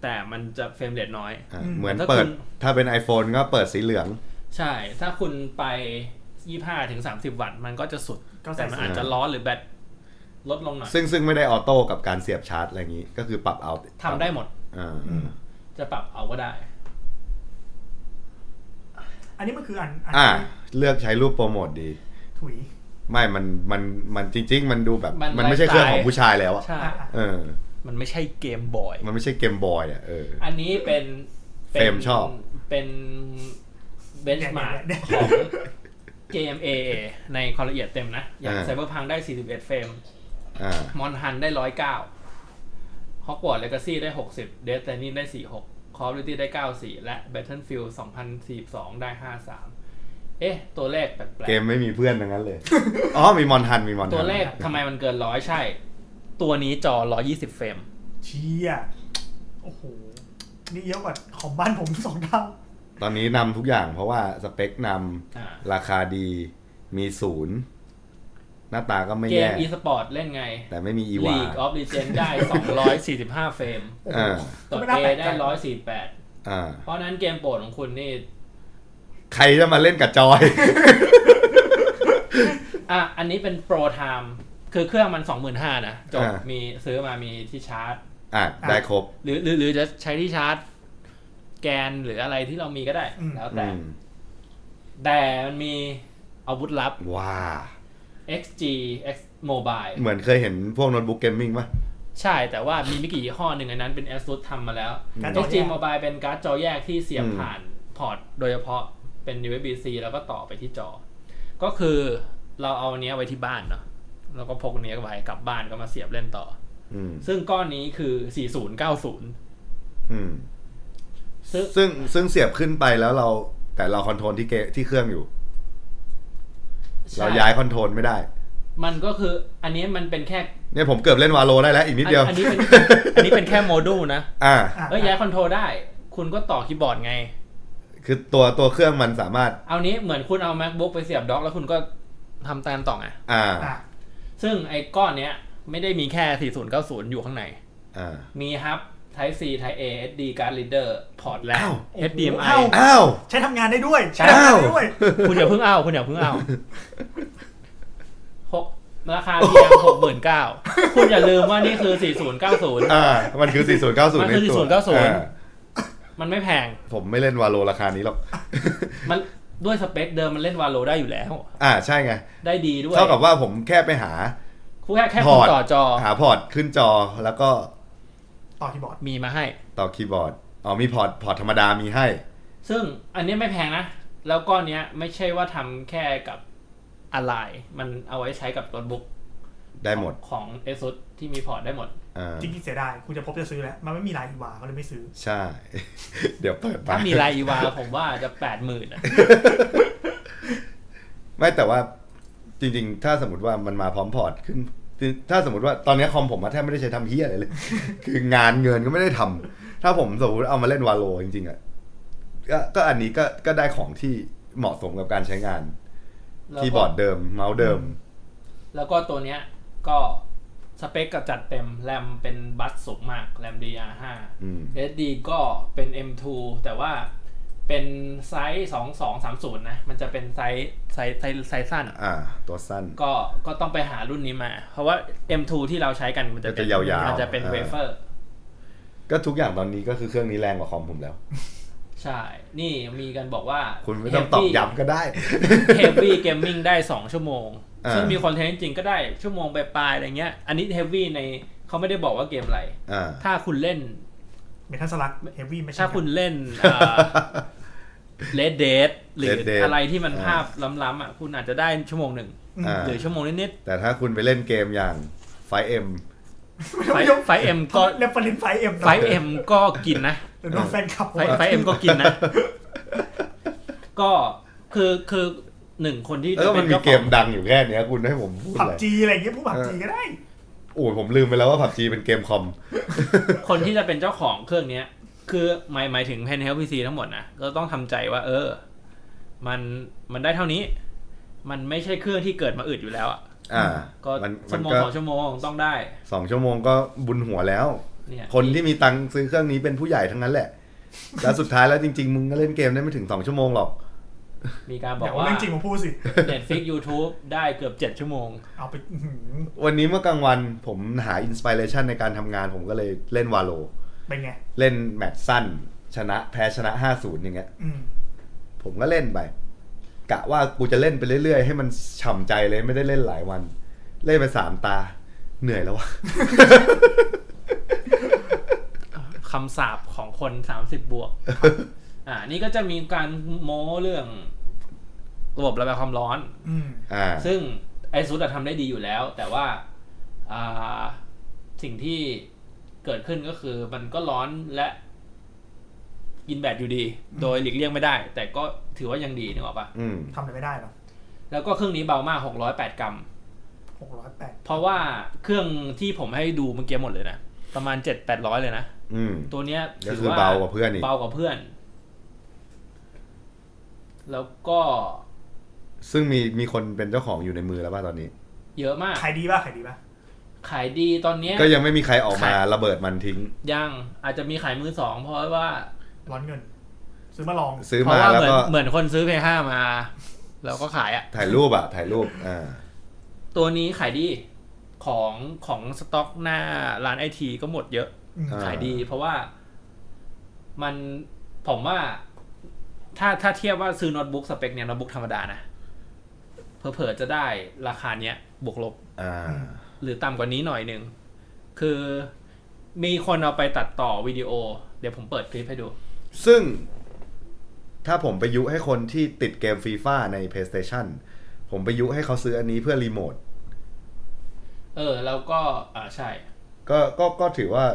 [SPEAKER 2] แต่มันจะเฟรมเรทน้อย
[SPEAKER 3] อ่า เหมือน
[SPEAKER 2] ถ้า
[SPEAKER 3] เปิด
[SPEAKER 2] คุณ
[SPEAKER 3] ถ้าเป็น iPhone ก็เปิดสีเหลือง
[SPEAKER 2] ใช่ ถ้าคุณไป 25ถึง30 วัตต์ มันก็จะสุด
[SPEAKER 4] ก็
[SPEAKER 2] แต่
[SPEAKER 4] ใส่
[SPEAKER 2] มันอาจจะร้อนหรือแบตลดลงหน่อย
[SPEAKER 3] ซึ่งซึ่งไม่ได้ออโต้กับการเสียบชาร์จอะไรอย่างนี้ ก็คือปรับเอา
[SPEAKER 2] ทำได้หมด
[SPEAKER 3] อ่า
[SPEAKER 2] จะปรับเอาก็ได้
[SPEAKER 4] อันนี้มันคืออันอัน
[SPEAKER 3] อ่า
[SPEAKER 4] ที่
[SPEAKER 3] เลือกใช้รูปโปรโมทดี
[SPEAKER 4] ถุย
[SPEAKER 3] ไม่ มัน มัน มันจริง ๆ มันดูแบบ
[SPEAKER 2] มัน
[SPEAKER 3] มันไม่ใช่
[SPEAKER 2] lifestyle
[SPEAKER 3] เครื่องของผู้ชายแล้วอะ
[SPEAKER 2] ใช่
[SPEAKER 4] อ่ะอ่ะ
[SPEAKER 3] เออ
[SPEAKER 2] มันไม่ใช่เกมบอย
[SPEAKER 3] มันไม่ใช่เกมบอยอะเออ
[SPEAKER 2] อันนี้เป็นป็น
[SPEAKER 3] เฟรมชอบ
[SPEAKER 2] เป็นเบนช์มาร์ของ JMA ในความละเอียดเต็มนะ อย่าง
[SPEAKER 3] อ่า
[SPEAKER 2] ไซเบอร์พังได้ 41 เฟรม
[SPEAKER 3] อ่า
[SPEAKER 2] มอนฮันได้ 109ฮอกวอตส์เลกาซี่ได้ 60เดสตินีได้ 46 Call of Duty ได้ 94 และ Battlefield 2042 ได้ 53 เอ๊ะ ตัวเลขแปลก
[SPEAKER 3] เกมไม่มีเพื่อนทั้งนั้นเลย อ๋อ มีมอนทัน มีมอนทั
[SPEAKER 2] ๆ
[SPEAKER 3] น
[SPEAKER 2] ตัวเลขทำไมมันเกินร้อยใช่ ตัวนี้จอ 120 เฟรม
[SPEAKER 4] เชียโอ้โหนี่เยอะกว่าของบ้านผมสองเท่า
[SPEAKER 3] ตอนนี้นำทุกอย่างเพราะว่าสเปคนำ
[SPEAKER 2] อ่า
[SPEAKER 3] ราคาดีมีศูนย์หน้าตาก็ไม่
[SPEAKER 2] เกม
[SPEAKER 3] แย่
[SPEAKER 2] e-sport เล่นไง
[SPEAKER 3] แต่ไม่มีอีวา
[SPEAKER 2] League of Legends ได้ 245 เฟรม
[SPEAKER 4] โอ้โห
[SPEAKER 3] อ่า
[SPEAKER 2] กด A
[SPEAKER 4] ไม่น่าแปลกใจ
[SPEAKER 2] ได้ 148
[SPEAKER 3] อ่า
[SPEAKER 2] เพราะฉะนั้นเกมโปรดของคุณนี่
[SPEAKER 3] ใครจะมาเล่นกับจอย
[SPEAKER 2] อ่ะ อันนี้เป็นโปรไทม์คือเครื่องมัน 25,000 นะ จบ
[SPEAKER 3] อ่ามี
[SPEAKER 2] มีซื้อมามีที่ชาร์จ
[SPEAKER 3] อ่ะ ได้ครบ
[SPEAKER 2] หรือหรือหรือจะใช้ที่ชาร์จ แกนหรืออะไรที่เรามีก็ได้
[SPEAKER 4] อืม
[SPEAKER 2] แล้วแต่
[SPEAKER 3] อืม
[SPEAKER 2] แต่มันมีอาวุธลับ
[SPEAKER 3] ว้า
[SPEAKER 2] XG X Mobile
[SPEAKER 3] เหมือนเคยเห็นพวกโน้ตบุ๊กเกมมิ่งป่ะ
[SPEAKER 2] ใช่ แต่ว่ามีไม่กี่ยี่ห้อหนึ่งอันนั้นเป็น ASUS ทำมาแล้ว
[SPEAKER 4] การ์ดจอ
[SPEAKER 2] XG
[SPEAKER 4] แยก
[SPEAKER 2] Mobile เป็นการ์ดจอแยกที่เสียบ
[SPEAKER 3] อืม
[SPEAKER 2] ผ่านพอร์ตโดยเฉพาะเป็น USB-C แล้วก็ต่อไปที่จอ ก็คือเราเอาอันเนี้ยไว้ที่บ้านเนาะแล้วก็พกอันเนี้ยไว้กลับบ้านก็มาเสียบเล่นต่อ
[SPEAKER 3] อืม
[SPEAKER 2] ซึ่งก้อนนี้คือ 4090
[SPEAKER 3] อืม
[SPEAKER 2] ซึ่ง
[SPEAKER 3] ซึ่งซึ่งเสียบขึ้นไปแล้วเราแต่เราคอนโทรลที่เกที่เครื่องอยู่ เราย้ายคอนโทรลไม่ได้
[SPEAKER 2] มันก็คืออันเนี้ยมันเป็นแค่
[SPEAKER 3] เนี่ยผมเกือบเล่นวาโลได้แล้ว อีกนิดเดียว
[SPEAKER 2] อันนี้เป็นอันนี้เป็นแค่โมดูล นะ
[SPEAKER 3] อ่า
[SPEAKER 4] อ่ะ
[SPEAKER 2] เอ้ยย้ายคอนโทรลได้ คุณก็ต่อคีย์บอร์ดไง
[SPEAKER 3] คือตัวตัวเครื่องมันสามารถ
[SPEAKER 2] เอานี้เหมือนคุณเอา MacBook ไปเสียบด็อก แล้วคุณก็ทำตามต่อไง
[SPEAKER 3] อ่า
[SPEAKER 4] อ่ะ
[SPEAKER 2] ซึ่งไอ้ก้อนเนี้ยไม่ได้มีแค่ 4090 อยู่ข้างใน
[SPEAKER 3] อ่า
[SPEAKER 2] มีฮับ Type C Type A SD card reader พอร์ตแล้ว
[SPEAKER 3] อ้าว
[SPEAKER 2] HDMI
[SPEAKER 4] เอ้า
[SPEAKER 3] อ้าว
[SPEAKER 4] ใช้ทำงานได้ด้วย
[SPEAKER 2] ใช่
[SPEAKER 4] ใช้ทำงานได้ด้วย
[SPEAKER 2] คุณอย่าเพิ่งเอา คุณอย่าเพิ่ง เอาหกราคาเพียงหกหมื่นเก้าคุณอย่าลืมว่านี่คือ 4090
[SPEAKER 3] อ่า มันคือ 4090
[SPEAKER 2] มันคือ
[SPEAKER 3] ใตัว
[SPEAKER 2] 4090
[SPEAKER 3] อ่า
[SPEAKER 2] มันไม่แพง
[SPEAKER 3] ผมไม่เล่นวาโลราคานี้หรอก
[SPEAKER 2] มัน ด้วยสเปคเดิมมันเล่นวาโลได้อยู่แล้ว
[SPEAKER 3] อ่าใช่ไง
[SPEAKER 2] ได้ดีด้วย
[SPEAKER 3] เท่ากับว่าผมแค่ไปหา
[SPEAKER 2] คู่แค่แค่
[SPEAKER 3] พ
[SPEAKER 2] คุ
[SPEAKER 3] อ
[SPEAKER 2] ณ
[SPEAKER 3] ร์ต
[SPEAKER 2] ต่อจอ
[SPEAKER 3] หาพอร์ตขึ้นจอแล้วก็
[SPEAKER 4] ต่อคีย์บอร์ด
[SPEAKER 2] มีมาให้
[SPEAKER 3] ต่อคีย์บอร์ดอ๋อมีพอร์ตพอร์ตธรรมดามีให้
[SPEAKER 2] ซึ่งอันเนี้ยไม่แพงนะ แล้วก็เนี้ยไม่ใช่ว่าทำแค่กับอะไร มันเอาไว้ใช้กับโน้ตบุ๊ก
[SPEAKER 3] ได้หมด
[SPEAKER 2] ของ ASUS ที่มีพอร์ตได้หมด
[SPEAKER 3] อ่า
[SPEAKER 4] จริงๆเสียดายคุณจะพบจะซื้อแล้ว มันไม่มีลายอีวาก็เลยไม่ซื้อ
[SPEAKER 3] ใช่ เดี๋ยวเปิด
[SPEAKER 2] ถ้า
[SPEAKER 3] มา
[SPEAKER 2] มีลายอีวา ผมว่าจะแปดหมื่นอะ
[SPEAKER 3] ไม่แต่ว่าจริง ๆ ถ้าสมมติว่ามันมาพร้อมพอร์ตขึ้น ถ้าสมมติว่าตอนนี้คอมผมอะแทบไม่ได้ใช้ทำเฮียอะไรเลย คืองานเงินก็ไม่ได้ทำถ้าผมสมมติเอามาเล่นวาโลจริงๆอ่ะก็ก็อันนี้ก็ก็ได้ของที่เหมาะสมกับการใช้งาน
[SPEAKER 2] แล้วก็
[SPEAKER 3] คีย์บอร์ดเดิมเมาส์เดิม
[SPEAKER 2] แล้วก็ตัวเนี้ยก็สเปคก็จัดเต็ม แรมเป็นบัสสูงมาก แรม DDR5
[SPEAKER 3] อืม
[SPEAKER 2] SD ก็เป็น M2 แต่ว่าเป็นไซส์ 2230 นะ มันจะเป็นไซส์ไซส์ไซส์ไซส์สั้น
[SPEAKER 3] อ่า ตัวสั้น
[SPEAKER 2] ก็ก็ต้องไปหารุ่นนี้มา เพราะว่า M2 ที่เราใช้กันมันจะ
[SPEAKER 3] มันจะยาวๆ
[SPEAKER 2] มันจะเป็น
[SPEAKER 3] อ่า
[SPEAKER 2] เวเฟอร์
[SPEAKER 3] ก็ทุกอย่างตอนนี้ก็คือเครื่องนี้แรงกว่าคอมผมแล้ว
[SPEAKER 2] ใช่ นี่มีกันบอกว่า
[SPEAKER 3] คุณไม่ต้องตอบย้ำก็ได้
[SPEAKER 2] เฮฟวี่เกมมิ่งได้ 2 ชั่วโมง
[SPEAKER 3] อ่า
[SPEAKER 2] ซึ่งมีคอนเทนต์จริงก็ได้ชั่วโมงปลายๆอะไรเงี้ย อันนี้เฮฟวี่ในเขาไม่ได้บอกว่าเกมอะไร
[SPEAKER 3] อ่า
[SPEAKER 2] ถ้าคุณเล่น
[SPEAKER 4] เมทัลสลักเฮฟวี่ไม่ใช่
[SPEAKER 2] ถ้าคุณเล่น เลดเดทหรือ
[SPEAKER 3] Red Dead
[SPEAKER 2] อะไรที่มัน
[SPEAKER 3] อ่า
[SPEAKER 2] ภาพล้ำๆอ่ะคุณอาจจะได้ชั่วโมงหนึ่ง
[SPEAKER 3] อ่า
[SPEAKER 2] หรือชั่วโมงนิด
[SPEAKER 3] แต่ถ้าคุณไปเล่นเกมอย่างไฟเอ็ม
[SPEAKER 2] ๆไฟไฟเอ็มก็
[SPEAKER 4] เลฟเฟอร์เรนไฟเอ็ม
[SPEAKER 2] ไฟเอ็มก็กินนะ
[SPEAKER 4] หรือโดนแฟนคลับ
[SPEAKER 2] ไฟไฟเอ็มก็กิน นะ ก็คือคือหนึ่งคนที่
[SPEAKER 3] เออมันมี
[SPEAKER 2] จ้าข
[SPEAKER 3] เก
[SPEAKER 2] อง
[SPEAKER 3] มดังอยู่แค่เนี้ยคุณให้ผมพูด
[SPEAKER 4] ผับ
[SPEAKER 3] เลย
[SPEAKER 4] จีอะไรอย่างเงี้ยผู้ผับจีก็ได้
[SPEAKER 3] โอ้ยผมลืมไปแล้วว่าผับจีเป็นเกมคอม
[SPEAKER 2] คนที่จะเป็นเจ้าของเครื่องเนี้ย คือหมายหมายถึงแพนเฮลพีซีทั้งหมดนะ ก็ต้องทำใจว่า เออ มันมันได้เท่านี้ มันไม่ใช่เครื่องที่เกิดมาอืดอยู่แล้วอ่ะ
[SPEAKER 3] อ่า
[SPEAKER 2] ก็
[SPEAKER 3] มันมั
[SPEAKER 2] ชั่
[SPEAKER 3] น
[SPEAKER 2] วโมง
[SPEAKER 3] ก็
[SPEAKER 2] สองชั่วโมงต้องได้
[SPEAKER 3] สองชั่วโมงก็บุญหัวแล้ว
[SPEAKER 2] เนี่ย
[SPEAKER 3] คนที่มีตังค์ซื้อเครื่องนี้เป็นผู้ใหญ่ทั้งนั้นแหละ แล้วสุดท้ายแล้วจริง ๆ มึงก็เล่นเกมได้ไม่ถึงสองชั่วโมงหรอก
[SPEAKER 2] มีการบอ
[SPEAKER 4] เดี๋ย
[SPEAKER 2] ก
[SPEAKER 4] ว
[SPEAKER 2] ว่า
[SPEAKER 4] เรื่องจริงมาพูดสิ
[SPEAKER 2] เน็ตฟิกยูทูบได้เกือบเจ็ดชั่วโมง
[SPEAKER 4] เอาไปอื้อหือ
[SPEAKER 3] วันนี้เมื่อกลางวันผมหาอินสปิเรชันในการทำงานผมก็เลยเล่นวาโล
[SPEAKER 4] เป็นไง
[SPEAKER 3] เล่นแมตช์สั้น ชนะแพ้ชนะห้าศูนย์อย่างเงี้ย
[SPEAKER 4] อืม
[SPEAKER 3] ผมก็เล่นไป กะว่ากูจะเล่นไปเรื่อยๆ ให้มันฉ่ำใจเลยไม่ได้เล่นหลายวัน เล่นไปสามตา เหนื่อยแล้ววะ
[SPEAKER 2] คำสาปของคนสามสิบบ วก อ่า นี่ก็จะมีการโม้เรื่องระบบระบายความร้อน
[SPEAKER 4] อืม
[SPEAKER 3] อ่า
[SPEAKER 2] ซึ่งไอซูดทำได้ดีอยู่แล้ว แต่ว่าอ่าสิ่งที่เกิดขึ้นก็คือมันก็ร้อนและกินแบตอยู่ดี โดยหลีกเลี่ยงไม่ได้ แต่ก็ถือว่ายังดีนึกออกปะ
[SPEAKER 3] อืม
[SPEAKER 4] ทำอะไรไม่ได้หรอ
[SPEAKER 2] แล้วก็เครื่องนี้เบามาก 608 กรัม
[SPEAKER 4] หกร้อยแปด
[SPEAKER 2] เพราะว่าเครื่องที่ผมให้ดูเมื่อกี้หมดเลยนะ ประมาณ 7-800 เลยนะ
[SPEAKER 3] อืม
[SPEAKER 2] ตัวเนี้ย
[SPEAKER 3] ก็
[SPEAKER 2] ถื
[SPEAKER 3] คือเบากว่าเพื่อนอีก
[SPEAKER 2] เบากว่าเพื่อน แล้วก็
[SPEAKER 3] ซึ่งมีมีคนเป็นเจ้าของอยู่ในมือแล้วป่ะตอนนี้
[SPEAKER 2] เยอะมาก
[SPEAKER 4] ขายดีป่ะขายดีป่ะ
[SPEAKER 2] ขายดีตอนเนี้ย
[SPEAKER 3] ก็ยังไม่มีใครออกมาระเบิดมันทิ้ง
[SPEAKER 2] ยังอาจจะมีขายมือสองเพราะว่า
[SPEAKER 4] ร้อนเงิน ซื้อมาลอง
[SPEAKER 3] ซื้อ
[SPEAKER 2] เพ
[SPEAKER 3] มา
[SPEAKER 2] ราะว่า
[SPEAKER 3] แล้ว
[SPEAKER 2] เหมือนเห
[SPEAKER 3] ก็
[SPEAKER 2] มือนคนซื้อเพย์ห้ามา แล้วก็ขายอะ่ะ
[SPEAKER 3] ถ่ายรูปอ่ะ ถ่ายรูป อ่า
[SPEAKER 2] ตัวนี้ขายดีของของสต็อกหน้าร้านไอทีก็หมดเยอะ
[SPEAKER 4] อืม
[SPEAKER 3] อ่า
[SPEAKER 2] ขายดี เพราะว่ามันผมว่า ถ้าถ้าเทียบว่าซื้อโน้ตบุ๊กสเปคเนี่ยโน้ตบุ๊กธรรมดานะเผลอๆจะได้ราคาเนี้ยบวกลบ
[SPEAKER 3] อ่า
[SPEAKER 2] หรือต่ำกว่านี้หน่อยหนึ่ง คือมีคนเอาไปตัดต่อวิดีโอ เดี๋ยวผมเปิดคลิปให้ดู
[SPEAKER 3] ซึ่ง ถ้าผมไปยุให้คนที่ติดเกมฟีฟ่าใน PlayStation ผมไปยุให้เขาซื้ออันนี้เพื่อรีโมท
[SPEAKER 2] เออ แล้วก็อ่าใช่
[SPEAKER 3] ก็ก็ก็ถือว่า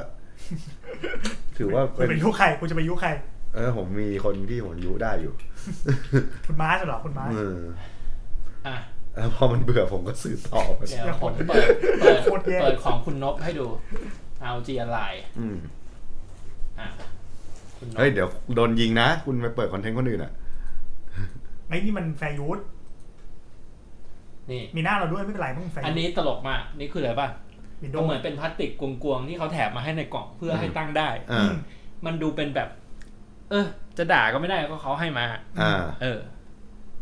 [SPEAKER 3] ถือว่า
[SPEAKER 4] คุณเป็
[SPEAKER 3] เป็นน
[SPEAKER 4] ยุใครคุณจะไปยุใคร
[SPEAKER 3] เออผมมีคนที่ผมยุได้อยู่
[SPEAKER 4] คุณม้าจะเหรอคุณม้า
[SPEAKER 3] เออ
[SPEAKER 2] อ่ะ
[SPEAKER 3] แล้วพอมันเบื่อผมก็ซื้อต่อมัน
[SPEAKER 2] เดี๋ยวผมเปิดเปิด
[SPEAKER 4] โคตรแย่
[SPEAKER 2] เปิดของคุณนบให้ดู เอาจีอะไร
[SPEAKER 3] อืม
[SPEAKER 2] อ่ะคุณนบ
[SPEAKER 3] เฮ้ยเดี๋ยวโดนยิงนะ คุณไปเปิดคอนเทนต์คนอื่นอ่ะ
[SPEAKER 4] ไอ้นี่มันแฟร์ยูส
[SPEAKER 2] นี่
[SPEAKER 4] มีหน้าเราด้วยไม่เป็นไรมึงแฟร์
[SPEAKER 2] อันนี้ตลกมาก นี่คืออะไรป่ะ
[SPEAKER 4] วินโด
[SPEAKER 2] ก็
[SPEAKER 4] ว์
[SPEAKER 2] เหมือนเป็นพลาสติกกวงๆที่เขาแถมมาให้ในกล่องเพื่อให้ตั้งได้
[SPEAKER 3] อ่า
[SPEAKER 2] มันดูเป็นแบบ เออ จะด่าก็ไม่ได้ก็เขาให้มา
[SPEAKER 3] อ่า
[SPEAKER 2] เออ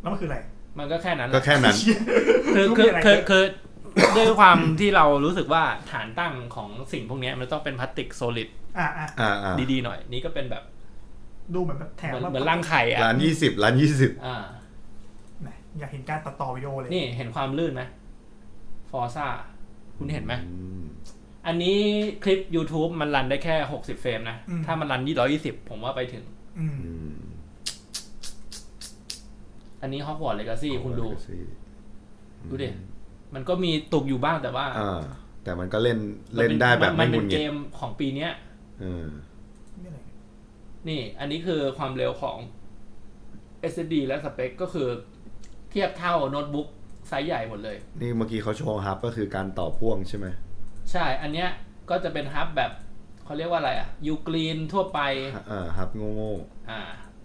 [SPEAKER 4] แล้วมันคืออะไร
[SPEAKER 2] มันก็แค่นั้น
[SPEAKER 3] ก็แค่นั้น
[SPEAKER 4] เชี่ย
[SPEAKER 2] คือ
[SPEAKER 4] รู้
[SPEAKER 2] คือ
[SPEAKER 4] มีอะไร
[SPEAKER 2] คือ
[SPEAKER 4] เยะ
[SPEAKER 2] คือด้วยความที่เรารู้สึกว่าฐานตั้งของสิ่งพวกเนี้ยมันต้องเป็นพลาสติกโซลิด
[SPEAKER 4] อ่ะอ่ะ
[SPEAKER 3] อ่าอ่า
[SPEAKER 2] ดีๆหน่อย นี่ก็เป็นแบบ
[SPEAKER 4] ดูเหมือนแบบแถ
[SPEAKER 2] เห
[SPEAKER 4] ม
[SPEAKER 2] มือน
[SPEAKER 4] มา
[SPEAKER 2] เหมือนรังไข่อะ
[SPEAKER 3] ร้านยี่สิบร้านยี่สิบ
[SPEAKER 2] อ่า
[SPEAKER 4] อยากเห็นการตัดต่อวิดีโอเลย
[SPEAKER 2] นี่เห็นความลื่นไหมฟอร์ซ่าคุณเห็นไหม
[SPEAKER 3] อืม
[SPEAKER 2] อันนี้คลิป YouTube มันรันได้แค่ 60 เฟรมนะ ถ้ามันรัน120 ผมว่าไปถึง
[SPEAKER 4] อืม
[SPEAKER 3] อืม
[SPEAKER 2] อันนี้ Hogwarts Legacy คุณดู ดูดิ
[SPEAKER 3] อืม
[SPEAKER 2] มันก็มีตกอยู่บ้างแต่ว่า
[SPEAKER 3] อ่า แต่มันก็เล่น
[SPEAKER 2] มั
[SPEAKER 3] เล่นได้แบบ
[SPEAKER 2] มั
[SPEAKER 3] ไม่
[SPEAKER 2] นเป็
[SPEAKER 3] มุน
[SPEAKER 2] น
[SPEAKER 3] ห
[SPEAKER 2] เก
[SPEAKER 3] งิด
[SPEAKER 2] มของปีเนี้ย
[SPEAKER 3] เออ
[SPEAKER 4] นี่
[SPEAKER 2] นี่
[SPEAKER 4] อะไรเนี่ย
[SPEAKER 2] อันนี้คือความเร็วของ SSD และสเปคก็คือเทียบเท่าโน้ตบุ๊กไซส์ใหญ่หมดเลย
[SPEAKER 3] นี่เมื่อกี้เขาโชว์ฮับก็คือการต่อพ่วงใช่ไหม
[SPEAKER 2] ใช่ อันเนี้ยก็จะเป็นฮับแบบเขาเรียกว่าอะไรอะยูกรีนทั่วไป
[SPEAKER 3] อ่าฮับโง่
[SPEAKER 2] อ่า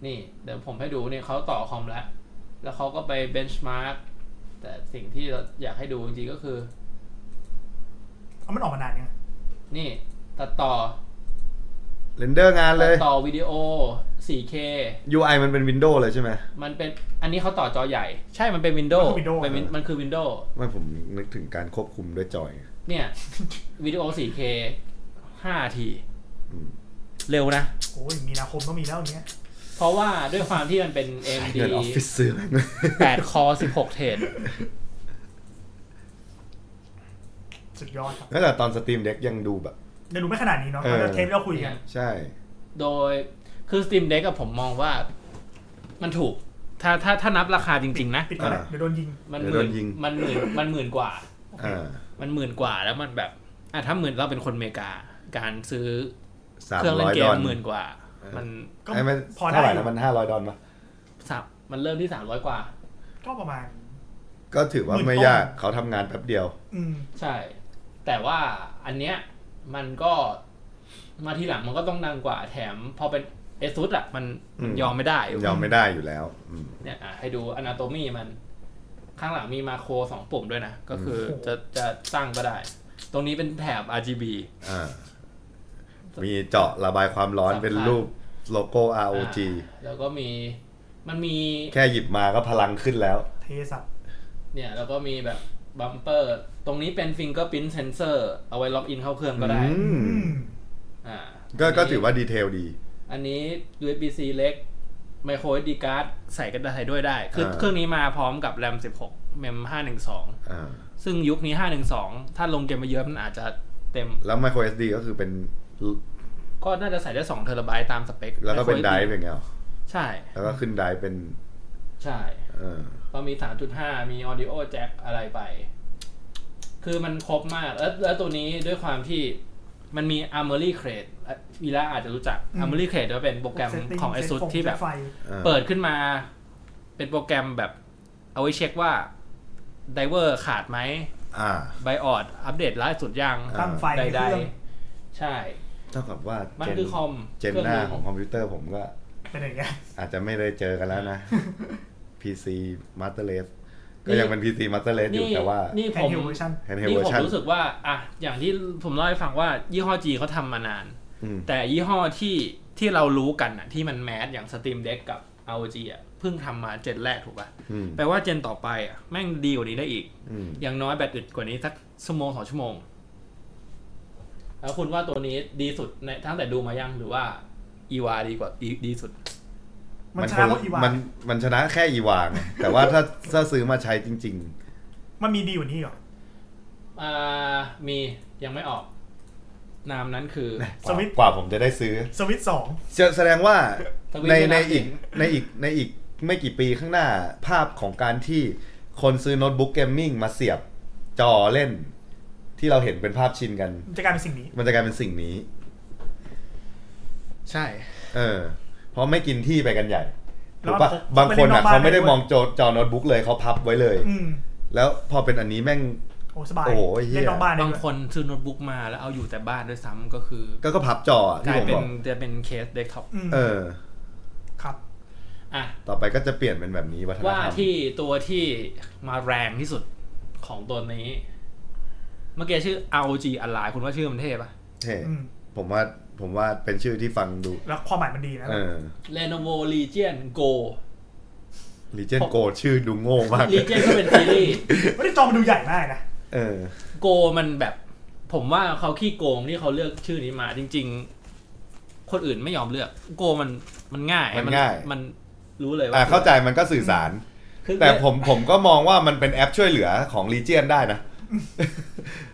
[SPEAKER 2] นี่ เดี๋ยวผมให้ดูเนี่ยเขาต่อคอมแล้ว แล้วเขาก็ไปเบนช์มาร์กแต่สิ่งที่เราอยากให้ดูจริงๆก็คือ
[SPEAKER 4] เอามันออกมานานยัง
[SPEAKER 2] นี่ ตัดต่อ
[SPEAKER 3] ๆเรนเดอร์งานเล
[SPEAKER 2] ตัด
[SPEAKER 3] ย
[SPEAKER 2] ต่อวิดีโอ 4K
[SPEAKER 3] UI มันเป็นวินโดว์เลยใช่ไหม
[SPEAKER 2] มันเป็น อันนี้เขาต่อจอใหญ่ ใช่ มันเป็นวินโดว์เป็น Win-
[SPEAKER 3] เออ
[SPEAKER 2] มันคือวินโดว์
[SPEAKER 3] ไม่ผมนึกถึงการควบคุมด้วยจอย
[SPEAKER 2] เนี่ย วิดีโอ 4K 5ที
[SPEAKER 3] อืม
[SPEAKER 2] เร็วนะ
[SPEAKER 4] โอ้ยมีนาคมต้องมีแล้วอันเนี้ย
[SPEAKER 2] เพราะว่าด้วยความที่มันเป็น AMD
[SPEAKER 3] เงินออฟฟิ ศซื้อแม่ง
[SPEAKER 2] 8 คอ 16 เทรด
[SPEAKER 4] สุดยอดครับ
[SPEAKER 3] ตั้งแต่ตอนสตรีมเด็กยังดูแบบ
[SPEAKER 4] เดี๋ยวดูไม่ขนาดนี้เนาะ
[SPEAKER 3] เออ
[SPEAKER 4] เราเทปที่เราคุยกัน
[SPEAKER 3] ใช่
[SPEAKER 2] โดยคือ Steam Deck กับผมมองว่า มันถูก ถ้าถ้าถ้านับราคาจริง ๆ นะ
[SPEAKER 4] ปิดก่อนนะ
[SPEAKER 3] อ่า
[SPEAKER 4] เดี๋ยวโดนยิง
[SPEAKER 2] มัน
[SPEAKER 3] เดี๋
[SPEAKER 2] หมื่น
[SPEAKER 3] ยวโดนยิง
[SPEAKER 2] มันหมื่นมันหมื่นกว่า
[SPEAKER 3] อ่า
[SPEAKER 2] มันหมื่นกว่าแล้วมันแบบอ่ะถ้าหมื่นเราเป็นคนอเมริกา การซื้อ
[SPEAKER 3] สาม
[SPEAKER 2] เครื่องเล่
[SPEAKER 3] ร้อน ย
[SPEAKER 2] เก
[SPEAKER 3] ด
[SPEAKER 2] ม
[SPEAKER 3] อล
[SPEAKER 2] หมื่นกว่า มัน
[SPEAKER 4] ก็
[SPEAKER 3] ไอ้มัน
[SPEAKER 4] พอได้
[SPEAKER 3] เท่าไหร่
[SPEAKER 4] อยู่
[SPEAKER 3] นะมันห้าร้อยดอลปะ
[SPEAKER 2] สามมันเริ่มที่สามร้อยกว่า
[SPEAKER 4] ก็ประมาณ
[SPEAKER 3] ก็ถือ
[SPEAKER 4] ห
[SPEAKER 3] ว่า
[SPEAKER 4] มื่น
[SPEAKER 3] ไม่
[SPEAKER 4] ต้น
[SPEAKER 3] ยากเขาทำงานแป๊บเดียว
[SPEAKER 4] อืม
[SPEAKER 2] ใช่ แต่ว่าอันเนี้ยมันก็มาทีหลังมันก็ต้องดังกว่าแถมพอเป็นเอซุดอ่ะมันมัน
[SPEAKER 3] อืม
[SPEAKER 2] ยอมไม่ได้
[SPEAKER 3] ยอมไม่ได้อยู่แล้วอืม
[SPEAKER 2] เนี่ยอ่ะให้ดูอนาโตมีมัน ข้างหลังมีมาโครสองปุ่มด้วยนะ ก็คืออ
[SPEAKER 4] ม
[SPEAKER 2] จะจะตั้งก็ได้ ตรงนี้เป็นแถบ RGB
[SPEAKER 3] อ่า มีเจาะระบายความร้อน
[SPEAKER 2] สำคัญ
[SPEAKER 3] เป็นรูปโลโก้ ROG
[SPEAKER 2] อ่าแล้วก็มีมันมี
[SPEAKER 3] แค่หยิบมาก็พลังขึ้นแล้ว
[SPEAKER 4] เทสับ
[SPEAKER 2] เนี่ยแล้วก็มีแบบบัมเปอร์ ตรงนี้เป็นฟิงเกอร์พิ n นเซนเซอร์เอาไว้ล็อกอินเข้าเครื่องก็ได้
[SPEAKER 3] อืม
[SPEAKER 4] อืม
[SPEAKER 2] อ่า
[SPEAKER 3] ก็ก็
[SPEAKER 2] นนี้
[SPEAKER 3] ถือว่าดีเทลดี
[SPEAKER 2] อันนี้ USB-C เล็ก Micro SD card ใส่กันได้ด้วยได้ คือ
[SPEAKER 3] อ่า
[SPEAKER 2] เครื่องนี้มาพร้อมกับ RAM 16 m e m 512
[SPEAKER 3] อ่า
[SPEAKER 2] ซึ่งยุคนี้ 512 ถ้าลงเกมมาเยอะมันอาจจะเต็ม
[SPEAKER 3] แล้ว micro SD ก็คือเป็น
[SPEAKER 2] ก็น่าจะใส่ได้2เทราไบต์ตามสเปค
[SPEAKER 3] แล้วก็เป็น
[SPEAKER 2] Micro
[SPEAKER 3] ได
[SPEAKER 2] SD
[SPEAKER 3] ฟ์อย่างเงี้ยหรอ
[SPEAKER 2] ใช่
[SPEAKER 3] แล้วก็ขึ้นไดฟ์เป็น
[SPEAKER 2] ใช่
[SPEAKER 3] เออ
[SPEAKER 2] ก็มี 3.5 มี audio jack อะไรไป คือมันครบมาก แล้วแล้วตัวนี้ด้วยความที่มันมี armory crate อ่ะวีระอาจจะรู้จัก
[SPEAKER 4] อืม
[SPEAKER 2] armory crate จะเป็นโปรแกรม
[SPEAKER 4] Setting
[SPEAKER 2] ของ ASUS
[SPEAKER 4] Set ฟง
[SPEAKER 2] ที่แบบ
[SPEAKER 4] เซ็ตไฟ
[SPEAKER 3] อ่า
[SPEAKER 2] เปิดขึ้นมา เป็นโปรแกรมแบบ เอาไว้เช็คว่า ไดเวอร์ขาดไหม
[SPEAKER 3] อ่า
[SPEAKER 2] ไบออดอัปเดตล่าสุดยัง
[SPEAKER 3] อ่า
[SPEAKER 4] ตั้งไฟในเค
[SPEAKER 2] ใด
[SPEAKER 4] รื่อง
[SPEAKER 2] ๆ ใใช่
[SPEAKER 3] เท่ากับว่า
[SPEAKER 2] มัน
[SPEAKER 3] เจน
[SPEAKER 2] คือคอม
[SPEAKER 3] เจน
[SPEAKER 2] เครื่อง
[SPEAKER 3] ห
[SPEAKER 2] ห
[SPEAKER 3] น้า
[SPEAKER 2] นึ่ง
[SPEAKER 3] ของคอมพิวเตอร์ผมก็
[SPEAKER 4] เป็นอย่างเงี้ย
[SPEAKER 3] อาจจะไม่ได้เจอกันแล้วนะ PC Master Race
[SPEAKER 2] นี่
[SPEAKER 3] ก็ยังเป็น PC Master Race อยู่
[SPEAKER 2] นี่
[SPEAKER 3] แต่ว่า
[SPEAKER 2] นี่ผ
[SPEAKER 4] แทน
[SPEAKER 2] ม
[SPEAKER 4] เฮลเวอร์ชัน
[SPEAKER 3] handheld
[SPEAKER 2] นี่ผม
[SPEAKER 3] version
[SPEAKER 2] รู้สึกว่าอ่ะอย่างที่ผมเล่าให้ฟังว่า ยี่ห้อจีเขาทำมานาน
[SPEAKER 3] อืม
[SPEAKER 2] แต่ยี่ห้อที่ที่เรารู้กันน่ะที่มันแมสอย่าง Steam Deck กับ ROG อ่ะเพิ่งทำมาเจนแรกถูกป่ะ
[SPEAKER 3] อืม
[SPEAKER 2] แปลว่าเจนต่อไปอ่ะแม่งดีกว่านี้ได้อีก
[SPEAKER 3] อืม
[SPEAKER 2] อย่างน้อยแบตอึดกว่านี้สักชั่วโมงสองชั่วโมง แล้วคุณว่าตัวนี้ดีสุดในทั้งแต่ดูมายังหรือว่าอีวาดีกว่าดีดีสุด
[SPEAKER 4] มันชนะเพราะอีวา
[SPEAKER 3] มัน นมันชนะแค่อีวางแต่ว่าถ้าถ้าซื้อมาใช้จริง
[SPEAKER 4] มันมีดีกว่านี้เหรอ
[SPEAKER 2] อ่า มียังไม่ออก นามนั้น คือ
[SPEAKER 3] ๆ กว่ากว่าผมจะได้ซื้อ
[SPEAKER 4] สวิตสอง
[SPEAKER 3] แสดงว่า
[SPEAKER 2] ทวิต
[SPEAKER 3] ใน
[SPEAKER 2] ไม่
[SPEAKER 3] ใน
[SPEAKER 2] น่า
[SPEAKER 3] อีก
[SPEAKER 2] เห็น
[SPEAKER 3] ในอีกในอีกไม่กี่ปีข้างหน้าภาพของการที่คนซื้อโน้ตบุ๊กเกมมิ่งมาเสียบจอเล่น ที่เราเห็นเป็นภาพชินกัน
[SPEAKER 4] มันจะกลายเป็นสิ่งนี้
[SPEAKER 3] มันจะกลายเป็นสิ่งนี้
[SPEAKER 2] ใช่
[SPEAKER 3] เออเพราะไม่กินที่ไปกันใหญ่
[SPEAKER 4] แล้
[SPEAKER 3] ถู
[SPEAKER 4] ว
[SPEAKER 3] กปะ
[SPEAKER 4] มั
[SPEAKER 3] บาน ง
[SPEAKER 4] พก
[SPEAKER 3] คนอ่ะ
[SPEAKER 4] ไม่ได้นอกบ้าน
[SPEAKER 3] เขาไม่
[SPEAKER 4] ด้
[SPEAKER 3] ได้
[SPEAKER 4] วย
[SPEAKER 3] มองจอจอโน้ตบุ๊กเลยเขาพับไว้เลย
[SPEAKER 4] อืม
[SPEAKER 3] แล้วพอเป็นอันนี้แม่ง
[SPEAKER 4] โอ้สบาย
[SPEAKER 3] โอ้ยเหี้ย
[SPEAKER 4] เล่นนอกบ้านได้
[SPEAKER 2] บาง
[SPEAKER 4] ด้วย
[SPEAKER 2] คนซื้อโน้ตบุ๊กมาแล้วเอาอยู่แต่บ้านด้วยซ้ำก็คือ
[SPEAKER 3] ก็ก็พับจออะ
[SPEAKER 2] ก
[SPEAKER 3] ที่
[SPEAKER 2] ลาย
[SPEAKER 3] ผม
[SPEAKER 2] เป็
[SPEAKER 3] บ
[SPEAKER 2] น
[SPEAKER 3] อก
[SPEAKER 2] จะเป็นเคสเดสก์ท็อป
[SPEAKER 4] อืม
[SPEAKER 3] เออ
[SPEAKER 4] ครับ
[SPEAKER 2] อ่ะ
[SPEAKER 3] ต่อไปก็จะเปลี่ยนเป็นแบบนี้วัฒน
[SPEAKER 2] ว่า
[SPEAKER 3] ธรรม
[SPEAKER 2] ที่ตัวที่มาแรงที่สุดของตัวนี้ เมื่อกี้ชื่อ ROG Ally คุณว่าชื่อมันเท่ปะ
[SPEAKER 3] เท่
[SPEAKER 4] อืม
[SPEAKER 3] ผมว่าผมว่าเป็นชื่อที่ฟังดู
[SPEAKER 4] แล้วความหมายมันดีนะ
[SPEAKER 3] เออ
[SPEAKER 2] Lenovo Legion Go
[SPEAKER 3] Legion Go ชื่อดูโง่มาก
[SPEAKER 2] Legion ก็เป็นซีรีส์
[SPEAKER 4] ไม่ได้จอมันดูใหญ่มากนะ
[SPEAKER 3] เออ
[SPEAKER 2] Go มันแบบ ผมว่าเขาขี้โกงที่เขาเลือกชื่อนี้มา จริง ๆ คนอื่นไม่ยอมเลือก Go มันมันง่าย
[SPEAKER 3] มันง่าย
[SPEAKER 2] มันรู้เลย
[SPEAKER 3] อ่ะ
[SPEAKER 2] ว่า
[SPEAKER 3] เข้าใจมันก็สื่อสาร
[SPEAKER 2] คือ
[SPEAKER 3] แต่ผมผมก็มองว่ามันเป็นแอปช่วยเหลือของรีเจียนได้ นะ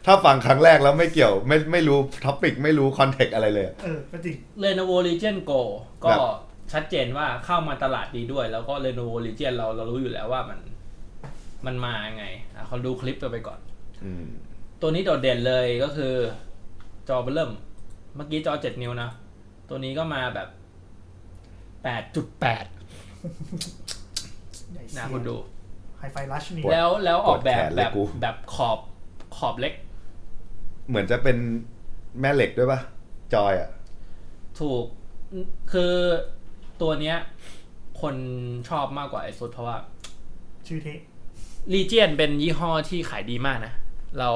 [SPEAKER 3] ถ้าฟังครั้งแรกแล้วไม่เกี่ยวไม่ไม่รู้ท็อปิกไม่รู้คอนเทกอะไรเลยอะ
[SPEAKER 4] เออก็จริง
[SPEAKER 2] เ e โนโว Legion Go ก็
[SPEAKER 3] แบบ
[SPEAKER 2] ชัดเจนว่าเข้ามาตลาดดีด้วย แล้วก็เ e โนโว Legion เราเรารู้อยู่แล้วว่ามันมันมาไงอ่ะเขาดูคลิปกันไปก่อน
[SPEAKER 3] อืม
[SPEAKER 2] ตัวนี้โดดเด่นเลยก็คือจอเบลเริ่ม เมื่อกี้จอ 7 นิ้วนะ ตัวนี้ก็มาแบบ 8.8
[SPEAKER 4] ใหญ่เสีย
[SPEAKER 2] นะคุณดู
[SPEAKER 4] ไฮไฟลัชนี่
[SPEAKER 2] แล้วแล้วออกแบบ
[SPEAKER 3] ปวดแขนเล
[SPEAKER 2] แบ
[SPEAKER 3] ย
[SPEAKER 2] บ
[SPEAKER 3] กู
[SPEAKER 2] แบบขอบขอบเล็ก
[SPEAKER 3] เหมือนจะเป็นแม่เหล็กด้วยปะจอยอ่ะ
[SPEAKER 2] ถูกคือตัวเนี้ย คนชอบมากกว่าไอซุดเพราะว่า
[SPEAKER 4] ชื่อเท่
[SPEAKER 2] ลีเจียนเป็นยี่ห้อที่ขายดีมากนะ เรา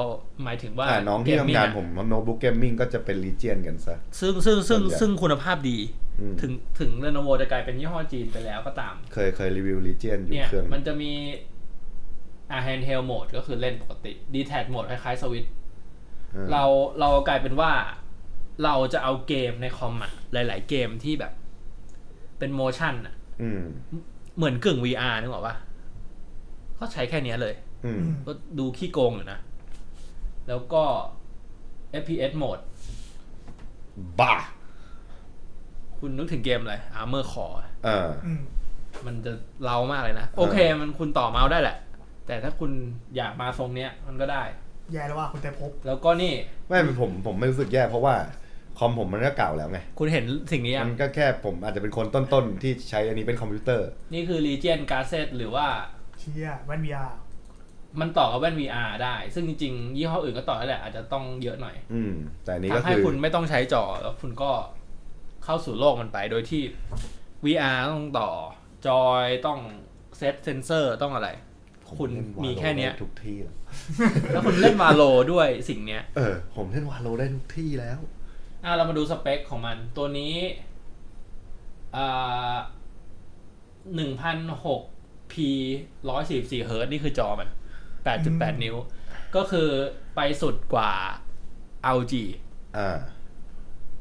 [SPEAKER 2] หมายถึงว่า
[SPEAKER 3] อ่าน้องที่
[SPEAKER 2] เก
[SPEAKER 3] ทำ
[SPEAKER 2] มิ่
[SPEAKER 3] งาน
[SPEAKER 2] อะ
[SPEAKER 3] ผมโน้ตบุ๊กเกมมิ่งก็จะเป็นรีเจียนกันซะ
[SPEAKER 2] ซึ่งซึ่งซึ่ง
[SPEAKER 3] ส่วนใหญ่
[SPEAKER 2] ซึ่งคุณภาพดี
[SPEAKER 3] อืม
[SPEAKER 2] ถึงถึงเรโนโวจะกลายเป็นยี่ห้อจีนไปแล้วก็ตาม
[SPEAKER 3] เคยเคยรีวิวรีเจียนอยู่
[SPEAKER 2] เนี่ย
[SPEAKER 3] เครื่อง
[SPEAKER 2] มันจะมีอ่าแฮนด์เฮลโหมดก็คือเล่นปกติดีแท็โหมดคล้ายๆสวิต
[SPEAKER 3] ออ
[SPEAKER 2] เราเรากลายเป็นว่าเราจะเอาเกมในคอมอะหลาย ๆ เกมที่แบบ เป็นโมชั่นอะ
[SPEAKER 3] อืม
[SPEAKER 2] เหมือนกึ่ง VR นึกออกปะก็ใช้แค่เนี้ยเลย
[SPEAKER 3] อืม
[SPEAKER 2] ก็ดูขี้โกงอยู่นะ แล้วก็ FPS โหมด
[SPEAKER 3] บ้า
[SPEAKER 2] คุณนึกถึงเกมอะไร Armor Core อะ
[SPEAKER 3] เออ
[SPEAKER 4] อืม
[SPEAKER 2] มันจะเล้ามากเลยนะ โอเค มันคุณต่อเมาส์ได้แหละ แต่ถ้าคุณอยากมาทรงเนี้ย มันก็ได้
[SPEAKER 4] แย่แล้วว่าคุณแต่พบ
[SPEAKER 2] แล้วก็นี่
[SPEAKER 3] ไม่ผมผมไม่รู้สึกแย่เพราะว่า คอมผมมันก็เก่าแล้วไง
[SPEAKER 2] คุณเห็นสิ่งนี้ยัง
[SPEAKER 3] มันก็แค่ผมอาจจะเป็นคนต้นๆ ที่ใช้อันนี้เป็นคอมพิวเตอร์
[SPEAKER 2] นี่คือ Legion g a s e t หรือว่า
[SPEAKER 4] เชียแว่น VR
[SPEAKER 2] มันต่อกับแว่น VR ได้ ซึ่งจริงๆ ยี่ห้ออื่นก็ต่อได้แหละ อาจจะต้องเยอะหน่อย
[SPEAKER 3] อืม แต่อันนี้ก็
[SPEAKER 2] ทำให้
[SPEAKER 3] คือ
[SPEAKER 2] คุณไม่ต้องใช้จอ แล้วคุณก็เข้าสู่โลกมันไป โดยที่ VR ต้องต่อจอยต้องเซตเซนเซอร์ต้องอะไร
[SPEAKER 3] ผม
[SPEAKER 2] คุณ
[SPEAKER 3] เล่น Valo
[SPEAKER 2] มีแค่เนี้ย
[SPEAKER 3] ได้ทุกที่แล้ว
[SPEAKER 2] แล้วคุณเล่นวาโลด้วยสิ่งเนี้ย
[SPEAKER 3] เออ ผมเล่นวาโลได้ทุกที่แล้ว
[SPEAKER 2] อ่ะเรามาดูสเปคของมัน ตัวนี้อ่าหนึ่งพันหกพีร้อยสี่สี่เฮิร์ตซ์นี่คือจอมันแปดจุดแปดนิ้ว ก็คือไปสุดกว่า LG
[SPEAKER 3] อ่า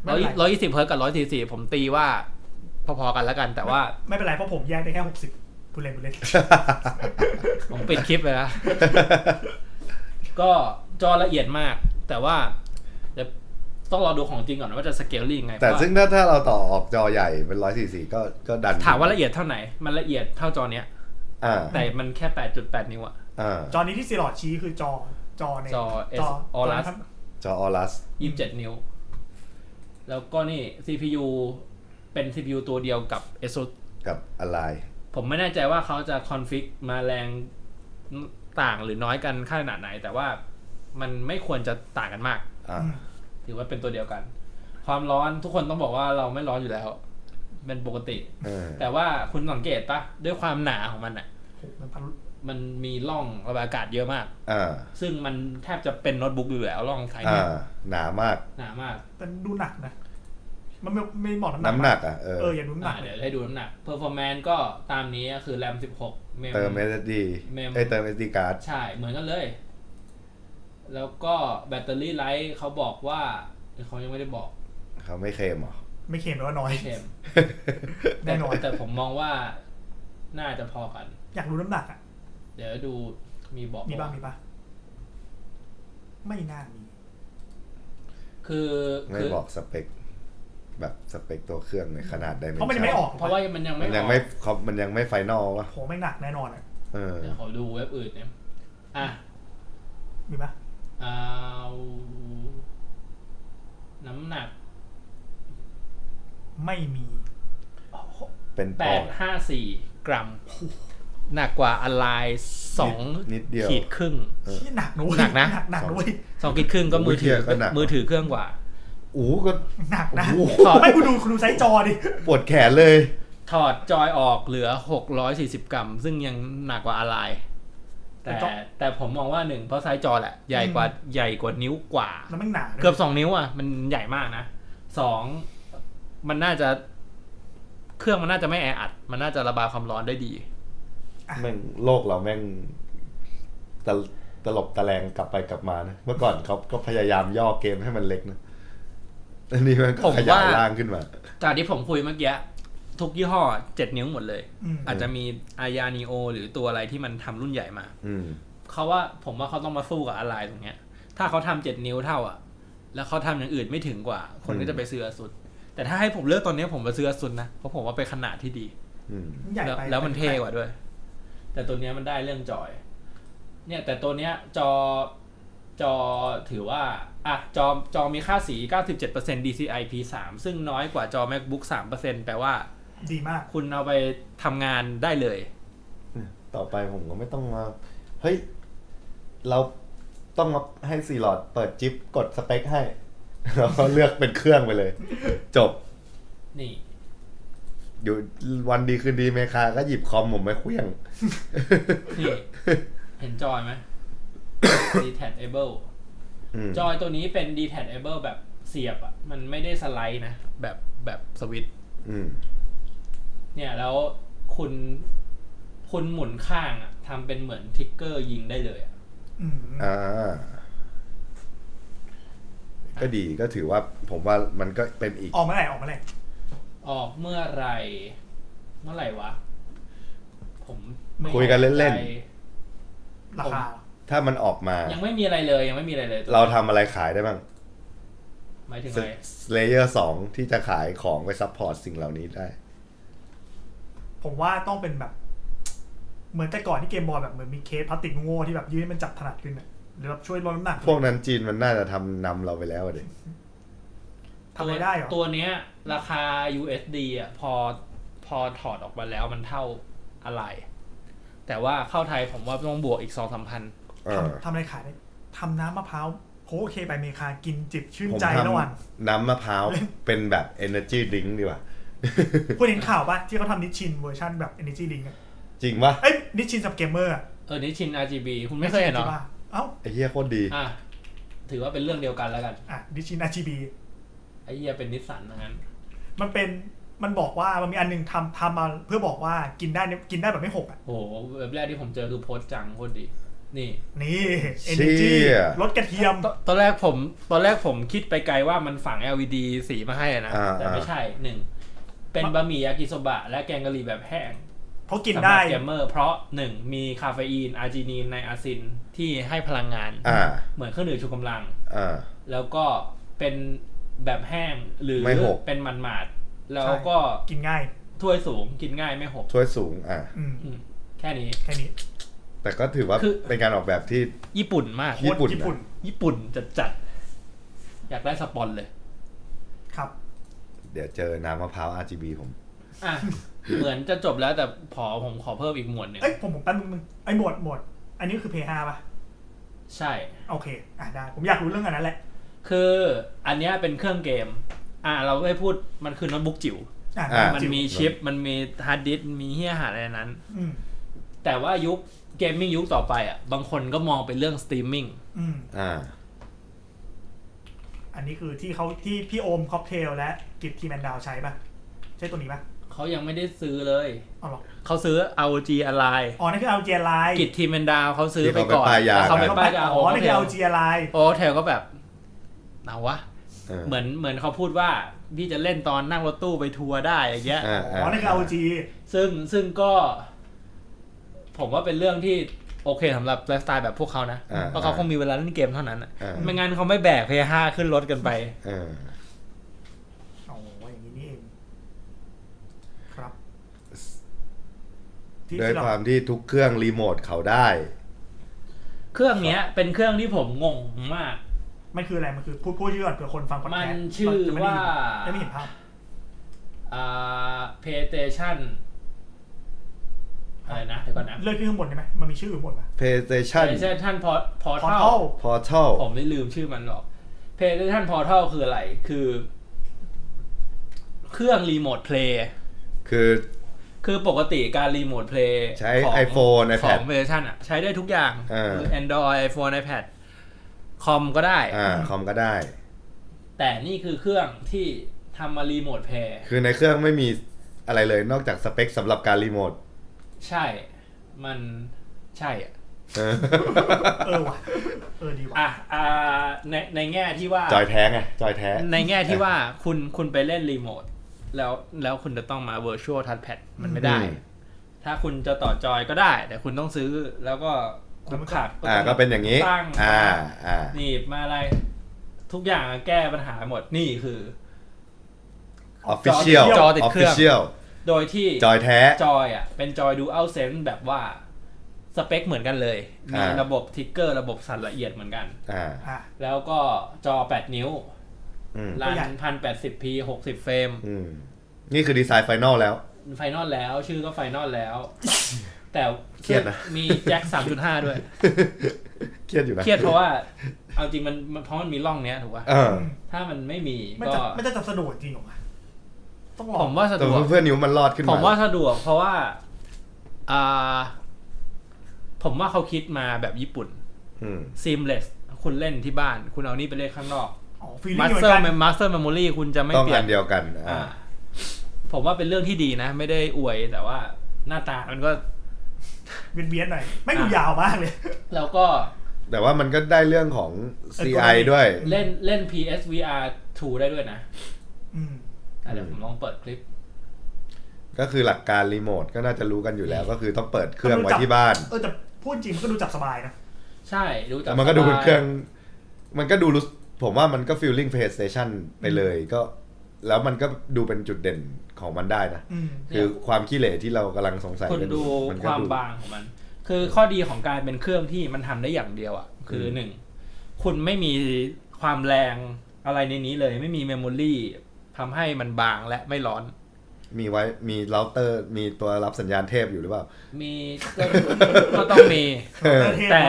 [SPEAKER 4] ไม่
[SPEAKER 2] ร้อย
[SPEAKER 4] เป็นไร
[SPEAKER 2] ร้อยยี่สิบเฮิร์ตซ์กับร้อยสี่สี่ผมตีว่า พอๆกันแล้วกัน แต่ว่า
[SPEAKER 4] ไม่เป็นไรเพราะผมแยกได้แค่ 60คุณเล่นคุณเล่น
[SPEAKER 2] ผมปิดคลิปเลยนะ ก็จอละเอียดมาก แต่ว่าเดี๋ยวต้องรอดูของจริงก่อนว่าจะสเกลลิ่งไง
[SPEAKER 3] แต่
[SPEAKER 2] เพราะว่า
[SPEAKER 3] ซึ่งถ้าถ้าเราต่อออกจอใหญ่เป็นร้อยสี่สี่ก็ก็ดัน
[SPEAKER 2] ถามว่าละเอียดเท่าไหน มันละเอียดเท่าจอเนี้ย
[SPEAKER 3] อ่า
[SPEAKER 2] แต่มันแค่ 8.8 นิ้วอะ
[SPEAKER 3] อ่า
[SPEAKER 4] จอนี้ที่ซีลอดชี้คือจอจอใน
[SPEAKER 2] จอ S
[SPEAKER 4] จ
[SPEAKER 2] Aorus
[SPEAKER 4] จอนะครับ
[SPEAKER 3] จอออรัส
[SPEAKER 2] 27 นิ้ว แล้วก็นี่ CPU เป็น CPU ตัวเดียวกับ ASUS
[SPEAKER 3] กับอะไร
[SPEAKER 2] ผมไม่แน่ใจว่าเขาจะคอนฟิกมาแรงต่างหรือน้อยกันขนาดไหน แต่ว่ามันไม่ควรจะต่างกันมาก
[SPEAKER 3] อ่า
[SPEAKER 4] อืม
[SPEAKER 2] ถือว่าเป็นตัวเดียวกัน ความร้อนทุกคนต้องบอกว่าเราไม่ร้อนอยู่แล้วเป็นปกติ
[SPEAKER 3] เออ
[SPEAKER 2] แต่ว่าคุณสังเกตปะด้วยความหนาของมันอะ
[SPEAKER 4] โหมันพัน
[SPEAKER 2] มันมีร่องระบายอากาศเยอะมาก
[SPEAKER 3] อ่า
[SPEAKER 2] ซึ่งมันแทบจะเป็นโน้ตบุ๊กอยู่แล้วลองใช้
[SPEAKER 3] อ่า
[SPEAKER 2] เนี่ย
[SPEAKER 3] หนามาก
[SPEAKER 2] หนามาก
[SPEAKER 4] แต่ดูหนักนะ มันไม่ไม่เหมาะน้ำหนัก
[SPEAKER 3] น้ำหนักอ่ะ เออ
[SPEAKER 4] เอออย่าดูน้ำหนั
[SPEAKER 2] อ่าก เดี๋ยวให้ดูน้ำหนัก performance ก็ตามนี้ก็คือ RAM 16 เมม
[SPEAKER 3] เติม SSD
[SPEAKER 2] เมม
[SPEAKER 3] เอ้ยเติม SD card
[SPEAKER 2] ใช่ เหมือนกันเลย แล้วก็แบตเตอรี่ไลท์เขาบอกว่าเขายังไม่ได้บอก
[SPEAKER 3] เขาไม่เคลมเหรอ
[SPEAKER 4] ไม่เค็มแปลว่าน้อย
[SPEAKER 2] เทม
[SPEAKER 4] แน่นอน
[SPEAKER 2] แต่ผมมองว่าน่าจะพอกัน
[SPEAKER 4] อยากดูน้ำหนักอ่ะ
[SPEAKER 2] เดี๋ยวดูมีบอก
[SPEAKER 4] มีบ้างมีบ้างไม่น่ามี
[SPEAKER 2] คือ
[SPEAKER 3] ไม่
[SPEAKER 2] คื
[SPEAKER 3] บอกสเปค แบบสเปคตัวเครื่องในขนาดได้
[SPEAKER 4] เพราะมันยังไม่ออก
[SPEAKER 2] เพราะว่ามันยังไม่
[SPEAKER 3] มันยัง
[SPEAKER 2] ออก
[SPEAKER 3] ไม่เขามันยังไม่ไฟนอลวะ
[SPEAKER 4] โหไม่หนักแน่นอนอ่ะ
[SPEAKER 3] เออ
[SPEAKER 2] เดี๋ยวขอดูเว็บอื่นเนี่ยอ่ะ
[SPEAKER 4] มีปะ
[SPEAKER 2] เอาน้ำหนัก
[SPEAKER 4] ไม่มี
[SPEAKER 3] เป็นปอด
[SPEAKER 2] 854 กรัม หนักกว่าอ n l ายสอง
[SPEAKER 3] นิดเดียว
[SPEAKER 2] ขีดครึ่ง
[SPEAKER 4] ที่หนักนุ้ย
[SPEAKER 2] หนักนะ
[SPEAKER 4] หนักหนักนุ้ย
[SPEAKER 2] สองขีดครึ่งก็
[SPEAKER 3] โอ้โห
[SPEAKER 2] มือถือ
[SPEAKER 3] เทียบก็หนัก
[SPEAKER 2] มือถือเครื่องกว่า
[SPEAKER 3] อู้ก็
[SPEAKER 4] หนักนะ
[SPEAKER 3] โอ้โห
[SPEAKER 4] ไม่คุณดูคุณดูไซส์จอดิ
[SPEAKER 3] ปวดแขนเลย
[SPEAKER 2] ถอดจอยออกเหลือ 640 กรัม ซึ่งยังหนักกว่าอ n l ายแต่แต่ผมมองว่าหนึ่งเพราะไซส์จอแหละ ใหญ่กว่าใหญ่กว่านิ้วกว่า
[SPEAKER 4] แล้วมันหนาด้วย
[SPEAKER 2] เกือบสองนิ้วอ่ะ มันใหญ่มากนะสองมันน่าจะเครื่องมันน่าจะไม่แออัด มันน่าจะระบายความร้อนได้ดี
[SPEAKER 4] อ่ะ
[SPEAKER 3] แม่งโลกเราแม่งตะตลบตะแลงกลับไปกลับมานะ เมื่อก่อนเขาก็พยายามย่อเกมให้มันเล็กนะอันนี้มันก็
[SPEAKER 2] ผม
[SPEAKER 3] ขยาย
[SPEAKER 2] ว่า
[SPEAKER 3] ล่างขึ้นมา
[SPEAKER 2] จากที่ผมคุยเมื่อกี้ ทุกยี่ห้อเจ็ดนิ้วหมดเลย
[SPEAKER 4] อืม
[SPEAKER 2] อาจจะมีอายานีโอหรือตัวอะไรที่มันทำรุ่นใหญ่มา
[SPEAKER 3] อืม
[SPEAKER 2] เขาว่าผมว่าเขาต้องมาสู้กับอะไรตรงเนี้ย ถ้าเขาทำเจ็ดนิ้วเท่าอ่ะ แล้วเขาทำอย่างอื่นไม่ถึงกว่า คนก็จะไปซื้ออสุด แต่ถ้าให้ผมเลือกตอนเนี้ยผมไปซื้ออสุดนะ เพราะผมว่าเป็นขนาดที่ดี
[SPEAKER 3] อืม
[SPEAKER 4] ใหญ่
[SPEAKER 2] แล้ว
[SPEAKER 4] ไป
[SPEAKER 2] แล้วมันเท่กว่าด้วย แต่ตัวเนี้ยมันได้เรื่องจอย เนี่ยแต่ตัวเนี้ยจอจอถือว่า อ่ะ จอจอมีค่าสี 97% DCI P3 ซึ่งน้อยกว่าจอ MacBook 3%แปลว่า
[SPEAKER 4] ดีมาก
[SPEAKER 2] คุณเอาไปทำงานได้เลย
[SPEAKER 3] ต่อไปผมก็ไม่ต้องมา เฮ้ย เราต้องมาให้ซีหลอดเปิดจิ๊บกดสเปคให้ แล้วก็เลือกเป็นเครื่องไปเลย จบ
[SPEAKER 2] นี่
[SPEAKER 3] อยู่วันดีคืนดีเมคาก็หยิบคอมผมไปเคลี้ยง
[SPEAKER 2] นี่ เห็นจอยไหม Detachable
[SPEAKER 3] อืม
[SPEAKER 2] จอยตัวนี้เป็น Detachable แบบเสียบอ่ะ มันไม่ได้สไลด์นะ แบบแบบสวิตช์
[SPEAKER 3] อืม
[SPEAKER 2] เนี่ยแล้วคุณคุณหมุนข้างอะทำเป็นเหมือนทิกเกอร์ยิงได้เลยอะ
[SPEAKER 4] อืม
[SPEAKER 3] อ่า ก็ดีก็ถือว่าผมว่ามันก็เป็นอีก
[SPEAKER 4] ออกมาไหนออกมาไหน
[SPEAKER 2] ออกเมื่อไหรเมื่อไหร่วะ ผมไม่
[SPEAKER 3] คุยกันเล่น
[SPEAKER 2] ใจ
[SPEAKER 4] ราคา
[SPEAKER 3] ถ้ามันออกมา
[SPEAKER 2] ยังไม่มีอะไรเลยยังไม่มีอะไรเลย
[SPEAKER 3] เราทำอะไรขายได้บ้าง
[SPEAKER 2] หมายถึงอะไร
[SPEAKER 3] เลเยอร์สองที่จะขายของไปซัพพอร์ตสิ่งเหล่านี้ได้
[SPEAKER 4] ผมว่าต้องเป็นแบบ เหมือนแต่ก่อนที่เกมบอยแบบเหมือนมีเคสพลาสติกโง่ที่แบบยืดให้มันจับถนัดขึ้นอะหรือแบบช่วยลดน้ำหนัก
[SPEAKER 3] พวกนั้นจีนมันน่าจะทำนำเราไปแล้วอะเด็ก
[SPEAKER 4] ทำอะไรได้เหรอ
[SPEAKER 2] ตัวเนี้ย ราคา USD อ่ะพอพอถอดออกมาแล้วมันเท่าอะไร แต่ว่าเข้าไทยผมว่าต้องบวกอีกสองสามพัน
[SPEAKER 4] ทำทำอะไรขายได้ทำน้ำมะพร้าวโอเคไปอเมริกากินจิบชื่น
[SPEAKER 3] ผม
[SPEAKER 4] ใจ
[SPEAKER 3] ท
[SPEAKER 4] ระหว่าง
[SPEAKER 3] ำน้ำมะพร้าว เป็นแบบ Energy Drink ดีกว่า
[SPEAKER 4] คุณเห็นข่าวป่ะ ที่เขาทำนิชชินเวอร์ชันแบบ Energy Drink อะ
[SPEAKER 3] จริงปะ
[SPEAKER 4] เอ้ยนิชชินสำหรับเกมเมอร์อะ
[SPEAKER 2] เออ นี่ชิน RGB คุณไม่เคยเห็นเหรอ
[SPEAKER 4] ที่ว่าเอ้า
[SPEAKER 3] ไอ้เหี้ยโคตรดี
[SPEAKER 2] อ่ะถือว่าเป็นเรื่องเดียวกันแล้วกัน
[SPEAKER 4] อ่ะนิชชิน RGB
[SPEAKER 2] ไอ้เหี้ยเป็นนิสสันทั้งนั้น
[SPEAKER 4] มันเป็นมันบอกว่ามันมีอันหนึงทำทำมาเพื่อบอกว่ากินได้เนี่ยกินได้แบบไม่หกอ่ะ
[SPEAKER 2] โหเว็บแรกที่ผมเจอคือโพสต์จังโคตรดี นี่
[SPEAKER 4] นี่
[SPEAKER 3] เชี่ย
[SPEAKER 4] Energy รสกระเทียม
[SPEAKER 2] ตตอนแรกผม ตอนแรกผมคิดไปไกลว่ามันฝัง LED สีมาให้นะ
[SPEAKER 3] อ่า
[SPEAKER 2] แต่ไม่ใช่หนึ่ง เป็นบะหมี่ยากิโซบะ และแกงกะหรี่แบบแห้ง
[SPEAKER 4] เพราะกิน
[SPEAKER 2] สำหรั
[SPEAKER 4] ได้
[SPEAKER 2] บเกมเมอร์ เพราะหนึ่งมีคาเฟอีน อาร์จินีน ไนอาซิน ที่ให้พลังงาน
[SPEAKER 3] อ่า
[SPEAKER 2] เหมือนเครื่องดื่มชูกำลัง
[SPEAKER 3] อ่า
[SPEAKER 2] แล้วก็เป็นแบบแห้งหรือ
[SPEAKER 3] ไม่หก
[SPEAKER 2] เป็นมันหมาดๆแล้วก็
[SPEAKER 4] กินง่าย
[SPEAKER 2] ถ้วยสูงกินง่ายไม่หก
[SPEAKER 3] ถ้วยสูง อ่า
[SPEAKER 4] อืม
[SPEAKER 2] อืมแค่นี้
[SPEAKER 4] แค่นี้
[SPEAKER 3] แต่ก็ถือว่า
[SPEAKER 2] คือ
[SPEAKER 3] เป็นการออกแบบที่
[SPEAKER 2] ญี่ปุ่นมาก
[SPEAKER 3] ญี่ปุ่น
[SPEAKER 4] โคตรญี่ปุ่น
[SPEAKER 2] ญี่ปุ่นจัดจัดๆอยากได้สปอนเลย
[SPEAKER 4] ครับ
[SPEAKER 3] เดี๋ยวเจอน้ำมะพร้าว RGB ผม
[SPEAKER 2] อ่ะ เหมือนจะจบแล้วแต่พอผมขอเพิ่มอีกหมวดหนึ่ง
[SPEAKER 4] เอ้ยผมผมแป๊บนึงมึงไอ้หมวดหมวดอันนี้คือเพย์ห้าป่ะ
[SPEAKER 2] ใช่
[SPEAKER 4] โอเค อ่ะได้ ผมอยากรู้เรื่องอันนั้นแหละ
[SPEAKER 2] คืออันเนี้ยเป็นเครื่องเกม อ่ะเราไม่พูดมันคือโน้ตบุ๊กจิ๋ว
[SPEAKER 4] อ่ะ
[SPEAKER 3] อ่า
[SPEAKER 2] มันมีชิป มันมีฮาร์ดดิสก์มีเฮี้ยหาอะไรนั้น
[SPEAKER 4] อืม
[SPEAKER 2] แต่ว่ายุคเกมมิ่งยุคต่อไปอ่ะ บางคนก็มองเป็นเรื่องสตรีมมิ่ง
[SPEAKER 4] อืม
[SPEAKER 3] อ่า
[SPEAKER 4] อันนี้คือที่เขาที่พี่โอมค็อกเทลและกิฟทีแมนดาวใช้ป่ะ ใช่ตัวนี้ป่ะ
[SPEAKER 2] เขายังไม่ได้ซื้อเลย
[SPEAKER 4] เอาหรอ
[SPEAKER 2] เขาซื้อ ROG อะไร
[SPEAKER 4] อ๋อนั่นคือเอาเจียไล
[SPEAKER 2] กิจทีมเมนดาวเขาซื้อ
[SPEAKER 3] ที่
[SPEAKER 2] ไป
[SPEAKER 3] เขา
[SPEAKER 2] ก่
[SPEAKER 3] ไป
[SPEAKER 2] อน
[SPEAKER 3] ป้ายยา
[SPEAKER 2] แล้วเขาไปป้ายยา
[SPEAKER 4] อ๋อนั่นคือเอาเจียไล
[SPEAKER 2] โอเทลก็แบบเอาวะ เหมือนเหมือนเขาพูดว่าพี่จะเล่นตอนนั่งรถตู้ไปทัวร์ได้อย่างเงี้ย
[SPEAKER 3] อ่า
[SPEAKER 4] อ๋อนั่นคือเอาจี
[SPEAKER 2] ซึ่งซึ่งก็ ผมว่าเป็นเรื่องที่โอเคสำหรับไลฟ์สไตล์แบบพวกเขานะ
[SPEAKER 3] อ่า
[SPEAKER 2] เพราะเขาคงมีเวลาเล่นเกมเท่านั้นน่ะ
[SPEAKER 3] อ่า
[SPEAKER 2] ไม่งั้นเขาไม่แบกเพย์ห้าขึ้นรถกันไป
[SPEAKER 3] อ่า
[SPEAKER 4] อ๋ออย่างนี้นี่เอง ครับ
[SPEAKER 3] ด้วย
[SPEAKER 4] ที่เร
[SPEAKER 3] ความที่ทุกเครื่องรีโมทเขาได้
[SPEAKER 2] เครื่องเนี้ย เป็นเครื่องที่ผมงงมาก
[SPEAKER 4] มันคืออะไร มันคือพูดพูดชื่อก่อนเผื่อคนฟังพอดแคส
[SPEAKER 2] มั
[SPEAKER 4] ต์
[SPEAKER 2] นชื่อว่า
[SPEAKER 4] จะไม่เห็นภาพ
[SPEAKER 2] อ่าเพย์สเตชันอะไรนะเดี๋ยวก่อนนะ
[SPEAKER 4] เลื่อนขึ้นข้างบนได้ไหมมันมีชื่ออยู่ข้างบ นป่ะ
[SPEAKER 3] PlayStation
[SPEAKER 2] เพย์สเตชันพอพอเท่า
[SPEAKER 4] Portal
[SPEAKER 3] Portal
[SPEAKER 2] ผมไม่ลืมชื่อมันหรอก PlayStation Portal คืออะไร คือ เครื่องรีโมทเพลย์
[SPEAKER 3] คือ
[SPEAKER 2] คือปกติการรีโมทเพลย์
[SPEAKER 3] ใช้
[SPEAKER 2] ของ
[SPEAKER 3] iPhone
[SPEAKER 2] ของ
[SPEAKER 3] iPad
[SPEAKER 2] PlayStation อ่ะ ใช้ได้ทุกอย่าง
[SPEAKER 3] เออ
[SPEAKER 2] คือ Android iPhone iPad คอมก็ได้
[SPEAKER 3] อ่า คอมก็ได้
[SPEAKER 2] แต่นี่คือเครื่องที่ทำมารีโมทเพลย์
[SPEAKER 3] คือในเครื่องไม่มีอะไรเลยนอกจากสเปคสำหรับการรีโมท
[SPEAKER 2] ใช่ มันใช่ อ่ะ
[SPEAKER 3] เออ
[SPEAKER 4] เออว่ะ เออดีว่ะ
[SPEAKER 2] อ่ะอ่าในในแง่ที่ว่า
[SPEAKER 3] จอยแท้ไง จอยแท้
[SPEAKER 2] ในแง่ที่ว่าคุณคุณไปเล่นรีโมท แล้วแล้วคุณจะต้องมา virtual touchpad มันไม่ได้
[SPEAKER 3] อืม
[SPEAKER 2] ถ้าคุณจะต่อจอยก็ได้ แต่คุณต้องซื้อแล้วก็คุณขาด
[SPEAKER 3] อ่า
[SPEAKER 2] ต้ง
[SPEAKER 3] ก็เป็นอย่างนี้
[SPEAKER 2] ตั้ง
[SPEAKER 3] อ่า อ่า
[SPEAKER 2] หนีบมาอะไร ทุกอย่างแก้ปัญหาหมดนี่คือ
[SPEAKER 3] official
[SPEAKER 2] จอติดเครื่อง
[SPEAKER 3] official
[SPEAKER 2] โดยที่
[SPEAKER 3] จอยแท้
[SPEAKER 2] จอยอ่ะเป็นจอยดูอัลเซนแบบว่า สเปคเหมือนกันเลย มี
[SPEAKER 3] อ่า
[SPEAKER 2] ระบบทิกเกอร์ระบบสั่นละเอียดเหมือนกัน
[SPEAKER 3] อ่า
[SPEAKER 4] อ่ะ
[SPEAKER 2] แล้วก็จอ 8 นิ้ว
[SPEAKER 3] อืม
[SPEAKER 2] รั
[SPEAKER 4] ประหยัด
[SPEAKER 2] นพันแปดสิบพีหกสิบเฟรม
[SPEAKER 3] อืม นี่คือดีไซน์ไฟนอลแล้ว
[SPEAKER 2] ไฟนอลแล้วชื่อก็ไฟนอล แล้ว แต่
[SPEAKER 3] เครียดนะ
[SPEAKER 2] มีแจ็คสามจุดห้าด้วย
[SPEAKER 3] เครียด อยู่นะ
[SPEAKER 2] เครียดเพราะว่า เอาจริงมันมันเพราะมันมีร่องเนี้ยถูกป่ะ
[SPEAKER 3] เออ
[SPEAKER 2] ถ้ามันไม่มี
[SPEAKER 4] มัน
[SPEAKER 2] ก็
[SPEAKER 4] จะมันจะจับสะดวกจริงเหรอวะต้องลอ
[SPEAKER 2] ผ
[SPEAKER 4] ง
[SPEAKER 2] มว่าสะ
[SPEAKER 3] แต่
[SPEAKER 2] ดวก
[SPEAKER 3] เพื่อนๆนิ้วมันรอดขึ้น
[SPEAKER 2] ผ
[SPEAKER 3] มา
[SPEAKER 2] มว่าสะดวกเพราะว่าอ่าผมว่าเขาคิดมาแบบญี่ปุ่น
[SPEAKER 3] อืม
[SPEAKER 2] seamless คุณเล่นที่บ้าน คุณเอานี่ไปเล่นข้างนอก
[SPEAKER 4] อ๋อฟีลลิ่ง
[SPEAKER 2] มาส
[SPEAKER 4] เหมือ
[SPEAKER 2] เตอน
[SPEAKER 4] กั
[SPEAKER 2] ร์
[SPEAKER 4] น
[SPEAKER 2] มาสเตอร์เมมโมรีคุณจะไม่
[SPEAKER 3] ต้อง
[SPEAKER 2] เปลี่ย
[SPEAKER 3] อั
[SPEAKER 2] น
[SPEAKER 3] นเดียวกัน
[SPEAKER 2] อ่า
[SPEAKER 3] อ่า
[SPEAKER 2] ผมว่าเป็นเรื่องที่ดีนะ ไม่ได้อวยแต่ว่าหน้าตามันก็
[SPEAKER 4] เวียนๆหน่อยไม่ดู
[SPEAKER 2] อ่ะ
[SPEAKER 4] ยาวมากเลย
[SPEAKER 2] แล้วก็
[SPEAKER 3] แต่ว่ามันก็ได้เรื่องของ CI ด้วย
[SPEAKER 2] เล่นเล่น PSVR 2 ได้ด้วยนะ
[SPEAKER 4] อืม
[SPEAKER 2] อ่ะเดี๋ยวผมลองเปิดคลิป
[SPEAKER 3] ก็คือหลักการรีโมทก็น่าจะรู้กันอยู่แล้ว ก็คือต้องเปิดเครื่องไว้ที่บ้าน
[SPEAKER 4] เออแต่พูดจริงมันก็ดูจับสบายนะ
[SPEAKER 2] ใช่รู้จั
[SPEAKER 3] แต่มันก็ดูเป็นเครื่อง
[SPEAKER 2] สบา
[SPEAKER 3] มันก็ดูรู้ผมว่ามันก็ฟีลลิ่ง PlayStation ไปเลยก็ แล้วมันก็ดูเป็นจุดเด่นของมันได้นะ
[SPEAKER 4] อืม
[SPEAKER 3] คือความขี้เหร่ที่เรากำลังสงสัย
[SPEAKER 2] ยคุณ
[SPEAKER 3] กันอ
[SPEAKER 2] ดู
[SPEAKER 3] ยู่มัน
[SPEAKER 2] ค
[SPEAKER 3] ก็
[SPEAKER 2] วาม
[SPEAKER 3] ดู
[SPEAKER 2] บางของมัน คือข้อดีของการเป็นเครื่องที่มันทำได้อย่างเดียวอ่ะ คืออ
[SPEAKER 3] ม
[SPEAKER 2] หนึ่งคุณไม่มีความแรงอะไรในนี้เลย ไม่มีเมมโมรีทำให้มันบางและไม่ร้อน
[SPEAKER 3] มีไว้มีเราเตอร์ มีตัวรับสัญญาณเทพอยู่หรือเปล่า
[SPEAKER 2] มีก็ก็ต้องมี
[SPEAKER 3] เออ
[SPEAKER 2] แต่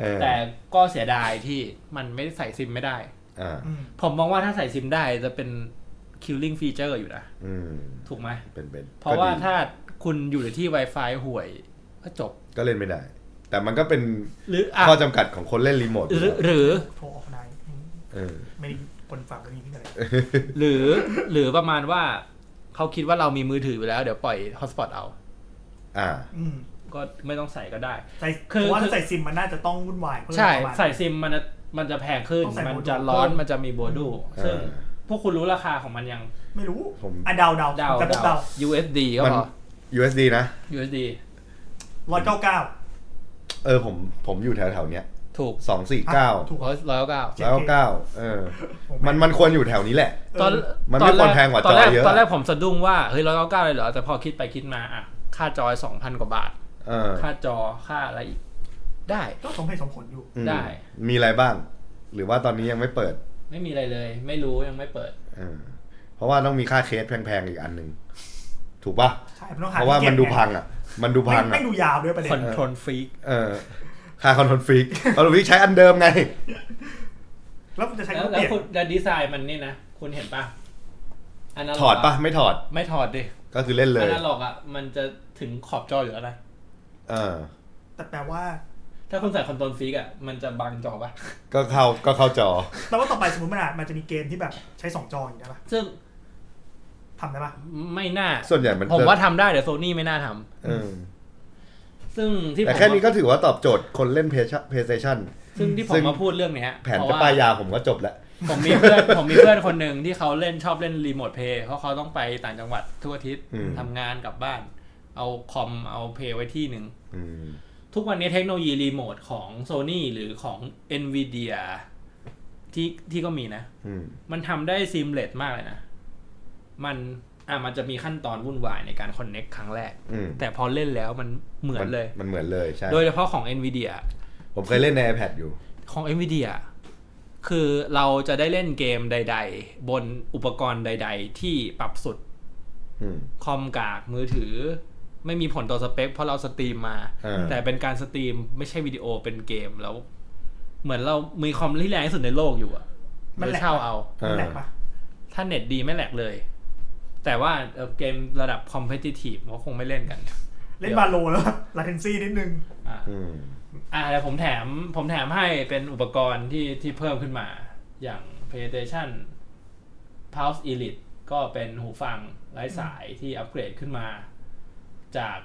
[SPEAKER 3] เออ
[SPEAKER 2] แต่ก็เสียดายที่มันไม่ได้ใส่ซิมไม่ได้
[SPEAKER 3] อ่า
[SPEAKER 4] อืม
[SPEAKER 2] ผมมองว่าถ้าใส่ซิมได้จะเป็น killing feature อยู่นะ
[SPEAKER 3] อืม
[SPEAKER 2] ถูกไหม
[SPEAKER 3] เป็นเป็น
[SPEAKER 2] เพราะว่า
[SPEAKER 3] ก็ดี
[SPEAKER 2] ถ้าคุณอยู่ในที่ Wi-Fi ห่วยก็จบ
[SPEAKER 3] ก็เล่นไม่ได้ แต่มันก็เป็น
[SPEAKER 2] หรืออ่ะ
[SPEAKER 3] ข้อจำกัดของคนเล่นรีโมท
[SPEAKER 2] หรือหรือ
[SPEAKER 4] โทรออกไหนอืม
[SPEAKER 3] เออ
[SPEAKER 4] ไม่ได้ปนฝากไว้นี่อะไร
[SPEAKER 2] หรือหรือประมาณว่าเขาคิดว่าเรามีมือถืออยู่แล้ว เดี๋ยวปล่อย hotspot เอา
[SPEAKER 3] อ่า
[SPEAKER 4] อืม
[SPEAKER 2] ก็ไม่ต้องใส่ก็ได้
[SPEAKER 4] ใส่
[SPEAKER 2] คือ
[SPEAKER 4] เพราะว่าถ้าใส่ซิมมันน่าจะต้องวุ่นวายเพิ่ม
[SPEAKER 2] ใช่
[SPEAKER 4] ประมาณ
[SPEAKER 2] ใส่ซิมมันจะมันจะแพงขึ้น
[SPEAKER 4] ต้องใส่
[SPEAKER 2] มัน
[SPEAKER 4] โมดูล
[SPEAKER 2] จะร้อน
[SPEAKER 4] เพิ่ม
[SPEAKER 2] มันจะมีโบดูซึ่ง
[SPEAKER 3] เออ
[SPEAKER 2] พวกคุณรู้ราคาของมันยัง
[SPEAKER 4] ไม่รู้
[SPEAKER 3] ผม
[SPEAKER 4] อ่ะเดาเดา
[SPEAKER 2] เดา
[SPEAKER 4] แต่ผม
[SPEAKER 2] เดา
[SPEAKER 4] เดา
[SPEAKER 2] USD ก็
[SPEAKER 3] มั
[SPEAKER 2] พ
[SPEAKER 3] น
[SPEAKER 2] อ
[SPEAKER 3] USD นะ
[SPEAKER 2] USD
[SPEAKER 4] ร้อยเก้าเก้า
[SPEAKER 3] เออผมผมอยู่แถวแถวๆเนี้ย
[SPEAKER 2] ถูก
[SPEAKER 3] สองสี่เก้า
[SPEAKER 4] ถูก
[SPEAKER 2] ร้อยเก้า
[SPEAKER 3] แล้วเก้าเออ
[SPEAKER 4] ผม
[SPEAKER 3] มันมันควรอยู่แถวนี้แหละ
[SPEAKER 2] ตอน
[SPEAKER 3] มันไม่
[SPEAKER 2] ตอ
[SPEAKER 3] ควรแพงกว่า
[SPEAKER 2] ตนแร
[SPEAKER 3] จอยเยอะ
[SPEAKER 2] ตอนแรกผมสะดุ้งว่า เฮ้ยร้อยเก้าเก้าเลยเหรอ แต่พอคิดไปคิดมาอ่ะ ค่าจอยสองพันกว่าบาท
[SPEAKER 3] เออ
[SPEAKER 2] ค่าจอค่าอะไรอีก ได้
[SPEAKER 4] ก็สมเหตุสมผลอยู่
[SPEAKER 3] อืม
[SPEAKER 2] ได้
[SPEAKER 3] มีอะไรบ้าง หรือว่าตอนนี้ยังไม่เปิด
[SPEAKER 2] ไม่มีอะไรเลย ไม่รู้ยังไม่เปิด
[SPEAKER 3] เออเพราะว่าต้องมีค่าเคสแพงๆอีกอันหนึ่งถูกปะ
[SPEAKER 4] ใช่มันต้องหา
[SPEAKER 3] เพราะว่ามันดูพัง
[SPEAKER 4] ไ
[SPEAKER 3] อ่ะ มันดู
[SPEAKER 4] ม่
[SPEAKER 3] พัง
[SPEAKER 4] ไม่
[SPEAKER 3] อ่ะ
[SPEAKER 4] ดูยาวด้วยประเด็น
[SPEAKER 2] Control Freak
[SPEAKER 3] เออค่าคอนโทรลฟรีกคอนโทรลฟรีกใช้อันเดิม ไง
[SPEAKER 4] แล้วมันจะใช้
[SPEAKER 2] แล้ว
[SPEAKER 4] ก็
[SPEAKER 2] แล้ว
[SPEAKER 4] เปลี่ยน
[SPEAKER 2] คุณแล้วดีไซน์มันนี่นะ คุณเห็นปะอันนั้น
[SPEAKER 3] ถอดปะไม่ถอด
[SPEAKER 2] ไม่ถอดดิ
[SPEAKER 3] ก็คือเล่นเล
[SPEAKER 2] อั
[SPEAKER 3] ย
[SPEAKER 2] นนั้นหรอกอ่ะ มันจะถึงขอบจออยู่แล้วนะ
[SPEAKER 3] เออ
[SPEAKER 4] แต่แปลว่า
[SPEAKER 2] ถ้าคุณใส่คอนโทรลฟิกอ่ะ มันจะบังจอปะ
[SPEAKER 3] ก็เข้าก็เข้าจอ
[SPEAKER 4] แปลว่าต่อไปสมมติมันอาจมันจะมีเกมที่แบบใช้สองจออย่างนี้ยป่ะ
[SPEAKER 2] ซึ่ง
[SPEAKER 4] ทำได้ป่ะ
[SPEAKER 2] ไม่น่า
[SPEAKER 3] ส่วนใหญ่มันจะ
[SPEAKER 2] ผมว่าทำได้แต่โซนี่ไม่น่าทำ
[SPEAKER 3] เออ
[SPEAKER 2] ซึ่งที่ผม
[SPEAKER 3] แต่แค่นี้ก็ถือว่าตอบโจทย์คนเล่นเพย์เซชัน
[SPEAKER 2] ซึ่งที่ผ
[SPEAKER 3] ซึ่
[SPEAKER 2] ม
[SPEAKER 3] ง
[SPEAKER 2] มาพูดเรื่องเนี้ย
[SPEAKER 3] แผน
[SPEAKER 2] เพ
[SPEAKER 3] จะ
[SPEAKER 2] ระว่
[SPEAKER 3] ป้ายยาผมก็จบแล้ว
[SPEAKER 2] ผมมีเพื่อน ผมมีเพื่อนคนหนึ่งที่เขาเล่นชอบเล่นรีโมทเพย์เพราะเขาต้องไปต่างจังหวัดทั่วอาทิตย์
[SPEAKER 3] อืม
[SPEAKER 2] ทำงานกลับบ้าน เอาคอมเอาเพย์ไว้ที่หนึ่ง
[SPEAKER 3] อืม
[SPEAKER 2] ทุกวันนี้เทคโนโลยีรีโมทของ Sony หรือของ NVIDIA ที่ที่ก็มีนะ
[SPEAKER 3] อืม
[SPEAKER 2] มันทำได้ซิมเลสมากเลยนะ มันอ่ะมันจะมีขั้นตอนวุ่นวายในการคอนเน็กครั้งแรก
[SPEAKER 3] อืม
[SPEAKER 2] แต่พอเล่นแล้วมันเหมือนเลย
[SPEAKER 3] มันเหมือนเลยใช่
[SPEAKER 2] โดยเฉพาะของ NVIDIA
[SPEAKER 3] ผมเคยเล่นใน iPad อยู่
[SPEAKER 2] ของ NVIDIA คือเราจะได้เล่นเกมใด ๆ บนอุปกรณ์ใด ๆ ที่ปรับสุด
[SPEAKER 3] อืม
[SPEAKER 2] คอมกากมือถือ ไม่มีผลต่อสเปค เพราะเราสตรีมมา
[SPEAKER 3] เออ
[SPEAKER 2] แต่เป็นการสตรีมไม่ใช่วิดีโอเป็นเกมแล้ว เหมือนเรามีคอมที่แรงที่สุดในโลกอยู่อะ
[SPEAKER 4] มัน
[SPEAKER 2] เลย
[SPEAKER 4] แหลก
[SPEAKER 2] เช่า
[SPEAKER 4] ปะ
[SPEAKER 2] เอา
[SPEAKER 4] มันแหลกป่ะ
[SPEAKER 2] ถ้าเน็ตดีไม่แหลกเลย แต่ว่าเอ่อเกมระดับคอมเพ t i ทีฟเขาคงไม่เล่นกัน
[SPEAKER 4] เล่นบาโลแล้วลาเทนซี่นิดนึง
[SPEAKER 2] อ่ะ
[SPEAKER 3] อืม
[SPEAKER 2] อ่ะแต่ผมแถมผมแถมให้เป็นอุปกรณ์ที่ที่เพิ่มขึ้นมา อย่าง PlayStation Pulse Elite ก็เป็นหูฟังไร้สายที่อัปเกรดขึ้นมา จาก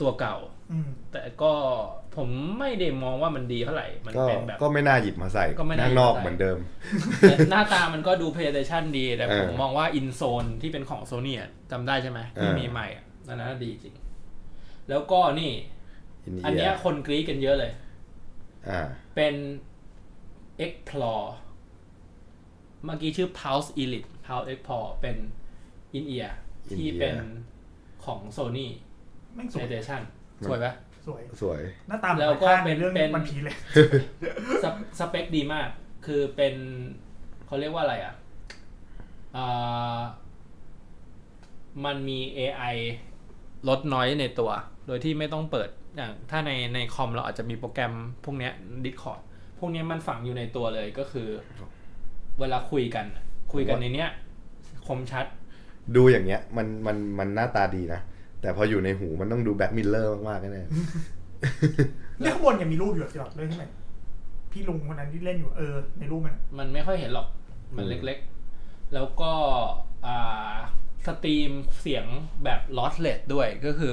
[SPEAKER 2] ตัวเก่า
[SPEAKER 4] อืม
[SPEAKER 2] แต่ก็ผมไม่ได้มองว่ามันดีเท่าไหร่ มัน
[SPEAKER 3] ก็
[SPEAKER 2] เป็นแบบ
[SPEAKER 3] ก็ไม่น่าหยิบมาใส่
[SPEAKER 2] ก็ไม่น่าหยิบ
[SPEAKER 3] ข้างนอก
[SPEAKER 2] มาใส่
[SPEAKER 3] เหมือนเดิม
[SPEAKER 2] แต่ หน้าตามันก็ดู PlayStation ดี แต่ผม
[SPEAKER 3] เออ
[SPEAKER 2] มองว่า InZone ที่เป็นของ Sony อะจำได้ใช่ไหมที่
[SPEAKER 3] เออ
[SPEAKER 2] มีใหม่อะอันนั้นนะดีจริง แล้วก็นี่
[SPEAKER 3] อิน
[SPEAKER 2] อัน
[SPEAKER 3] เอี
[SPEAKER 2] เนี้
[SPEAKER 3] ย
[SPEAKER 2] ยคนกรี๊ดกันเยอะเลย
[SPEAKER 3] อ่า
[SPEAKER 2] เป็น Explore เมื่อกี้ชื่อ Pulse Elite Pulse Explore เป็น In Ear ที่
[SPEAKER 3] In-ear
[SPEAKER 2] เป็นของ Sony
[SPEAKER 4] แม่งสวย
[SPEAKER 2] PlayStation สวยปะ
[SPEAKER 4] สวย
[SPEAKER 3] สวย
[SPEAKER 4] หน้าตาเหมือน
[SPEAKER 2] แล้วก็
[SPEAKER 4] ข้างใน
[SPEAKER 2] เป็น
[SPEAKER 4] เรื่อง
[SPEAKER 2] เป็น
[SPEAKER 4] มันผีเลย
[SPEAKER 2] สเปสเปคดีมาก คือเป็นเขาเรียกว่าอะไรอ่ะอ่ามันมี AI ลดน้อยในตัว โดยที่ไม่ต้องเปิด อย่างถ้าในในคอมเราอาจจะมีโปรแกรมพวกเนี้ย Discord พวกเนี้ยมันฝังอยู่ในตัวเลยก็คือ เวลาคุยกันคุยกันในเนี้ย คมชัด
[SPEAKER 3] ดูอย่างเงี้ยมันมันมันหน้าตาดีนะ แต่พออยู่ในหูมันต้องดูแบ็คมิลเลอร์มากๆแน่
[SPEAKER 4] เนี่ยข้างบนยังมีรูปอยู่สิหรอเรื่องที่ไหนพี่ลุงคนนั้นที่เล่นอยู่เออในรูปมัน
[SPEAKER 2] มันไม่ค่อยเห็นหรอก มันเล็กๆ แล้วก็อ่าสตรีมเสียงแบบ lossless ด้วย ก็คือ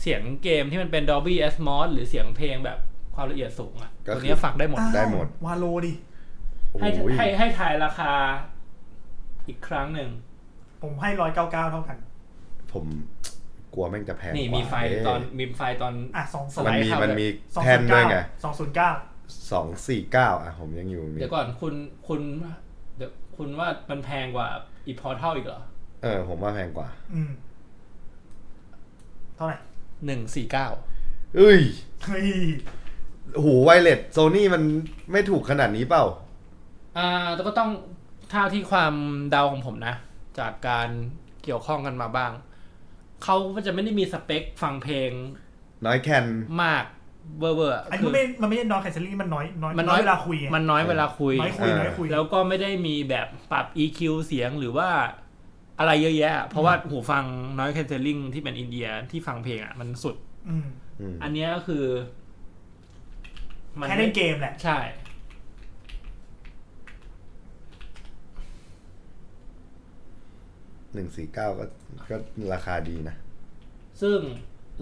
[SPEAKER 2] เสียงเกมที่มันเป็น Dolby Atmos หรือเสียงเพลงแบบความละเอียดสูงอ่ะ ตัวเนี้ยฝังได้หมด
[SPEAKER 4] อ้าว
[SPEAKER 3] ได้หมด
[SPEAKER 4] วาโลดิ
[SPEAKER 3] โอ้
[SPEAKER 2] ให้
[SPEAKER 3] ย
[SPEAKER 2] ให้ให้ทายราคาอีกครั้งหนึ่ง
[SPEAKER 4] ผมให้ร้อยเก้าเก้าเท่ากัน
[SPEAKER 3] ผมกลัวแม่งจะแพง
[SPEAKER 2] นี่
[SPEAKER 3] กว่า
[SPEAKER 2] มีไฟตอนมีไฟตอน
[SPEAKER 4] อ่ะสอง
[SPEAKER 2] ส
[SPEAKER 3] มัน
[SPEAKER 2] ไลด์
[SPEAKER 3] มี
[SPEAKER 2] เข้า
[SPEAKER 3] มัน
[SPEAKER 2] เลย
[SPEAKER 3] มี
[SPEAKER 4] สอง
[SPEAKER 3] แท
[SPEAKER 4] ศู
[SPEAKER 3] น
[SPEAKER 4] นย์
[SPEAKER 3] ด้วย
[SPEAKER 4] เก้า
[SPEAKER 3] ไง
[SPEAKER 4] สองศูนย์เก้า
[SPEAKER 3] สองสี่เก้าอ่ะ ผมยังอยู่นี่
[SPEAKER 2] เดี๋ยวก่อนคุณคุณเดี๋ยวคุณว่ามันแพงกว่าอีพอเท่าอีกเหรอ
[SPEAKER 3] เออ ผมว่าแพงกว่า
[SPEAKER 4] อืม เท่าไหร่
[SPEAKER 2] หนึ่งสี่เก้า
[SPEAKER 3] เอ้ย
[SPEAKER 4] เฮ้ย
[SPEAKER 3] หูไวเลสโซนี่มันไม่ถูกขนาดนี้เปล่า
[SPEAKER 2] อ่าแต่ก็ต้องเท่าที่ความเดาของผมนะ จากการเกี่ยวข้องกันมาบ้าง เขาก็จะไม่ได้มีสเปคฟังเพลง
[SPEAKER 3] น้อยแคน
[SPEAKER 2] มากเบอร์เบอร์
[SPEAKER 4] อันนี้มันไม่มันไม่ได้นอนแคนเซลลิ่งมันน้อยน้อยน้อยเวลาคุยไง
[SPEAKER 2] มันน้อยเวลาคุย
[SPEAKER 4] น้อยคุย
[SPEAKER 3] เออ
[SPEAKER 4] น้อยคุย
[SPEAKER 2] แล้วก็ไม่ได้มีแบบปรับ EQ เสียงหรือว่าอะไรเยอะแยะ เพราะว่าหูฟังน้อยแคนเซลลิ่งที่เป็นอินเดียที่ฟังเพลงอ่ะ มันสุด
[SPEAKER 4] อืม
[SPEAKER 3] อืม
[SPEAKER 2] อันเนี้ยก็คือ มั
[SPEAKER 4] แค่เล่นเกมแหละ
[SPEAKER 2] ใช่
[SPEAKER 3] หนึ่งสี่เก้าก็ก็ราคาดีนะ
[SPEAKER 2] ซึ่ง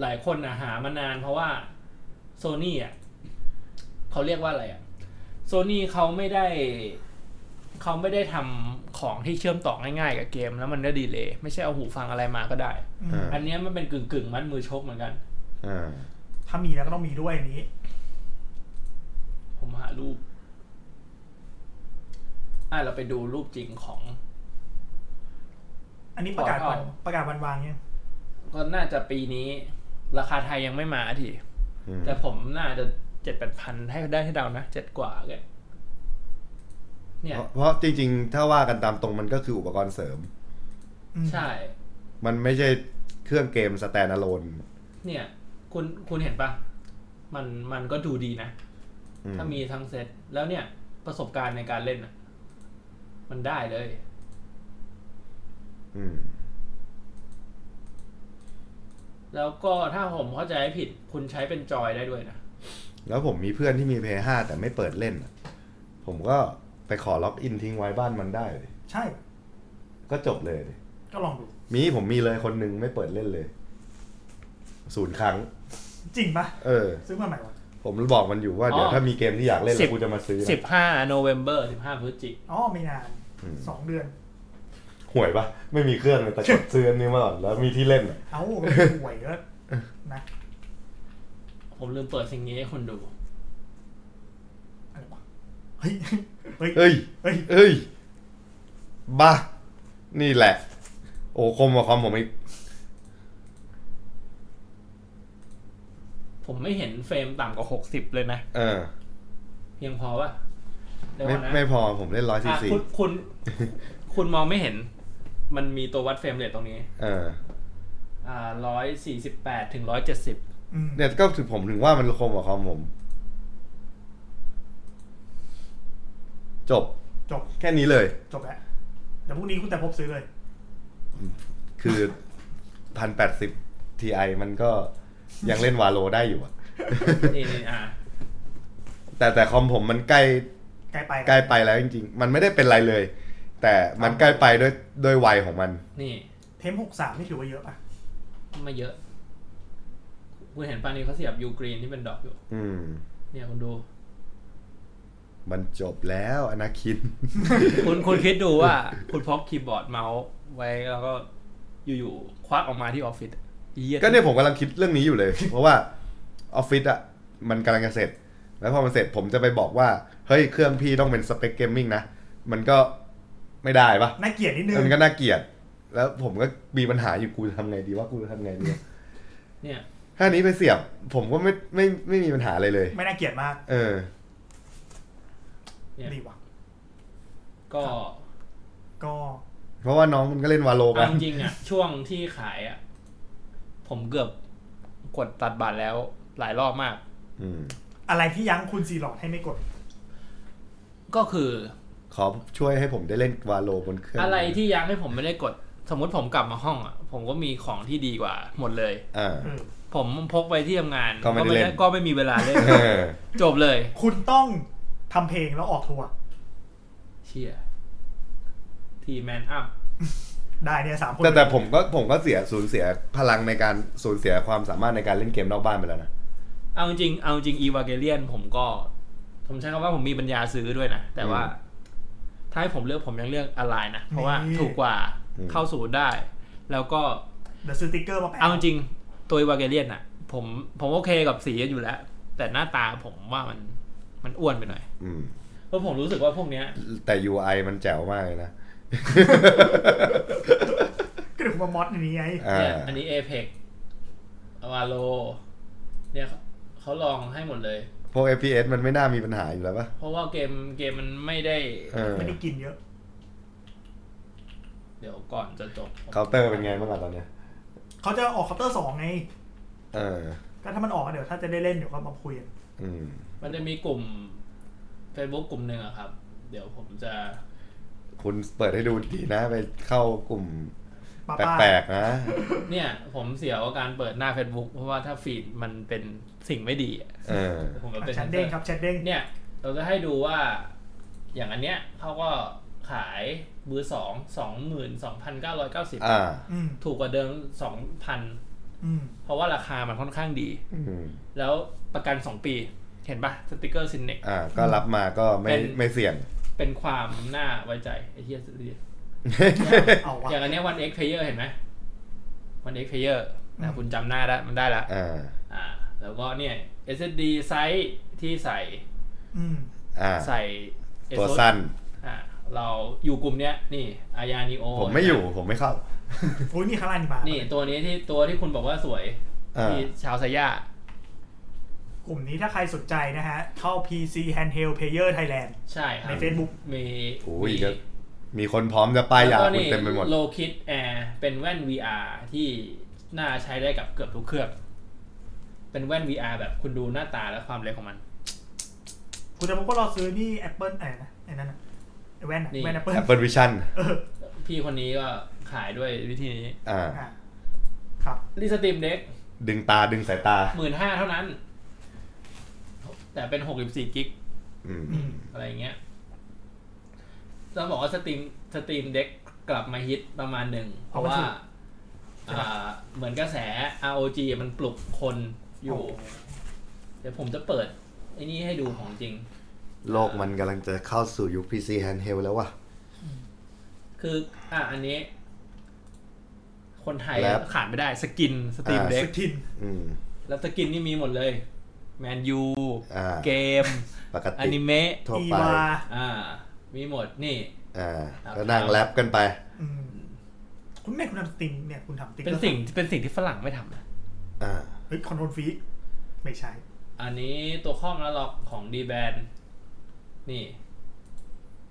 [SPEAKER 2] หลายคนนะหามานานเพราะว่าโซนี่อ่ะเขาเรียกว่าอะไรอ่ะโซนี่เขาไม่ได้ เขาไม่ได้ทำของที่เชื่อมต่อง่ายๆกับเกม แล้วมันได้ดีเลยไม่ใช่เอาหูฟังอะไรมาก็ได้
[SPEAKER 4] อืม
[SPEAKER 3] อ่า
[SPEAKER 2] อันเนี้ยมันเป็นกึ่งกึ่งๆมัดมือชกเหมือนกัน
[SPEAKER 3] อ่า
[SPEAKER 4] ถ้ามีแล้วก็ต้องมีด้วยอันนี้
[SPEAKER 2] ผมหารูป อ่ะเราไปดูรูปจริงของ
[SPEAKER 4] อันนี้ประกาศวั
[SPEAKER 2] ขอ
[SPEAKER 4] น
[SPEAKER 2] เอา
[SPEAKER 4] ประกาศวันวางเนี่ย
[SPEAKER 2] ก็น่าจะปีนี้ ราคาไทยยังไม่มาที
[SPEAKER 3] อืม
[SPEAKER 2] แต่ผมน่าจะเจ็ดแปดพันให้ได้ให้เดานะเจ็ดกว่าแกเนี่ย
[SPEAKER 3] เพราะเพราะจริงๆ ถ้าว่ากันตามตรงมันก็คืออุปกรณ์เสริม
[SPEAKER 4] อืม
[SPEAKER 2] ใช่
[SPEAKER 3] มันไม่ใช่เครื่องเกมสแตนอะโลน
[SPEAKER 2] เนี่ย คุณคุณเห็นปะมันมันก็ดูดีนะ ถ้ามีทั้งเซตแล้วเนี่ย ประสบการณ์ในการเล่นน่ะ มันได้เลย
[SPEAKER 3] อืม
[SPEAKER 2] แล้วก็ถ้าผมเข้าใจไม่ผิด คุณใช้เป็นจอยได้ด้วยนะ
[SPEAKER 3] แล้วผมมีเพื่อนที่มี p พ5แต่ไม่เปิดเล่นอะผมก็ไปขอล็อกอินทิ้งไว้บ้านมันได้เลย
[SPEAKER 4] ใช่
[SPEAKER 3] ก็จบเลยดิ
[SPEAKER 4] ก็ลองดู
[SPEAKER 3] มีผมมีเลยคนหนึงไม่เปิดเล่นเลย ศูนย์ครั้ง
[SPEAKER 4] จริงปะ
[SPEAKER 3] เออ
[SPEAKER 4] ซื้อมาใหม่วะ
[SPEAKER 3] ผมบอกมันอยู่ว่าเดี๋ยว
[SPEAKER 2] อ๋อ
[SPEAKER 3] ถ้ามีเกมที่อยากเล่น
[SPEAKER 2] สิ
[SPEAKER 3] แล้
[SPEAKER 2] บ
[SPEAKER 3] วกูจะมาซื้อนะ
[SPEAKER 2] สิบห้าโนเวมเบอร์สิบห้าพฤศจิ
[SPEAKER 4] อ๋อไม่นานสองเดือน
[SPEAKER 3] ห่วยปะไม่มีเครื่องเลยแต่กดซื้ออันนี้มาก่อนแล้วมีที่เล่นอะ
[SPEAKER 4] เอ้า ก็ไม่ได้ป่วยก็นะ
[SPEAKER 2] ผมลืมเปิดสิ่งนี้ให้คนดู
[SPEAKER 4] อะไรวะเฮ้ย เฮ้ย
[SPEAKER 3] เอ้ย
[SPEAKER 4] เฮ้ย
[SPEAKER 3] เอ้ยบ้านี่แหละ โอ้คมกว่าความผมอีก
[SPEAKER 2] ผมไม่เห็นเฟรมต่ำกว่าหกสิบเลยนะ
[SPEAKER 3] เออ
[SPEAKER 2] เพียงพอปะเดี๋ยว
[SPEAKER 3] ไม่
[SPEAKER 2] ก่อนนะ
[SPEAKER 3] ไม่พอผมเล่นร้อยซี
[SPEAKER 2] อ่ะ
[SPEAKER 3] ซี
[SPEAKER 2] คุณคุณ คุณมองไม่เห็น มันมีตัววัดเฟรมเรทตรงนี้
[SPEAKER 3] เออ
[SPEAKER 2] อ่าร้อยสี่สิบแปดถึงร้อยเจ็ดสิบ
[SPEAKER 4] อืม
[SPEAKER 3] เนี่ยก็ถึงผมถึงว่ามันคมกว่าความผม จบ
[SPEAKER 4] จบ
[SPEAKER 3] แค่นี้เลย
[SPEAKER 4] จบแล้วเดี๋ยวพรุ่งนี้คุณแต่พบซื้อเลย
[SPEAKER 3] คือพันแปดสิบทีไอมันก็ยังเล่นวาโลได้อยู่อะ
[SPEAKER 2] นี่นี่อ่า
[SPEAKER 3] แต่แต่คอมผมมันใกล้
[SPEAKER 4] ไกลไป
[SPEAKER 3] ใกล้ไปแล้วจริง ๆ มันไม่ได้เป็นไรเลย แต่มันใกล้ไปด้วยด้วยวัยของมัน
[SPEAKER 2] นี่
[SPEAKER 4] เทมหกสามนี่ถือว่าเยอะป่ะ
[SPEAKER 2] ไม่เยอะ คุณเห็นป่ะนี่เขาเสียบยูกรีนที่เป็นดอกอยู่
[SPEAKER 3] อืม
[SPEAKER 2] เนี่ยคุณดู
[SPEAKER 3] มันจบแล้วอนาคิน
[SPEAKER 2] คุณคุณคิดดูว่า คุณพกคีย์บอร์ดเมาส์ไว้แล้วก็อยู่ๆควักออกมาที่ออฟฟิศเหี้ย
[SPEAKER 3] ก็เนี่ยผมกำลังคิดเรื่องนี้อยู่เลย เพราะว่าออฟฟิศอ่ะมันกำลังจะเสร็จ แล้วพอมันเสร็จผมจะไปบอกว่า เฮ้ย เครื่องพี่ต้องเป็นสเปคเกมมิ่งนะ มันก็ไม่ได้ปะ
[SPEAKER 4] น่าเกลียดนิดนึง
[SPEAKER 3] มันก็น่าเกลียด แล้วผมก็มีปัญหาอยู่กูจะทำไงดีว่ากูจะทำไงดีวะ
[SPEAKER 2] เนี่ย
[SPEAKER 3] ถ้านี้ไปเสียบ ผมก็ไม่ไม่ไม่มีปัญหาอะไรเลย
[SPEAKER 4] ไม่น่าเกลียดมาก
[SPEAKER 3] เออ
[SPEAKER 2] เนี่ย
[SPEAKER 4] ดีว่ะ
[SPEAKER 2] ก็
[SPEAKER 4] ก็
[SPEAKER 3] เพราะว่าน้องมันก็เล่นวาโลกั
[SPEAKER 2] เอา
[SPEAKER 3] น
[SPEAKER 2] จริงๆอ่ะ ช่วงที่ขายอ่ะ ผมเกือบกดตัดบัตรแล้วหลายรอบมาก
[SPEAKER 3] อืม
[SPEAKER 4] อะไรที่ยั้งคุณซีหลอดให้ไม่กด
[SPEAKER 2] ก็คือ
[SPEAKER 3] ขอช่วยให้ผมได้เล่นวาโลบนเครื่อง
[SPEAKER 2] อะไรที่ยังให้ผมไม่ได้กด สมมติผมกลับมาห้องอ่ะ ผมก็มีของที่ดีกว่า หมดเลย
[SPEAKER 3] อ่า
[SPEAKER 4] เออ
[SPEAKER 2] ผมพกไปที่ทำงาน
[SPEAKER 3] ก็ไม่ได้เล่น
[SPEAKER 2] ก็ไม่มีเวลาเล่ น
[SPEAKER 3] เออ
[SPEAKER 2] จบเลย
[SPEAKER 4] คุณต้องทำเพลงแล้วออกทัวร์
[SPEAKER 2] เชียทีแมนอัพ
[SPEAKER 4] ได้เนี่ยสามคน
[SPEAKER 3] แต่แต่ผมก็ผมก็เสียสูญเสียพลังในการสูญเสียความสามารถในการเล่นเกมนอกบ้านไปแล้วนะ
[SPEAKER 2] เอาจริงๆเอาจริงอีวาเกเลียนผมก็ ผมใช้คำว่าผมมีปัญญาซื้อด้วยนะ แต่ว่า
[SPEAKER 3] อื
[SPEAKER 2] ถ้าให้ผมเลือกผมยังเลือกออนไลน์นะ เพราะว่าถูกกว่า
[SPEAKER 3] อืม
[SPEAKER 2] เข้าสู่ได้ แล้วก็
[SPEAKER 4] เดี๋ยวซื้อสติ๊กเกอร์มาแปะ
[SPEAKER 2] เอาจริงๆตัวอีวาเกเลียนอ่ะ ผมผมโอเคกับสีอยู่แล้ว แต่หน้าตาผมว่ามันมันอ้วนไปหน่อย
[SPEAKER 3] อืม
[SPEAKER 2] เพราะผมรู้สึกว่าพวกเนี้ย
[SPEAKER 3] แต่ UI มันแจ๋วมากเลยนะ
[SPEAKER 4] ก็ถึงมามอดอันนี้ไง
[SPEAKER 3] อ่า
[SPEAKER 2] เนี่ยอันนี้ Apex วาโลเนี่ยเขาเขาลองให้หมดเลย
[SPEAKER 3] พวก FPS มันไม่น่ามีปัญหาอยู่แล้วปะ
[SPEAKER 2] เพราะว่าเกมเกมมันไม่ได้
[SPEAKER 3] เออ
[SPEAKER 4] ไม่ได้กินเยอะ
[SPEAKER 2] เดี๋ยวก่อนจะจบผม
[SPEAKER 3] เคาน์เตอร์เป็นไงบ้างอะตอนเนี้ย
[SPEAKER 4] เขาจะออกคัพเตอร์สองไง
[SPEAKER 3] เออ
[SPEAKER 4] ก็ถ้ามันออกอะเดี๋ยวถ้าจะได้เล่นเดี๋ยวก็มาคุยกัน
[SPEAKER 3] อืม
[SPEAKER 2] มันจะมีกลุ่ม Facebook กลุ่มหนึ่งอะครับ เดี๋ยวผมจะ
[SPEAKER 3] คุณเปิดให้ดูดีนะ ไปเข้ากลุ่ม
[SPEAKER 4] ป้า
[SPEAKER 3] แ
[SPEAKER 4] ป้า
[SPEAKER 3] ปลกๆนะ
[SPEAKER 2] เนี่ยผมเสียว่าการเปิดหน้า Facebook เพราะว่าถ้าฟีดมันเป็นสิ่งไม่ดีอะ
[SPEAKER 3] เออ
[SPEAKER 2] ผมก็เป็น
[SPEAKER 4] แชทเด้งครับแชทเด้ง
[SPEAKER 2] เนี่ย เราจะให้ดูว่าอย่างอันเนี้ยเขาก็ขายมือสองสองหมื่นสองพันเก้าร้อยเก้าสิบ
[SPEAKER 3] อ่า
[SPEAKER 4] อืม
[SPEAKER 2] ถูกกว่าเดิมสองพัน
[SPEAKER 4] อืม
[SPEAKER 2] เพราะว่าราคามันค่อนข้างดี
[SPEAKER 3] อืม
[SPEAKER 2] แล้วประกัน 2 ปี เห็นปะสติกเกอร์ซินเน็ก
[SPEAKER 3] อ่า ก็รับมาก็ไม่
[SPEAKER 2] เป็น
[SPEAKER 3] ไม่เสี่ยง
[SPEAKER 2] เป็นความน่าไว้ใจไอ้เหี้ยสุดยอด
[SPEAKER 4] เอาวะ
[SPEAKER 2] อย่างอันเนี้วันเอ็กเพเยอร์เห็นไหมวันเอ็กเพเยอร์
[SPEAKER 4] อื
[SPEAKER 2] นะ
[SPEAKER 4] ม
[SPEAKER 2] คุณจำหน้าได้มันได้ละ
[SPEAKER 3] อ่า
[SPEAKER 2] อ่า แล้วก็เนี่ย SSD ไซส์ที่ใส่
[SPEAKER 4] อืม
[SPEAKER 3] อ่า
[SPEAKER 2] ใส่
[SPEAKER 3] ตัว
[SPEAKER 2] ASUS
[SPEAKER 3] สั้น
[SPEAKER 2] อ่าเราอยู่กลุ่มเนี้ย นี่อายานิโอ
[SPEAKER 3] ผมไม่อยู่ ผมไม่เข้า
[SPEAKER 4] โอ้ยนี่คาร่านี่มา
[SPEAKER 2] นี่ตัวนี้ที่ตัวที่คุณบอกว่าสวย
[SPEAKER 3] อ่า
[SPEAKER 2] ที่ชาวไซย่าก
[SPEAKER 4] ลุ่มนี้ถ้าใครสนใจนะฮะ เข้า PC Handheld Player Thailand
[SPEAKER 2] ใช่ครับ
[SPEAKER 4] ใน Facebook
[SPEAKER 2] มี
[SPEAKER 3] โอ้ย
[SPEAKER 2] มี
[SPEAKER 3] ก็มีคนพร้อมจะป้ายยาคุณเต็มไปหมด
[SPEAKER 2] โลคิดแอร์เป็นแว่น VR ที่น่าใช้ได้กับเกือบทุกเครื่อง เป็นแว่น VR แบบคุณดูหน้าตาและความเล็กของมัน
[SPEAKER 4] คุณจะพบว่าเราซื้อนี่ Apple อะไรนะไอ้นั่นอะไอ้แว่นอะ
[SPEAKER 2] นี่
[SPEAKER 4] แว่น Apple
[SPEAKER 3] Apple Vision
[SPEAKER 4] เออ
[SPEAKER 2] พี่คนนี้ก็ขายด้วยวิธีนี้
[SPEAKER 3] อ่า
[SPEAKER 4] อ่ะครับ
[SPEAKER 2] รีสตรีมเด็ก
[SPEAKER 3] ดึงตาดึงสายตา
[SPEAKER 2] หมื่นห้าเท่านั้น แต่เป็นหกสิบสี่กิก
[SPEAKER 3] อืม
[SPEAKER 4] อืม
[SPEAKER 2] อะไรอย่างเงี้ยต้องบอกว่าสตรีมสตรีมเด็กกลับมาฮิตประมาณหนึ่ง เพราะว่าอ่าเหมือนกระแส ROG มันปลุกคนอยู่ เดี๋ยวผมจะเปิดไอ้นี่ให้ดูของจริง
[SPEAKER 3] โลกมันกำลังจะเข้าสู่ยุค PC handheld แล้วว่ะ
[SPEAKER 2] คือ อ่ะ อันนี้ คนไทย
[SPEAKER 3] แล้ว
[SPEAKER 2] ขาดไม่ได้สกินสตรีมเด็ก
[SPEAKER 4] สกิน
[SPEAKER 3] อืม
[SPEAKER 2] แล้วสกินนี่มีหมดเลยแมนยู
[SPEAKER 3] อ่า
[SPEAKER 2] เกม
[SPEAKER 3] ปก
[SPEAKER 2] อ
[SPEAKER 3] ติ
[SPEAKER 2] นิเมะ
[SPEAKER 3] ทั่ว
[SPEAKER 4] อี
[SPEAKER 3] ไป
[SPEAKER 4] วา
[SPEAKER 2] อ่า มีหมดนี่
[SPEAKER 3] อ่าก็นั่งแรปกันไป
[SPEAKER 4] อืมคุณแม่คุณทำสติงเนี่ยคุณทำติ๊ก
[SPEAKER 2] เป็น
[SPEAKER 4] เกอร์
[SPEAKER 2] สิ่งเป็นสิ่งที่ฝรั่งไม่ทำนะ
[SPEAKER 3] อ่า
[SPEAKER 4] เฮ้ยคอนโทรลฟีไม่ใช่
[SPEAKER 2] อันนี้ตัวข้อมแล้วล็อกของดีแบนนี่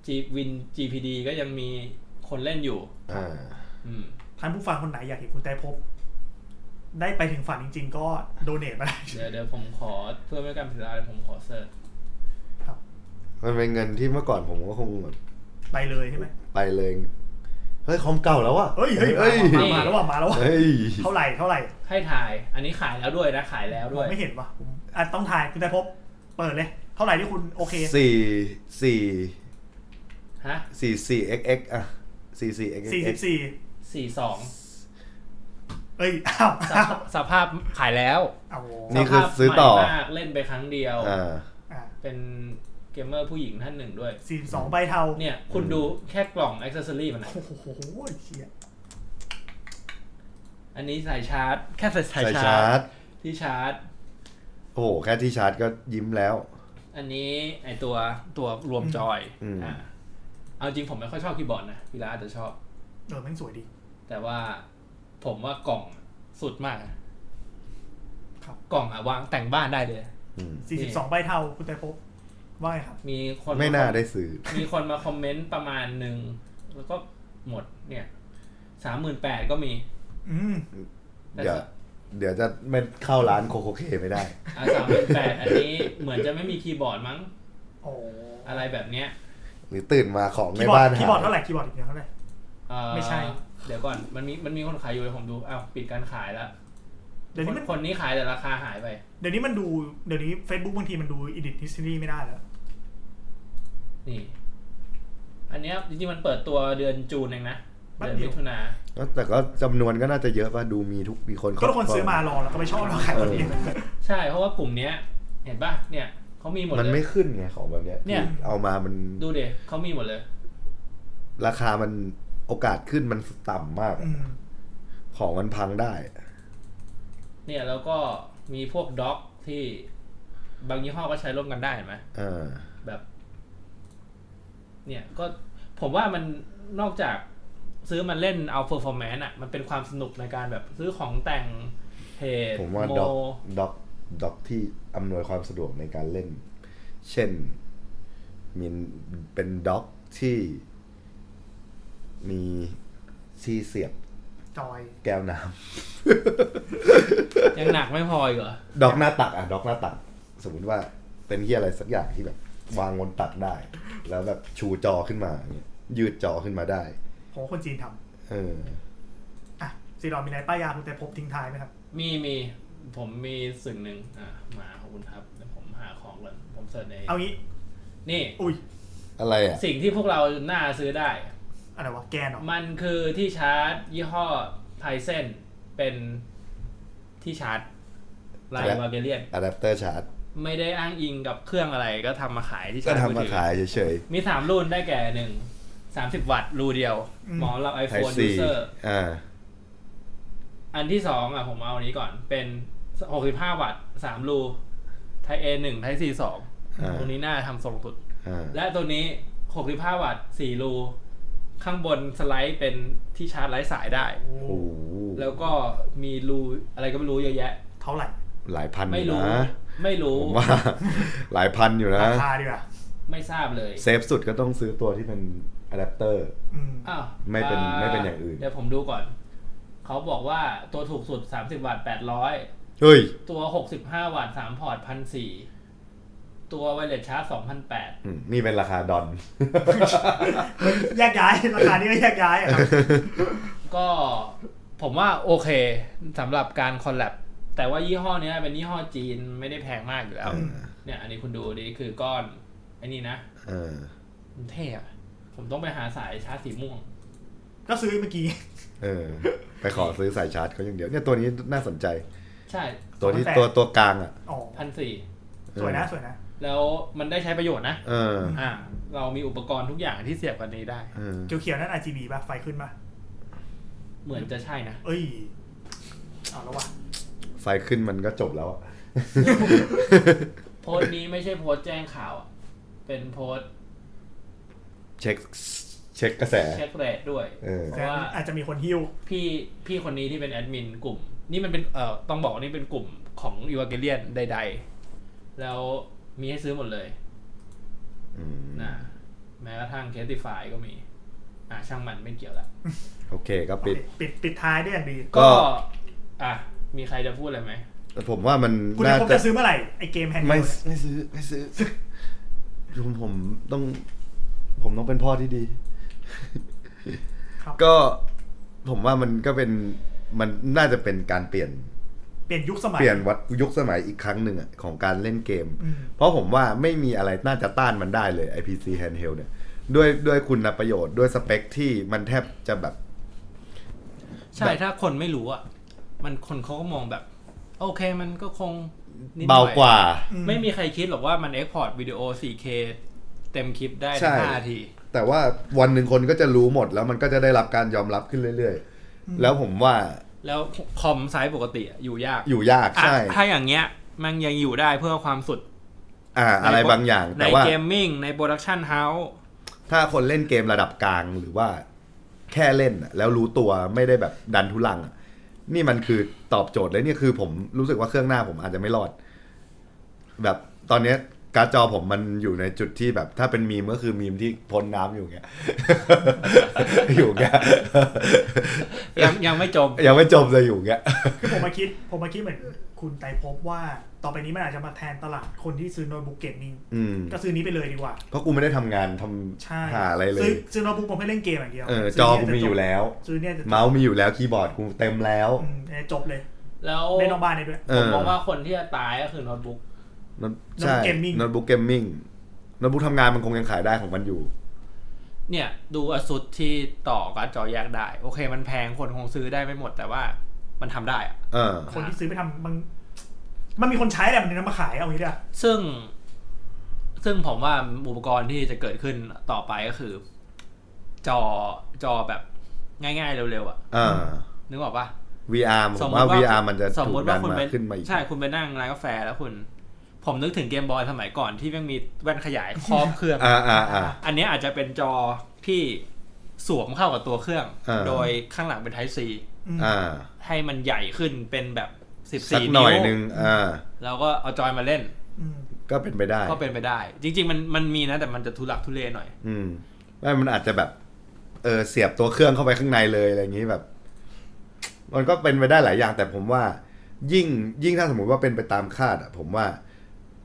[SPEAKER 2] จีวิน GPD ก็ยังมีคนเล่นอยู่
[SPEAKER 3] อ่า
[SPEAKER 2] อืม
[SPEAKER 4] ท่านผู้ฟังคนไหนอยากเห็นคุณแต่พบ ได้ไปถึงฝันจริง ๆ ก็โดเนทมาได้
[SPEAKER 2] เดี๋ยวเดี๋ยวผมขอเพื่อไม่ให้การผิดพลาดเดี๋ยวผมขอเสิร์ช
[SPEAKER 4] ครับ
[SPEAKER 3] มันเป็นเงินที่เมื่อก่อนผมก็คงแบบ
[SPEAKER 4] ไปเลยใช่ไหม
[SPEAKER 3] ไปเลย เฮ้ย คอมเก่าแล้วว่ะ
[SPEAKER 4] เฮ้ยเฮ้ย
[SPEAKER 3] เฮ้ย
[SPEAKER 4] มามาแล้วว่ะมาแล้วว่ะ
[SPEAKER 3] เฮ้ย
[SPEAKER 4] เท่าไหร่เท่าไหร่
[SPEAKER 2] ให้ถ่าย อันนี้ขายแล้วด้วยนะ ขายแล้ว
[SPEAKER 4] ผ
[SPEAKER 2] ด้ว
[SPEAKER 4] ม
[SPEAKER 2] ย
[SPEAKER 4] ไม่เห็นว่ะผมอ่ะต้องถ่ายคุณแต่พบ เปิดเลย เท่าไหร่ที่คุณโอเค
[SPEAKER 3] สี่สี่
[SPEAKER 2] ฮะ
[SPEAKER 3] สี่สี่ xx อ่ะสี่สี่ xx
[SPEAKER 4] 44
[SPEAKER 2] สี่สอง
[SPEAKER 4] เอ้ยอ้าว
[SPEAKER 2] สภาพสภาพขายแล้ว
[SPEAKER 4] อ้าวโว้
[SPEAKER 3] นี่คือซื้อต่อ
[SPEAKER 2] สภาพใหม่มากเล่นไปครั้งเดียว
[SPEAKER 3] อ่า
[SPEAKER 4] อ่ะ
[SPEAKER 2] เป็นเกมเมอร์ผู้หญิงท่านหนึ่งด้วย
[SPEAKER 4] สี่สองใบเทา
[SPEAKER 2] เนี่ยคุณดูแค่กล่องอ็อกเซอรี่มันนะ
[SPEAKER 4] โอ้โหเชี่ย
[SPEAKER 2] อันนี้สายชาร์จ แค่สา
[SPEAKER 3] ใส่
[SPEAKER 2] ย
[SPEAKER 3] ชา
[SPEAKER 2] ชาร์
[SPEAKER 3] ร์
[SPEAKER 2] จ
[SPEAKER 3] จ
[SPEAKER 2] ที่ชาร์จ
[SPEAKER 3] โอ้โห แค่ที่ชาร์จก็ยิ้มแล้ว
[SPEAKER 2] อันนี้ไอตัวตัวรวมจอย
[SPEAKER 3] อืม
[SPEAKER 2] อ่าเอาจริงผมไม่ค่อยชอบคีย์บอร์ดนะวิลาอาจจะชอบ
[SPEAKER 4] เออแม่งสวยดี
[SPEAKER 2] แต่ว่าผมว่ากล่องสุดมากนะครับ กล่องอะวางแต่งบ้านได้เลย
[SPEAKER 3] อืม
[SPEAKER 4] สี่สิบสองใบเทาคุณแต่พบว่าไงครับ
[SPEAKER 2] มีคน
[SPEAKER 3] ไม่น่าได้ซื้อ
[SPEAKER 2] มีคนมาคอมเมนต์ประมาณหนึ่ง แล้วก็หมดเนี่ยสามหมื่นแปดก็มี
[SPEAKER 4] อืม
[SPEAKER 2] แต่
[SPEAKER 3] เดี๋ยวเดี๋ยวจะไม่เข้าร้านโคโคเคไม่ได้
[SPEAKER 2] อ่ะสามหมื่นแปดอันนี้เหมือนจะไม่มีคีย์บอร์ดมั้ง
[SPEAKER 4] โอ้
[SPEAKER 2] อะไรแบบเนี้ย
[SPEAKER 3] หรือตื่นมาของใน
[SPEAKER 4] คีย์บอ
[SPEAKER 3] บ้า
[SPEAKER 4] ร์
[SPEAKER 3] น
[SPEAKER 4] ดคีย์บอร์ดเท่าไหร่คีย์บอร์ดอีกอย่างเท่าไหร่
[SPEAKER 2] เอ่อ
[SPEAKER 4] ไม่ใช่
[SPEAKER 2] เดี๋ยวก่อนมันมีมันมีคนขายอยู่เลยวผมดูอ้าวปิดการขายแล้ว
[SPEAKER 4] เดี๋ยวนี้มัน
[SPEAKER 2] คนนี้ขายแต่ราคาหายไป
[SPEAKER 4] เดี๋ยวนี้มันดูเดี๋ยวนี้ Facebook บางทีมันดู edit history ไม่ได้แล้ว
[SPEAKER 2] นี่ อันเนี้ยจริงๆมันเปิดตัวเดือนจูนเองนะ
[SPEAKER 4] แป๊บ
[SPEAKER 2] เดือน
[SPEAKER 4] เดียว
[SPEAKER 2] มิถุนา
[SPEAKER 3] ก็แต่ก็จำนวนก็น่าจะเยอะป่ะ ดูมีทุกมีคน
[SPEAKER 4] ก็ทุกคน
[SPEAKER 3] รบร
[SPEAKER 4] ซื้อมารอแล้วก็ไม่ชอบเราขายคนเดียว
[SPEAKER 2] ใช่ เพราะว่ากลุ่มเนี้ย เห็นป่ะ เนี่ยเขามีหมด
[SPEAKER 3] มัน
[SPEAKER 2] เล
[SPEAKER 3] ไม่
[SPEAKER 2] ย
[SPEAKER 3] ขึ้นไงของแบบเนี้ย
[SPEAKER 2] เนี่ย
[SPEAKER 3] ที่เอามามัน
[SPEAKER 2] ดูเด็เขามีหมดเลย
[SPEAKER 3] ราคามันโอกาสขึ้นมันต่ำมาก
[SPEAKER 4] อืม
[SPEAKER 3] ของมันพังได้
[SPEAKER 2] เนี่ยแล้วก็มีพวกด็อกที่บางยี่ห้อก็ใช้ร่วมกันได้เห็นไหม
[SPEAKER 3] เออ
[SPEAKER 2] แบบ เนี่ยก็ผมว่ามันนอกจากซื้อมันเล่นเอาเฟอร์ฟอร์แมนอะมันเป็นความสนุกในการแบบซื้อของแต่งเพจ
[SPEAKER 3] ผมว่า
[SPEAKER 2] โม
[SPEAKER 3] ด็อกด็อกด็อกที่อำนวยความสะดวกในการเล่น เช่นมีเป็นด็อกที่มีที่เสียบ
[SPEAKER 4] จอย
[SPEAKER 3] แก้วน้
[SPEAKER 2] ยังหนักไม่พออีกเหรอ
[SPEAKER 3] ำ ด็อกหน้าตักอ่ะด็อกหน้าตัก สมมติว่าเป็นที่อะไรสักอย่างที่แบบ วางบนตักได้ แล้วแบบชูจอขึ้นมาอย่างเงี้ยยืดจอขึ้นมาได้
[SPEAKER 4] ผมว่าคนจีนทำ
[SPEAKER 3] เออ
[SPEAKER 4] อ่ะซีดอนมีอะไรป้ายยาคุณแต่พบทิ้งท้ายไหมครับ
[SPEAKER 2] มีมีผมมีสิ่งหนึ่งอ่ะมาขอบคุณครับเดี๋ยวผมหาของก่อนผมเสิร์ชใน
[SPEAKER 4] เอางี้
[SPEAKER 2] นี่
[SPEAKER 4] อุ้ย
[SPEAKER 3] อะไรอ่ะ
[SPEAKER 2] สิ่งที่พวกเราน่าซื้อได้
[SPEAKER 4] อะไรวะ แกนเหรอ
[SPEAKER 2] มันคือที่ชาร์จยี่ห้อไพเซนเป็นที่ชาร์จลาย
[SPEAKER 3] และ
[SPEAKER 2] บาเกเลียน
[SPEAKER 3] อะแดปเตอร์ชาร์จ
[SPEAKER 2] ไม่ได้อ้างอิงกับเครื่องอะไรก็ทำมาขายที่
[SPEAKER 3] ก็
[SPEAKER 2] ชาร์จ
[SPEAKER 3] ทำมาขายเฉย
[SPEAKER 2] มีสามรุ่นได้แก่หนึ่งสามสิบวัตต์รูเดียวเหมอรับไอ
[SPEAKER 3] ๆ
[SPEAKER 2] โฟ
[SPEAKER 3] ไทย
[SPEAKER 2] นยู
[SPEAKER 3] ซี
[SPEAKER 2] เซอร์
[SPEAKER 3] อ่า
[SPEAKER 2] อันที่สองอ่ะผมเอาอันนี้ก่อนเป็นหกสิบห้าวัตต์สามรูไทเอหนึ่งไทซีสอง
[SPEAKER 3] อ่า
[SPEAKER 2] ตัวนี้น่าทำทรงสุด
[SPEAKER 3] อ่า
[SPEAKER 2] และตัวนี้ 65 วัตต์4รูข้างบนสไลด์เป็นที่ชาร์จไร้สายได้
[SPEAKER 4] โอ้
[SPEAKER 3] โอ้โห
[SPEAKER 2] แล้วก็มีรูอะไรก็ไม่รู้เยอะแยะ
[SPEAKER 4] เท่าไหร่
[SPEAKER 3] หลายพันอ
[SPEAKER 2] ไม่
[SPEAKER 3] ยู่
[SPEAKER 2] รู้
[SPEAKER 3] นะ
[SPEAKER 2] ไม่รู้
[SPEAKER 3] ผมว่า หลายพันอยู่นะ
[SPEAKER 4] ราคาดีกว่า
[SPEAKER 2] ไม่ทราบเลย
[SPEAKER 3] เซฟสุดก็ต้องซื้อตัวที่เป็นอะแดปเตอร์
[SPEAKER 4] อืม
[SPEAKER 2] อ้าว
[SPEAKER 3] ไม่เป็น
[SPEAKER 2] อ่
[SPEAKER 3] ไม่เป็นอย่างอื่น
[SPEAKER 2] เดี๋ยวผมดูก่อน เขาบอกว่าตัวถูกสุด 30 วัตต์ 800
[SPEAKER 3] เฮ้ย
[SPEAKER 2] ตัว 65 วัตต์ 3 พอร์ต1,400 ตัวไวเลสชาร์จ2,800
[SPEAKER 3] อืมนี่เป็นราคาดอน
[SPEAKER 4] แยกย้าย ราคานี้ก็แยกย้ายอะครับ
[SPEAKER 2] ก็ผมว่าโอเคสำหรับการคอลแลบแต่ว่ายี่ห้อเนี้ยเป็นยี่ห้อจีนไม่ได้แพงมากอยู่แล้ว
[SPEAKER 3] อืม
[SPEAKER 2] เนี่ยอันนี้คุณดูนี่คือก้อนไอันนี้นะ
[SPEAKER 3] เออ
[SPEAKER 2] มันเท่อะผมต้องไปหาสายชาร์จสีม่วง
[SPEAKER 4] ก็ซื้อเมื่อกี้
[SPEAKER 3] เออ ไปขอซื้อสายชาร์จเขาอย่างเดียว เนี่ยตัวนี้น่าสนใจ
[SPEAKER 2] ใช่
[SPEAKER 3] ตัวที่
[SPEAKER 4] 2,800
[SPEAKER 3] ตัวตัวกลางอ่ะ
[SPEAKER 4] อ๋อ
[SPEAKER 2] พันสี่
[SPEAKER 4] สวยนะสวยนะ
[SPEAKER 2] แล้วมันได้ใช้ประโยชน์นะ
[SPEAKER 3] เออ
[SPEAKER 2] อ่าเรามีอุปกรณ์ทุกอย่างที่เสียบกันนี้ได้
[SPEAKER 3] เออ
[SPEAKER 4] เขียวๆนั่น RGB ป่ะ ไฟขึ้นป่ะ
[SPEAKER 2] เหมือนจะใช่นะ
[SPEAKER 4] เอ้ย เอาแล้วว่ะ
[SPEAKER 3] ไฟขึ้นมันก็จบแล้วอะ
[SPEAKER 2] โพสต์นี้ไม่ใช่โพสต์แจ้งข่าวอะเป็นโพสต์
[SPEAKER 3] เช็คเช็คกระแส
[SPEAKER 2] เช็คเรทด้วย
[SPEAKER 3] เออ
[SPEAKER 2] เพ
[SPEAKER 4] แต่
[SPEAKER 2] ราะว่า
[SPEAKER 4] อาจจะมีคนหิ้ว
[SPEAKER 2] พี่พี่คนนี้ที่เป็นแอดมินกลุ่ม นี่มันเป็นเอ่อต้องบอกว่านี่เป็นกลุ่มของอีวาเกเลียนใดๆ แล้วมีให้ซื้อหมดเลย
[SPEAKER 3] อืม
[SPEAKER 2] นะแม้กระทั่งเคสติฟายก็มี อ่าช่างมันไม่เกี่ยวละ
[SPEAKER 3] โอเคก็ปิด
[SPEAKER 4] ปิดปิดท้ายได้อย่างดี
[SPEAKER 3] ก็
[SPEAKER 2] ก็ อ่ะ มีใครจะพูดอะไรไหม
[SPEAKER 3] แต่ผมว่ามัน
[SPEAKER 4] คุณ
[SPEAKER 3] น่า
[SPEAKER 4] จะพบ
[SPEAKER 3] จะ
[SPEAKER 4] จะซื้อเมื่อไหร่ ไอเกมแฮนด์เฮ
[SPEAKER 3] ไม่
[SPEAKER 4] ลด์
[SPEAKER 3] ไม่ซื้อไม่ซื้อผมผมต้อง ผมต้องเป็นพ่อที่ดี
[SPEAKER 4] ครับ
[SPEAKER 3] ก็ผมว่ามันก็เป็นมันน่าจะเป็นการเปลี่ยน
[SPEAKER 4] เปลี่ยนยุคสมัย
[SPEAKER 3] เปลี่ยนวัดยุคสมัยอีกครั้งหนึ่งอะของการเล่นเกม
[SPEAKER 4] อืม
[SPEAKER 3] เพราะผมว่าไม่มีอะไรน่าจะต้านมันได้เลย IPC handheld เนี่ย ด้วยด้วยคุณประโยชน์ด้วยสเปคที่มันแทบจะแบบ
[SPEAKER 2] ใช่ถ้าคนไม่รู้อ่ะ มันคนเขาก็มองแบบ โอเคมันก็คงนิดหน่
[SPEAKER 3] เบา
[SPEAKER 2] อย
[SPEAKER 3] กว่า
[SPEAKER 4] อื
[SPEAKER 2] ไม่มีใครคิดหรอกว่ามันเอ็กพอร์ตวิดีโอ 4K เต็มคลิปได้
[SPEAKER 3] ใช่
[SPEAKER 2] ถึง5นาที
[SPEAKER 3] แต่ว่าวันหนึ่งคนก็จะรู้หมดแล้วมันก็จะได้รับการยอมรับขึ้นเรื่อยๆ แล้วผมว่า
[SPEAKER 2] แล้วคอมไซส์ปกติอะอยู่ยาก
[SPEAKER 3] อยู่ยาก
[SPEAKER 2] อ่ะ
[SPEAKER 3] ใช่
[SPEAKER 2] ถ้าอย่างเงี้ย มันยังอยู่ได้เพื่อความสุด
[SPEAKER 3] อ่า อะไรบางอย่าง
[SPEAKER 2] ใน
[SPEAKER 3] แต่ว่า
[SPEAKER 2] เกมมิ่ง ในโปรดักชันเฮาส์
[SPEAKER 3] ถ้าคนเล่นเกมระดับกลางหรือว่า แค่เล่นน่ะแล้วรู้ตัวไม่ได้แบบดันทุลังอ่ะนี่มันคือตอบโจทย์เลยนี่คือผมรู้สึกว่าเครื่องหน้าผมอาจจะไม่รอด แบบตอนเนี้ยการ์ดจอผมมันอยู่ในจุดที่แบบ ถ้าเป็นมีมก็คือมีมที่พ้นน้ำอยู่เงี้ ย อยู่เงี้ย
[SPEAKER 2] ยังยังไม่จบ
[SPEAKER 3] ยังไม่จมเลยอยู่เงี้ย
[SPEAKER 4] คือผมมาคิด ผมมาคิดเหมือนคุณไตรภพว่า ต่อไปนี้มันอาจจะมาแทนตลาดคนที่ซื้อโน้ตบุ๊กเกมมิ่ง
[SPEAKER 3] อืม
[SPEAKER 4] ก็ซื้อนี้ไปเลยดีกว่า
[SPEAKER 3] เพราะกูไม่ได้ทำงานทำ
[SPEAKER 4] ใช่
[SPEAKER 3] หาอะไรเลย
[SPEAKER 4] ซื้อซื้อโน้ตบุ๊กมาเพื่อเล่นเกมอย่างเดียว
[SPEAKER 3] เออจ
[SPEAKER 4] ซื้นี่
[SPEAKER 3] อกูมีอยู่แล้ว
[SPEAKER 4] ซื้อเนี่ยจะจบ
[SPEAKER 3] เมาส์มีอยู่แล้วคีย์บอร์ดกูเต็มแล้ว
[SPEAKER 4] อืมเนี่ยจบเลย
[SPEAKER 2] แล้ว
[SPEAKER 4] เล่นนอกบ้านได้ด้วย
[SPEAKER 3] เอ
[SPEAKER 2] ผม
[SPEAKER 3] อ
[SPEAKER 2] มองว่าคนที่จะตายก็คือโน้ตบุ๊ก
[SPEAKER 3] โน้ต
[SPEAKER 4] โน้ตบุ๊ก
[SPEAKER 3] ใช่
[SPEAKER 4] gaming
[SPEAKER 3] โน้ตบุ๊กเกมมิ่งโน้ตบุ๊กทำงานมันคงยังขายได้ของมันอยู่
[SPEAKER 2] เนี่ย ดูอสุดที่ต่อการ์ดจอแยกได้ โอเคมันแพงคนคงซื้อได้ไม่หมดแต่ว่ามันทำได้อะ
[SPEAKER 3] เออ
[SPEAKER 4] คนที่ซื้อไปทำมันมันมีคนใช้แหละมันถึงนำมาขายเอางี้ดีกว่า
[SPEAKER 2] ซึ่ง ซึ่งผมว่าอุปกรณ์ที่จะเกิดขึ้นต่อไปก็คือ จอจอแบบง่ายๆเร็วๆอ่ะ
[SPEAKER 3] เออ
[SPEAKER 2] นึกออกปะ
[SPEAKER 3] VR ผมว่า VR มันจะ
[SPEAKER 2] สม
[SPEAKER 3] ถู
[SPEAKER 2] ม
[SPEAKER 3] ก
[SPEAKER 2] ติ
[SPEAKER 3] ดั
[SPEAKER 2] ว่าน คุณ
[SPEAKER 3] มา
[SPEAKER 2] ไป
[SPEAKER 3] ขึ้นมาอีก
[SPEAKER 2] ใช่คุณไปนั่งร้านกาแฟแล้วคุณ ผมนึกถึงเกมบอยสมัยก่อนที่แมันมีแว่นขยายครอบเครื่อง
[SPEAKER 3] อ่าอ่าอ่า
[SPEAKER 2] อันเนี้ยอาจจะเป็นจอที่สวมเข้ากับตัวเครื่อง
[SPEAKER 3] อ่า
[SPEAKER 2] โดยข้างหลังเป็น Type C
[SPEAKER 4] อืม
[SPEAKER 3] อ่า
[SPEAKER 2] ให้มันใหญ่ขึ้นเป็นแบบ
[SPEAKER 3] สัก
[SPEAKER 2] 14
[SPEAKER 3] หน่อยห
[SPEAKER 2] นิ้
[SPEAKER 3] นึ่
[SPEAKER 2] ว
[SPEAKER 3] งอ่า
[SPEAKER 2] แล้วก็เอาจอยมาเล่น
[SPEAKER 4] อืม
[SPEAKER 3] ก็เป็นไปได้
[SPEAKER 2] ก็เป็นไปได้ จริง ๆ มันมันมีนะแต่มันจะทุลักทุเลหน่อย
[SPEAKER 3] อืมไม่มันอาจจะแบบ เออเสียบตัวเครื่องเข้าไปข้างในเลยอะไรอย่างนี้แบบ มันก็เป็นไปได้หลายอย่าง แต่ผมว่า ยิ่งยิ่งถ้าสมมติว่าเป็นไปตามคาดอะผมว่า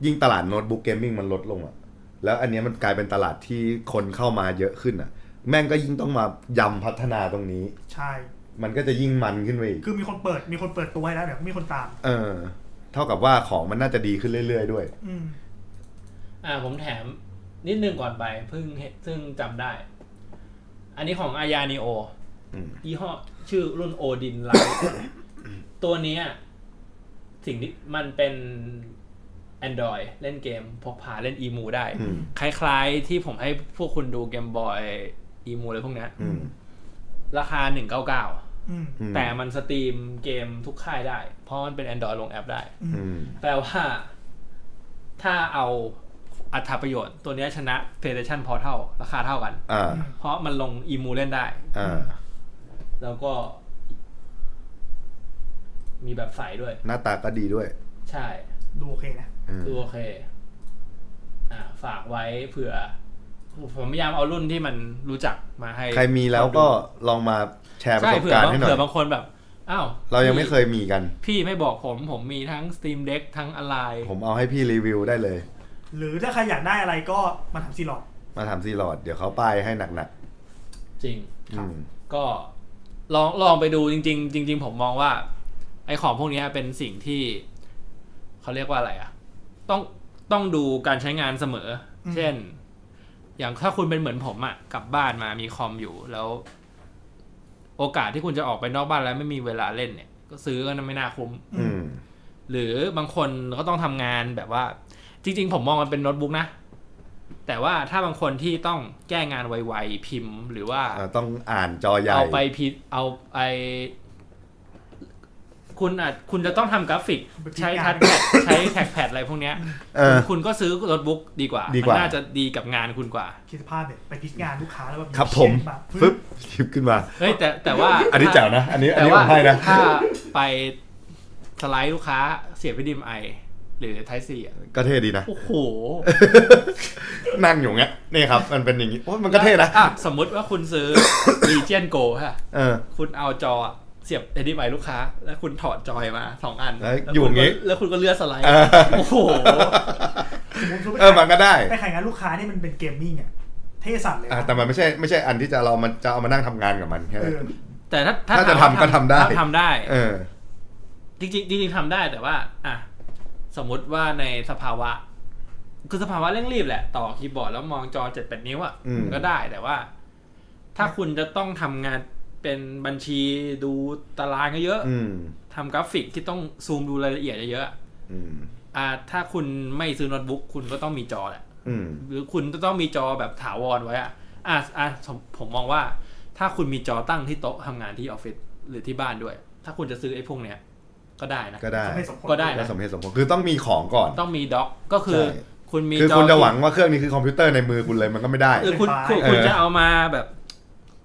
[SPEAKER 3] ยิ่งตลาดโน้ตบุ๊กเกมมิ่งมันลดลงอะแล้วอันเนี้ยมันกลายเป็นตลาดที่คนเข้ามาเยอะขึ้นอะแม่งก็ยิ่งต้องมายำพัฒนาตรงนี้
[SPEAKER 4] ใช่
[SPEAKER 3] มันก็จะยิ่งมันขึ้นไปอีก
[SPEAKER 4] คือมีคนเปิดมีคนเปิดตัวให้แล้วเดี๋ยวมีคนตาม
[SPEAKER 3] เออ เท่ากับว่าของมันน่าจะดีขึ้นเรื่อยๆด้วย
[SPEAKER 4] อืม
[SPEAKER 2] อ่าผมแถมนิดนึงก่อนไปเพิ่งเห็นซึ่งจำได้ อันนี้ของอายานิโอ
[SPEAKER 3] อืม
[SPEAKER 2] ยี่ห้อชื่อรุ่นโอดินไลท์ ตัวเนี้ยสิ่งที่มันเป็น Android เล่นเกม พกพาเล่นอีมูได้
[SPEAKER 3] อืม
[SPEAKER 2] คล้ายๆที่ผมให้พวกคุณดูเกมบอยอีมูอะไรพวกเนี้ย
[SPEAKER 3] อืม
[SPEAKER 2] ราคา 199
[SPEAKER 4] อืม
[SPEAKER 3] อืม
[SPEAKER 2] แต่มันสตรีมเกมทุกค่ายได้ เพราะมันเป็น Android ลงแอปได้
[SPEAKER 3] อืม
[SPEAKER 2] แปลว่าถ้าเอาอัตราประโยชน์ตัวเนี้ยชนะ PlayStation Portal ราคาเท่ากัน
[SPEAKER 3] อ่า
[SPEAKER 2] เพราะมันลงอีมูเล่นได้
[SPEAKER 3] อ่า
[SPEAKER 2] แล้วก็ มีแบบใสด้วย
[SPEAKER 3] หน้าตาก็ดีด้วย
[SPEAKER 2] ใช่
[SPEAKER 4] ดูโอเคนะ
[SPEAKER 3] อืม
[SPEAKER 2] ดูโอเค อ่า ฝากไว้เผื่อ ผมพยายามเอารุ่นที่มันรู้จักมาให้
[SPEAKER 3] ใครมีแล้วก็ลองมาแชร์ประ
[SPEAKER 2] ใช่
[SPEAKER 3] สบ
[SPEAKER 2] เผื่อ
[SPEAKER 3] การณ์
[SPEAKER 2] บาง
[SPEAKER 3] ให้หน่อย
[SPEAKER 2] เผื่อบางคนแบบ อ้าว
[SPEAKER 3] เรายังไม่เคยมีกัน
[SPEAKER 2] พี่ไม่บอกผม ผมมีทั้ง Steam Deck ทั้งอะไร
[SPEAKER 3] ผมเอาให้พี่รีวิวได้เลย
[SPEAKER 4] หรือถ้าใครอยากได้อะไรก็มาถามซีหลอด
[SPEAKER 3] มาถามซีหลอด เดี๋ยวเขาป้ายให้หนัก
[SPEAKER 2] จริง
[SPEAKER 3] ๆ
[SPEAKER 4] ครั
[SPEAKER 3] อื
[SPEAKER 4] บ
[SPEAKER 3] ม
[SPEAKER 2] ก็ลองลองไปดูจริง ๆ จริง ๆ ผมมองว่า ไอ้ของพวกเนี้ยเป็นสิ่งที่เขาเรียกว่าอะไรอะต้องต้องดูการใช้งานเสมออ
[SPEAKER 4] ม
[SPEAKER 2] เช่น อย่างถ้าคุณเป็นเหมือนผมอะกลับบ้านมามีคอมอยู่แล้ว โอกาสที่คุณจะออกไปนอกบ้านแล้วไม่มีเวลาเล่นเนี่ย ก็ซื้อก็ไม่น่าคุ้ม
[SPEAKER 3] อืม
[SPEAKER 2] หรือบางคนก็ต้องทำงานแบบว่า จริง ๆ ผมมองมันเป็นโน้ตบุ๊กนะ แต่ว่าถ้าบางคนที่ต้องแก้งานไวๆพิมพ์ หรือว่า
[SPEAKER 3] อ่าต้องอ่านจอใหญ่
[SPEAKER 2] เอาไปพิดเอาไอคุณอาจคุณจะต้องทำกราฟิก
[SPEAKER 4] ไปพิมพ์
[SPEAKER 2] ใช้
[SPEAKER 4] งาน
[SPEAKER 2] ทัชแพดใช้แท็กแพดอะไรพวกเนี้ย
[SPEAKER 3] เออ
[SPEAKER 2] คุณก็ซื้อโน้ตบุ๊กดีกว่า
[SPEAKER 3] ดี
[SPEAKER 2] มั
[SPEAKER 3] กว่ามั
[SPEAKER 2] น่าจะดีกับงานคุณกว่า
[SPEAKER 4] คิดสภาพเนี่ยไปพิจงานลูกค้าแล้วแบบ
[SPEAKER 3] ครับผม
[SPEAKER 4] แบบฟึ
[SPEAKER 3] ฟึบบ หยิบขึ้นมา
[SPEAKER 2] เฮ้ยแต่แต่ว่า
[SPEAKER 3] อันนี้แจ๋วนะ อันนี้อัน
[SPEAKER 2] แต่
[SPEAKER 3] นี้ผ
[SPEAKER 2] ว่าม
[SPEAKER 3] ให้นะ
[SPEAKER 2] ถ้าไปสไลด์ลูกค้าเสียบไปดิมไอหรือไทซีอ่ะ
[SPEAKER 3] ก็เท่ดีนะ
[SPEAKER 2] โอ้โห
[SPEAKER 3] นั่งอยู่เงี้ยนี่ครับ มันเป็นอย่างนี้โอ้ยมันก็เท่นะ
[SPEAKER 2] อ่สมมติว่าคุณซื้อ Legion Go ฮะ
[SPEAKER 3] เออ
[SPEAKER 2] คุณเอาจอเสียบเอดีไปลูกค้า แล้วคุณถอดจอยมาสองอัน
[SPEAKER 3] แล้ว
[SPEAKER 2] คุณ
[SPEAKER 3] อยู่อย่างงี้
[SPEAKER 2] แล้วคุณก็เลือกสไลด์โอ้โห
[SPEAKER 4] ผมรู้
[SPEAKER 3] เออ มันก็ได้
[SPEAKER 4] ไปขายงานลูกค้านี่มันเป็นเกมมิ่งอ่ะเท่สัตว์เลย
[SPEAKER 3] อ่ะแต่มันไม่ใช่ไม่ใช่อันที่จะเรามันจะเอามานั่งทำงานกับมันแค่
[SPEAKER 4] เอ
[SPEAKER 3] นั้น
[SPEAKER 4] อ
[SPEAKER 2] แต่ถ้า
[SPEAKER 3] ถ้าจะ
[SPEAKER 2] ถมว่
[SPEAKER 3] ทำก็ทำได้
[SPEAKER 2] ถ้าทำได้
[SPEAKER 3] เออ
[SPEAKER 2] จริงๆจริงๆทำได้แต่ว่า อ่ะ สมมติว่าในสภาวะ คือสภาวะเร่งรีบแหละ ต่อคีย์บอร์ดแล้วมองจอเจ็ดแปดนิ้วอ่ะ
[SPEAKER 3] อืม
[SPEAKER 2] ก็ได้แต่ว่า ถ้าคุณจะต้องทำงาน เป็นบัญชีดูตารางเยอะ
[SPEAKER 3] อืม
[SPEAKER 2] ๆทำกราฟิกที่ต้องซูมดูรายละเอียดเยอะ
[SPEAKER 3] อืม
[SPEAKER 2] ๆอ่าถ้าคุณไม่ซื้อโน้ตบุ๊กคุณก็ต้องมีจอแหละ
[SPEAKER 3] อืม
[SPEAKER 2] หรือคุณจะต้องมีจอแบบถาวรไว้อะอ่ะอ่ะผมผมมองว่า ถ้าคุณมีจอตั้งที่โต๊ะทำงานที่ออฟฟิศหรือที่บ้านด้วย ถ้าคุณจะซื้อไอ้พวกเนี้ยก็ได้นะ
[SPEAKER 3] ก็ได้
[SPEAKER 4] สมเหตุสมผล
[SPEAKER 2] ก็ได้
[SPEAKER 3] ก็สมเหตุสมผลคือต้องมีของก่อน
[SPEAKER 2] ต้องมีด็อกก็คือ
[SPEAKER 3] ใช่
[SPEAKER 2] คุณมี
[SPEAKER 3] คือ
[SPEAKER 2] จอ
[SPEAKER 3] คุณจะหวังว่าเครื่องนี้คือคอมพิวเตอร์ในมือคุณเลยมันก็ไม่ได้
[SPEAKER 2] หรือคุณคุณคุณ
[SPEAKER 3] เออ
[SPEAKER 2] จะเอามาแบบ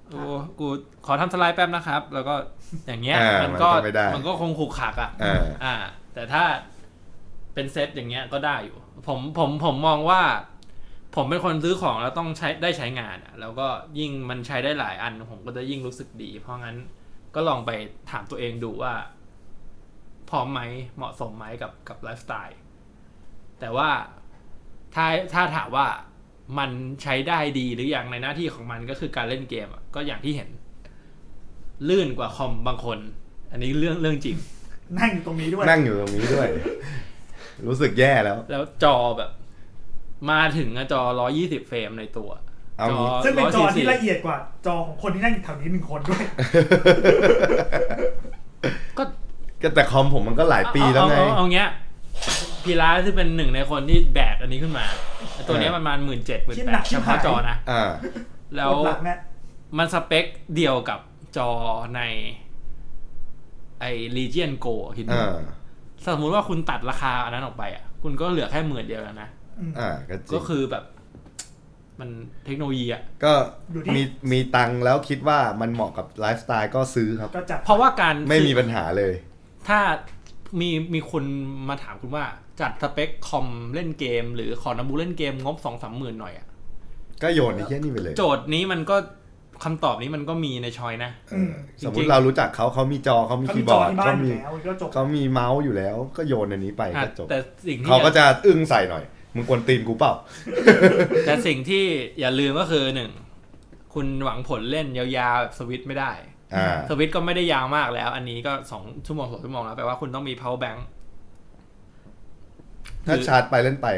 [SPEAKER 2] โอ้กูขอทำสไลด์แป๊บนะครับ แล้วก็อย่างเงี้ย
[SPEAKER 3] อ่ามั
[SPEAKER 2] มัน
[SPEAKER 3] น
[SPEAKER 2] ก็
[SPEAKER 3] ก็ไม่ได้
[SPEAKER 2] มันก็คงขูกขักอ่ะ
[SPEAKER 3] เออ
[SPEAKER 2] อ่า แต่ถ้าเป็นเซตอย่างเงี้ยก็ได้อยู่ ผมผมผมมองว่า ผมเป็นคนซื้อของแล้วต้องใช้ได้ใช้งานอะแล้วก็ยิ่งมันใช้ได้หลายอัน ผมก็จะยิ่งรู้สึกดี เพราะงั้นก็ลองไปถามตัวเองดูว่า พร้อมไหมเหมาะสมไหมกับกับไลฟ์สไตล์แต่ว่าถ้าถ้าถามว่ามันใช้ได้ดีหรือยังในหน้าที่ของมันก็คือการเล่นเกมอะก็อย่างที่เห็น ลื่นกว่าคอมบางคน อันนี้เรื่องเรื่องจริง
[SPEAKER 4] นั่งอยู่ตรงนี้ด้วย
[SPEAKER 3] นั่งอยู่ตรงนี้ด้วย รู้สึกแย่แล้ว
[SPEAKER 2] แล้วจอแบบ มาถึงอะจอ 120 เฟรมในตัว
[SPEAKER 3] เอางี้
[SPEAKER 4] ซึ่งเป็นจอที่
[SPEAKER 2] 144
[SPEAKER 4] ละเอียดกว่า จอของคนที่นั่งอยู่แถวนี้หนึ่งคนด้วย
[SPEAKER 2] ก็
[SPEAKER 3] ก็แต่คอมผมมันก็หลายปีแล้วไง
[SPEAKER 2] เอาเอาเอาเอาเงี้ยพีระที่เป็นหนึ่งในคนที่แบกอันนี้ขึ้นมา ตัวเนี้ย
[SPEAKER 3] เออ
[SPEAKER 2] ประมาณหมื่นเจ็ดหมื่น
[SPEAKER 4] คิด
[SPEAKER 2] แป
[SPEAKER 4] หนั
[SPEAKER 2] ด
[SPEAKER 4] กชิ
[SPEAKER 2] เฉ
[SPEAKER 4] บหาย
[SPEAKER 2] พาะจอนะ
[SPEAKER 3] อ่า
[SPEAKER 2] แล้ว
[SPEAKER 4] หลักแม่
[SPEAKER 2] มันสเปคเดียวกับจอใน ไอ้ Legion Go อะคิดดู
[SPEAKER 3] อ่า
[SPEAKER 2] สมมุติว่าคุณตัดราคาอันนั้นออกไปอ่ะ คุณก็เหลือแค่หมื่นเดียวแล้วนะ
[SPEAKER 4] อืม
[SPEAKER 3] อ่า ก็จริ
[SPEAKER 2] ก็
[SPEAKER 3] ง
[SPEAKER 2] คือแบบ มันเทคโนโลยีอ่ะ
[SPEAKER 3] ก็
[SPEAKER 4] อยู่ที่
[SPEAKER 3] มีมีตังค์แล้วคิดว่ามันเหมาะกับไลฟ์สไตล์ก็ซื้อครับ
[SPEAKER 4] ก็จัด
[SPEAKER 2] เพราะว่าการ
[SPEAKER 3] ไม่มีปัญหาเลย
[SPEAKER 2] ถ้ามีมีคนมาถามคุณว่าจัดสเปคคอมเล่นเกม หรือขอน้ำบูเล่นเกมงบสองสามหมื่นหน่อยอะ
[SPEAKER 3] ก็โยนไอ้แค่นี้ไปเลย
[SPEAKER 2] โจทย์นี้มันก็คำตอบนี้มันก็มีในชอยนะ
[SPEAKER 3] เออ
[SPEAKER 2] จริงๆ
[SPEAKER 3] สมมติเรารู้จักเขาเขามีจอเขามี
[SPEAKER 4] เขา
[SPEAKER 3] คี
[SPEAKER 4] มี
[SPEAKER 3] ย์
[SPEAKER 4] จ
[SPEAKER 3] บ
[SPEAKER 4] อ
[SPEAKER 3] อร์ด
[SPEAKER 4] ที่
[SPEAKER 3] เขา
[SPEAKER 4] บ้านอ
[SPEAKER 3] มี
[SPEAKER 4] ยู่แล้วก็จบ
[SPEAKER 3] เขามีเมาส์อยู่แล้ว ก็โยนอันนี้ไป
[SPEAKER 2] อ่ะ
[SPEAKER 3] ก็จบ
[SPEAKER 2] แต่สิ่งที่
[SPEAKER 3] เขาก็จะอึ้งใส่หน่อย มึงกวนตีนกูเปล่า
[SPEAKER 2] แต่สิ่งที่อย่าลืมก็คือหนึ่งคุณหวังผลเล่นยาวๆแบบสวิตช์ไม่ได้
[SPEAKER 3] อ่า
[SPEAKER 2] สวิตช์ก็ไม่ได้ยาวมากแล้ว อันนี้ก็สองชั่วโมงสองชั่วโมงแล้วแปลว่าคุณต้องมี power bank
[SPEAKER 3] ถ้าชาร์จไปเล่นไป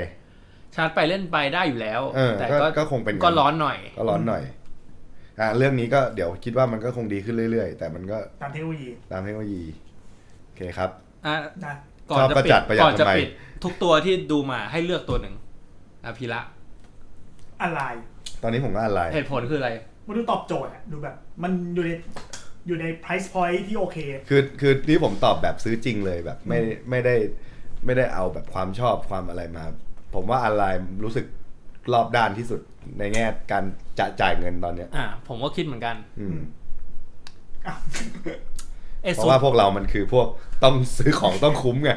[SPEAKER 2] ชาร์จไปเล่นไปได้อยู่แล้ว
[SPEAKER 3] เออ
[SPEAKER 2] แต่
[SPEAKER 3] ก็ก็คงเป็นงั้น
[SPEAKER 2] ก็ร้อนหน่อย
[SPEAKER 3] ก็ร้อนหน่อย อ่า เรื่องนี้ก็เดี๋ยวคิดว่ามันก็คงดีขึ้นเรื่อยๆ แต่มันก็
[SPEAKER 4] ตามเทคโนโลยี
[SPEAKER 3] ตามเทคโนโลยี โอเคครับ
[SPEAKER 2] อ่ะ
[SPEAKER 4] นะ
[SPEAKER 2] ก่อนจะปิด
[SPEAKER 3] ชอบประหยัดประหยัด
[SPEAKER 2] ก่อนจะ
[SPEAKER 3] ทำไม
[SPEAKER 2] ปิด ทุกตัวที่ดูมาให้เลือกตัวหนึ่งอะพีระ
[SPEAKER 4] อะไร
[SPEAKER 3] ตอนนี้ผมก็อะไร
[SPEAKER 2] เหตุผลคืออะไร
[SPEAKER 4] มันดูตอบโจทย์อะดูแบบ มันอยู่ในอยู่ใน price point ที่โอเค
[SPEAKER 3] คือคือนี่ผมตอบแบบซื้อจริงเลยแบบไม่ไม่ได้ไม่ได้เอาแบบความชอบความอะไรมา ผมว่าอะไรรู้สึกรอบด้านที่สุดในแง่การจะจ่ายเงินตอนเนี้ย
[SPEAKER 2] อ่า ผมก็คิดเหมือนกัน
[SPEAKER 3] อืม
[SPEAKER 4] อ่ะ
[SPEAKER 2] เอ
[SPEAKER 3] เพ
[SPEAKER 2] ซุด
[SPEAKER 3] ราะว่าพวกเรามันคือพวกต้องซื้อ ของต้องคุ้มไง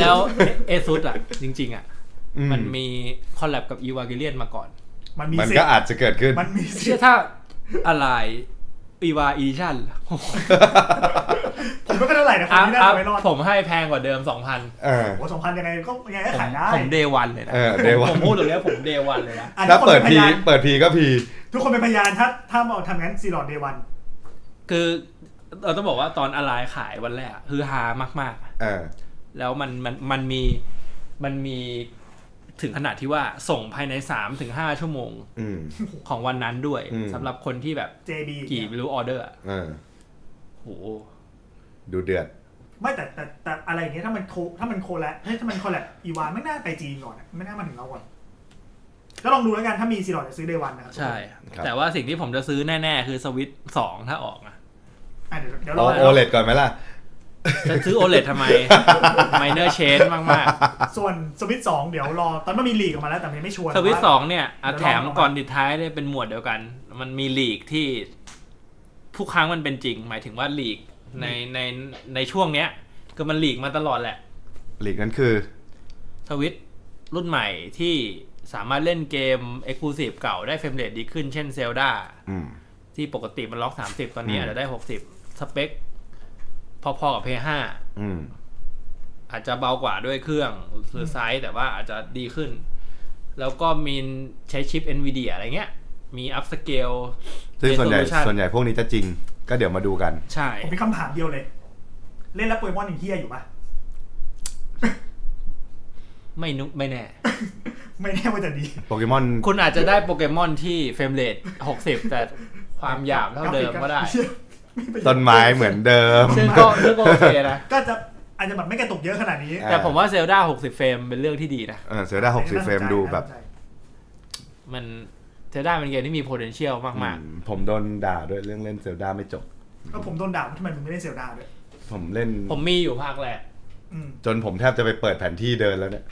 [SPEAKER 2] แล้วเอซุดอ่ะ จริง ๆ อ่ะ
[SPEAKER 3] อืม
[SPEAKER 2] มันมีคอลแลบกับอีวาเกเลียนมาก่ อน
[SPEAKER 4] มันมี
[SPEAKER 3] มัน
[SPEAKER 4] สิท
[SPEAKER 3] ก็
[SPEAKER 4] ธิ์
[SPEAKER 3] อาจจะเกิดขึ้น
[SPEAKER 4] มันมี
[SPEAKER 2] เชื่อ
[SPEAKER 4] สิทธิ์
[SPEAKER 2] ถ้าอะไรอีวาอีดิ ชั่น
[SPEAKER 4] ผมก็ไม่เท่าไหร่นะผม
[SPEAKER 2] อัพ
[SPEAKER 4] ไม่
[SPEAKER 2] อัพ
[SPEAKER 4] น่าจะไม่รอด
[SPEAKER 2] ผมให้แพงกว่าเดิม 2,000
[SPEAKER 3] เออ
[SPEAKER 4] โอ้สองพันยังไงก็ยังไงก็
[SPEAKER 2] ผม
[SPEAKER 4] ขายได้
[SPEAKER 2] ผมเดวันเลยนะ
[SPEAKER 3] เออ day
[SPEAKER 2] ผม
[SPEAKER 3] one
[SPEAKER 2] ผมพูดตรงเนี้ยผมเดวันเลยนะ
[SPEAKER 4] อ่ะ
[SPEAKER 3] ถ้าเปิด
[SPEAKER 4] ทุกคนน
[SPEAKER 3] พี
[SPEAKER 4] พยาน
[SPEAKER 3] เปิดพีก็พี
[SPEAKER 4] ทุกคนเป็นพยานถ้าถ้าเอาทำงั้นซีรอดเดวัน
[SPEAKER 2] คือเราต้องบอกว่าตอนอะไรขายวันแรกอะคือฮามากๆ
[SPEAKER 3] เออ
[SPEAKER 2] แล้วมันมันมันมีมันมีถึงขนาดที่ว่าส่งภายใน3าถึงหชั่วโมง
[SPEAKER 3] อืม
[SPEAKER 2] ของวันนั้นด้วย
[SPEAKER 3] อืม
[SPEAKER 2] สำหรับคนที่แบบ
[SPEAKER 4] JB
[SPEAKER 2] กี่ไม่รู้ออเดอร์อะ
[SPEAKER 3] เออ
[SPEAKER 2] โห
[SPEAKER 3] ดูเดือด
[SPEAKER 4] ไม่แต่แต่แต่อะไรอย่างเงี้ยถ้ามันโคถ้ามันโคแลบเฮ้ยถ้ามันโคแลบอีวานไม่น่าไปจีนก่อนอะไม่น่ามาถึงเราก่อนก็ลองดูแล้วกันถ้ามีซีรอดจะซื้อเดวันนะครับ
[SPEAKER 2] ใช่
[SPEAKER 3] ครับ
[SPEAKER 2] แต่ว่าสิ่งที่ผมจะซื้อแน่ ๆ คือสวิตสองถ้าออกอะ
[SPEAKER 4] อ่ะเดี๋ยวเดี๋ยวร
[SPEAKER 3] โอ
[SPEAKER 4] อ
[SPEAKER 3] โอเลดก่อนไหมล่ะ
[SPEAKER 2] จะซื้อ o l e d ทำไม minor chain มาก
[SPEAKER 4] ส่วนสวิตสองเดี๋ยวรอ ตอนมันมีลีกออกมาแล้วแต่มันยังไม่ชวน
[SPEAKER 2] ๆ สวิต
[SPEAKER 4] า
[SPEAKER 2] สองเนี่ยอะ
[SPEAKER 4] เดี๋ยวลอง
[SPEAKER 2] แถมก่อนดิดท้ายได้เป็นหมวดเดียวกัน มันมีลีกที่ทุกครั้งมันเป็นจริง หมายถึงว่าลีกในในในช่วงเนี้ยคือมันลีกมาตลอดแหละ
[SPEAKER 3] หลีกนั้นคือ
[SPEAKER 2] ทวิตรุ่นใหม่ที่สามารถเล่นเกม e x c l u s i v e เก่าได้เฟรมเรทดีขึ้นเช่นเซลดา
[SPEAKER 3] อืม
[SPEAKER 2] ที่ปกติมันล็อก 30 ตอนนี้
[SPEAKER 3] อืม
[SPEAKER 2] อาจจะได้ 60 สเปค พอๆกับ PS5
[SPEAKER 3] อืม
[SPEAKER 2] อาจจะเบากว่าด้วยเครื่องหรือไซส์แต่ว่าอาจจะดีขึ้น แล้วก็มีใช้ชิป NVIDIA อะไรเงี้ย มี upscale
[SPEAKER 3] ซึ่งส่วนใหญ่
[SPEAKER 2] resolution
[SPEAKER 3] ส่วนใหญ่พวกนี้จะจริง ก็เดี๋ยวมาดูกัน
[SPEAKER 2] ใช่
[SPEAKER 4] ผมมีคำถามเดียวเลย เล่นแล้วโปเกมอนอย่างเฮียอยู่ปะ
[SPEAKER 2] ไม่นุไม่แน่
[SPEAKER 4] ไม่แน่ว่าจะดี
[SPEAKER 3] โปเกมอน
[SPEAKER 2] คุณอาจจะได้โปเกมอนที่เฟรมเรท60 แต่ความหยาบเท่าเดิมก็ได้
[SPEAKER 4] ราฟิกอะ
[SPEAKER 3] ต้นไม้เหมือนเดิม
[SPEAKER 2] ซึ่งก็ซึ่งก็โอเคนะ
[SPEAKER 4] ก็จะอาจจะแบบไม่กระตุกเยอะขนาดนี้
[SPEAKER 3] อ่ะ
[SPEAKER 2] แต่ผมว่าเซลดา60 เฟรมเป็นเรื่องที่ดีนะ
[SPEAKER 3] เออเสือดาวหกสิบเฟรมดูแบบ
[SPEAKER 2] มันเซลดาเป็นเกมที่มี potential มาก
[SPEAKER 3] อืมผมโดนด่าด้วยเรื่องเล่นเซลดาไม่จบ
[SPEAKER 4] ก็ผมโดนด่าว่าทำไมมึงไม่เล่นเซลดาด้วย
[SPEAKER 3] ผมเล่น
[SPEAKER 2] ๆ ผมมีอยู่ภาคแรก
[SPEAKER 4] อืม
[SPEAKER 3] จนผมแทบจะไปเปิดแผนที่เดินแล้วเนี่ย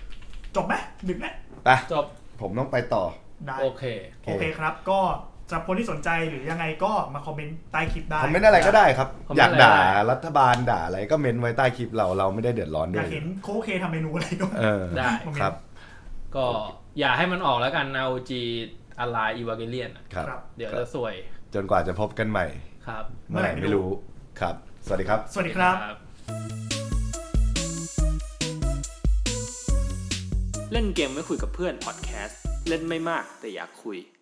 [SPEAKER 4] จบไหมดึกแล้ว
[SPEAKER 3] ไป
[SPEAKER 2] จบ
[SPEAKER 3] ผมต้องไปต่อ
[SPEAKER 4] ได้
[SPEAKER 2] โอเค
[SPEAKER 4] โอเคครับ ก็สำหรับคนที่สนใจหรือยังไงก็มาคอมเมนต์ใต้คลิปได้
[SPEAKER 3] คอมเมนต์อะไรก็ได้ครับ
[SPEAKER 2] คอมเมนต์
[SPEAKER 3] อยากด่า
[SPEAKER 2] อะไรก็ได้
[SPEAKER 3] รัฐบาลด่าอะไรก็เมนไว้ใต้คลิปเราเราไม่ได้เดือดร้อนด้ว
[SPEAKER 4] อา
[SPEAKER 3] ย
[SPEAKER 4] ย กเห็นโคเคทำเมนูอะไรก็
[SPEAKER 3] เออ
[SPEAKER 2] ได้
[SPEAKER 4] คอมเมนต์
[SPEAKER 3] ครับ
[SPEAKER 2] ก็อย่าให้มันออกแล้วกัน ROG อ l ไลอีวาเกเลียน
[SPEAKER 3] ครับ
[SPEAKER 4] ครับ
[SPEAKER 2] เดี๋ยวจะสวย
[SPEAKER 3] จนกว่าจะพบกันใหม่
[SPEAKER 2] ครับ
[SPEAKER 3] เมื่อไหร่ไม่รู้ครับ สวัสดีครับ
[SPEAKER 4] สวัสดีครับ
[SPEAKER 2] ครับ
[SPEAKER 1] เล่นเกมไม่คุยกับเพื่อนพอดแคสต์เล่นไม่มากแต่อยากคุย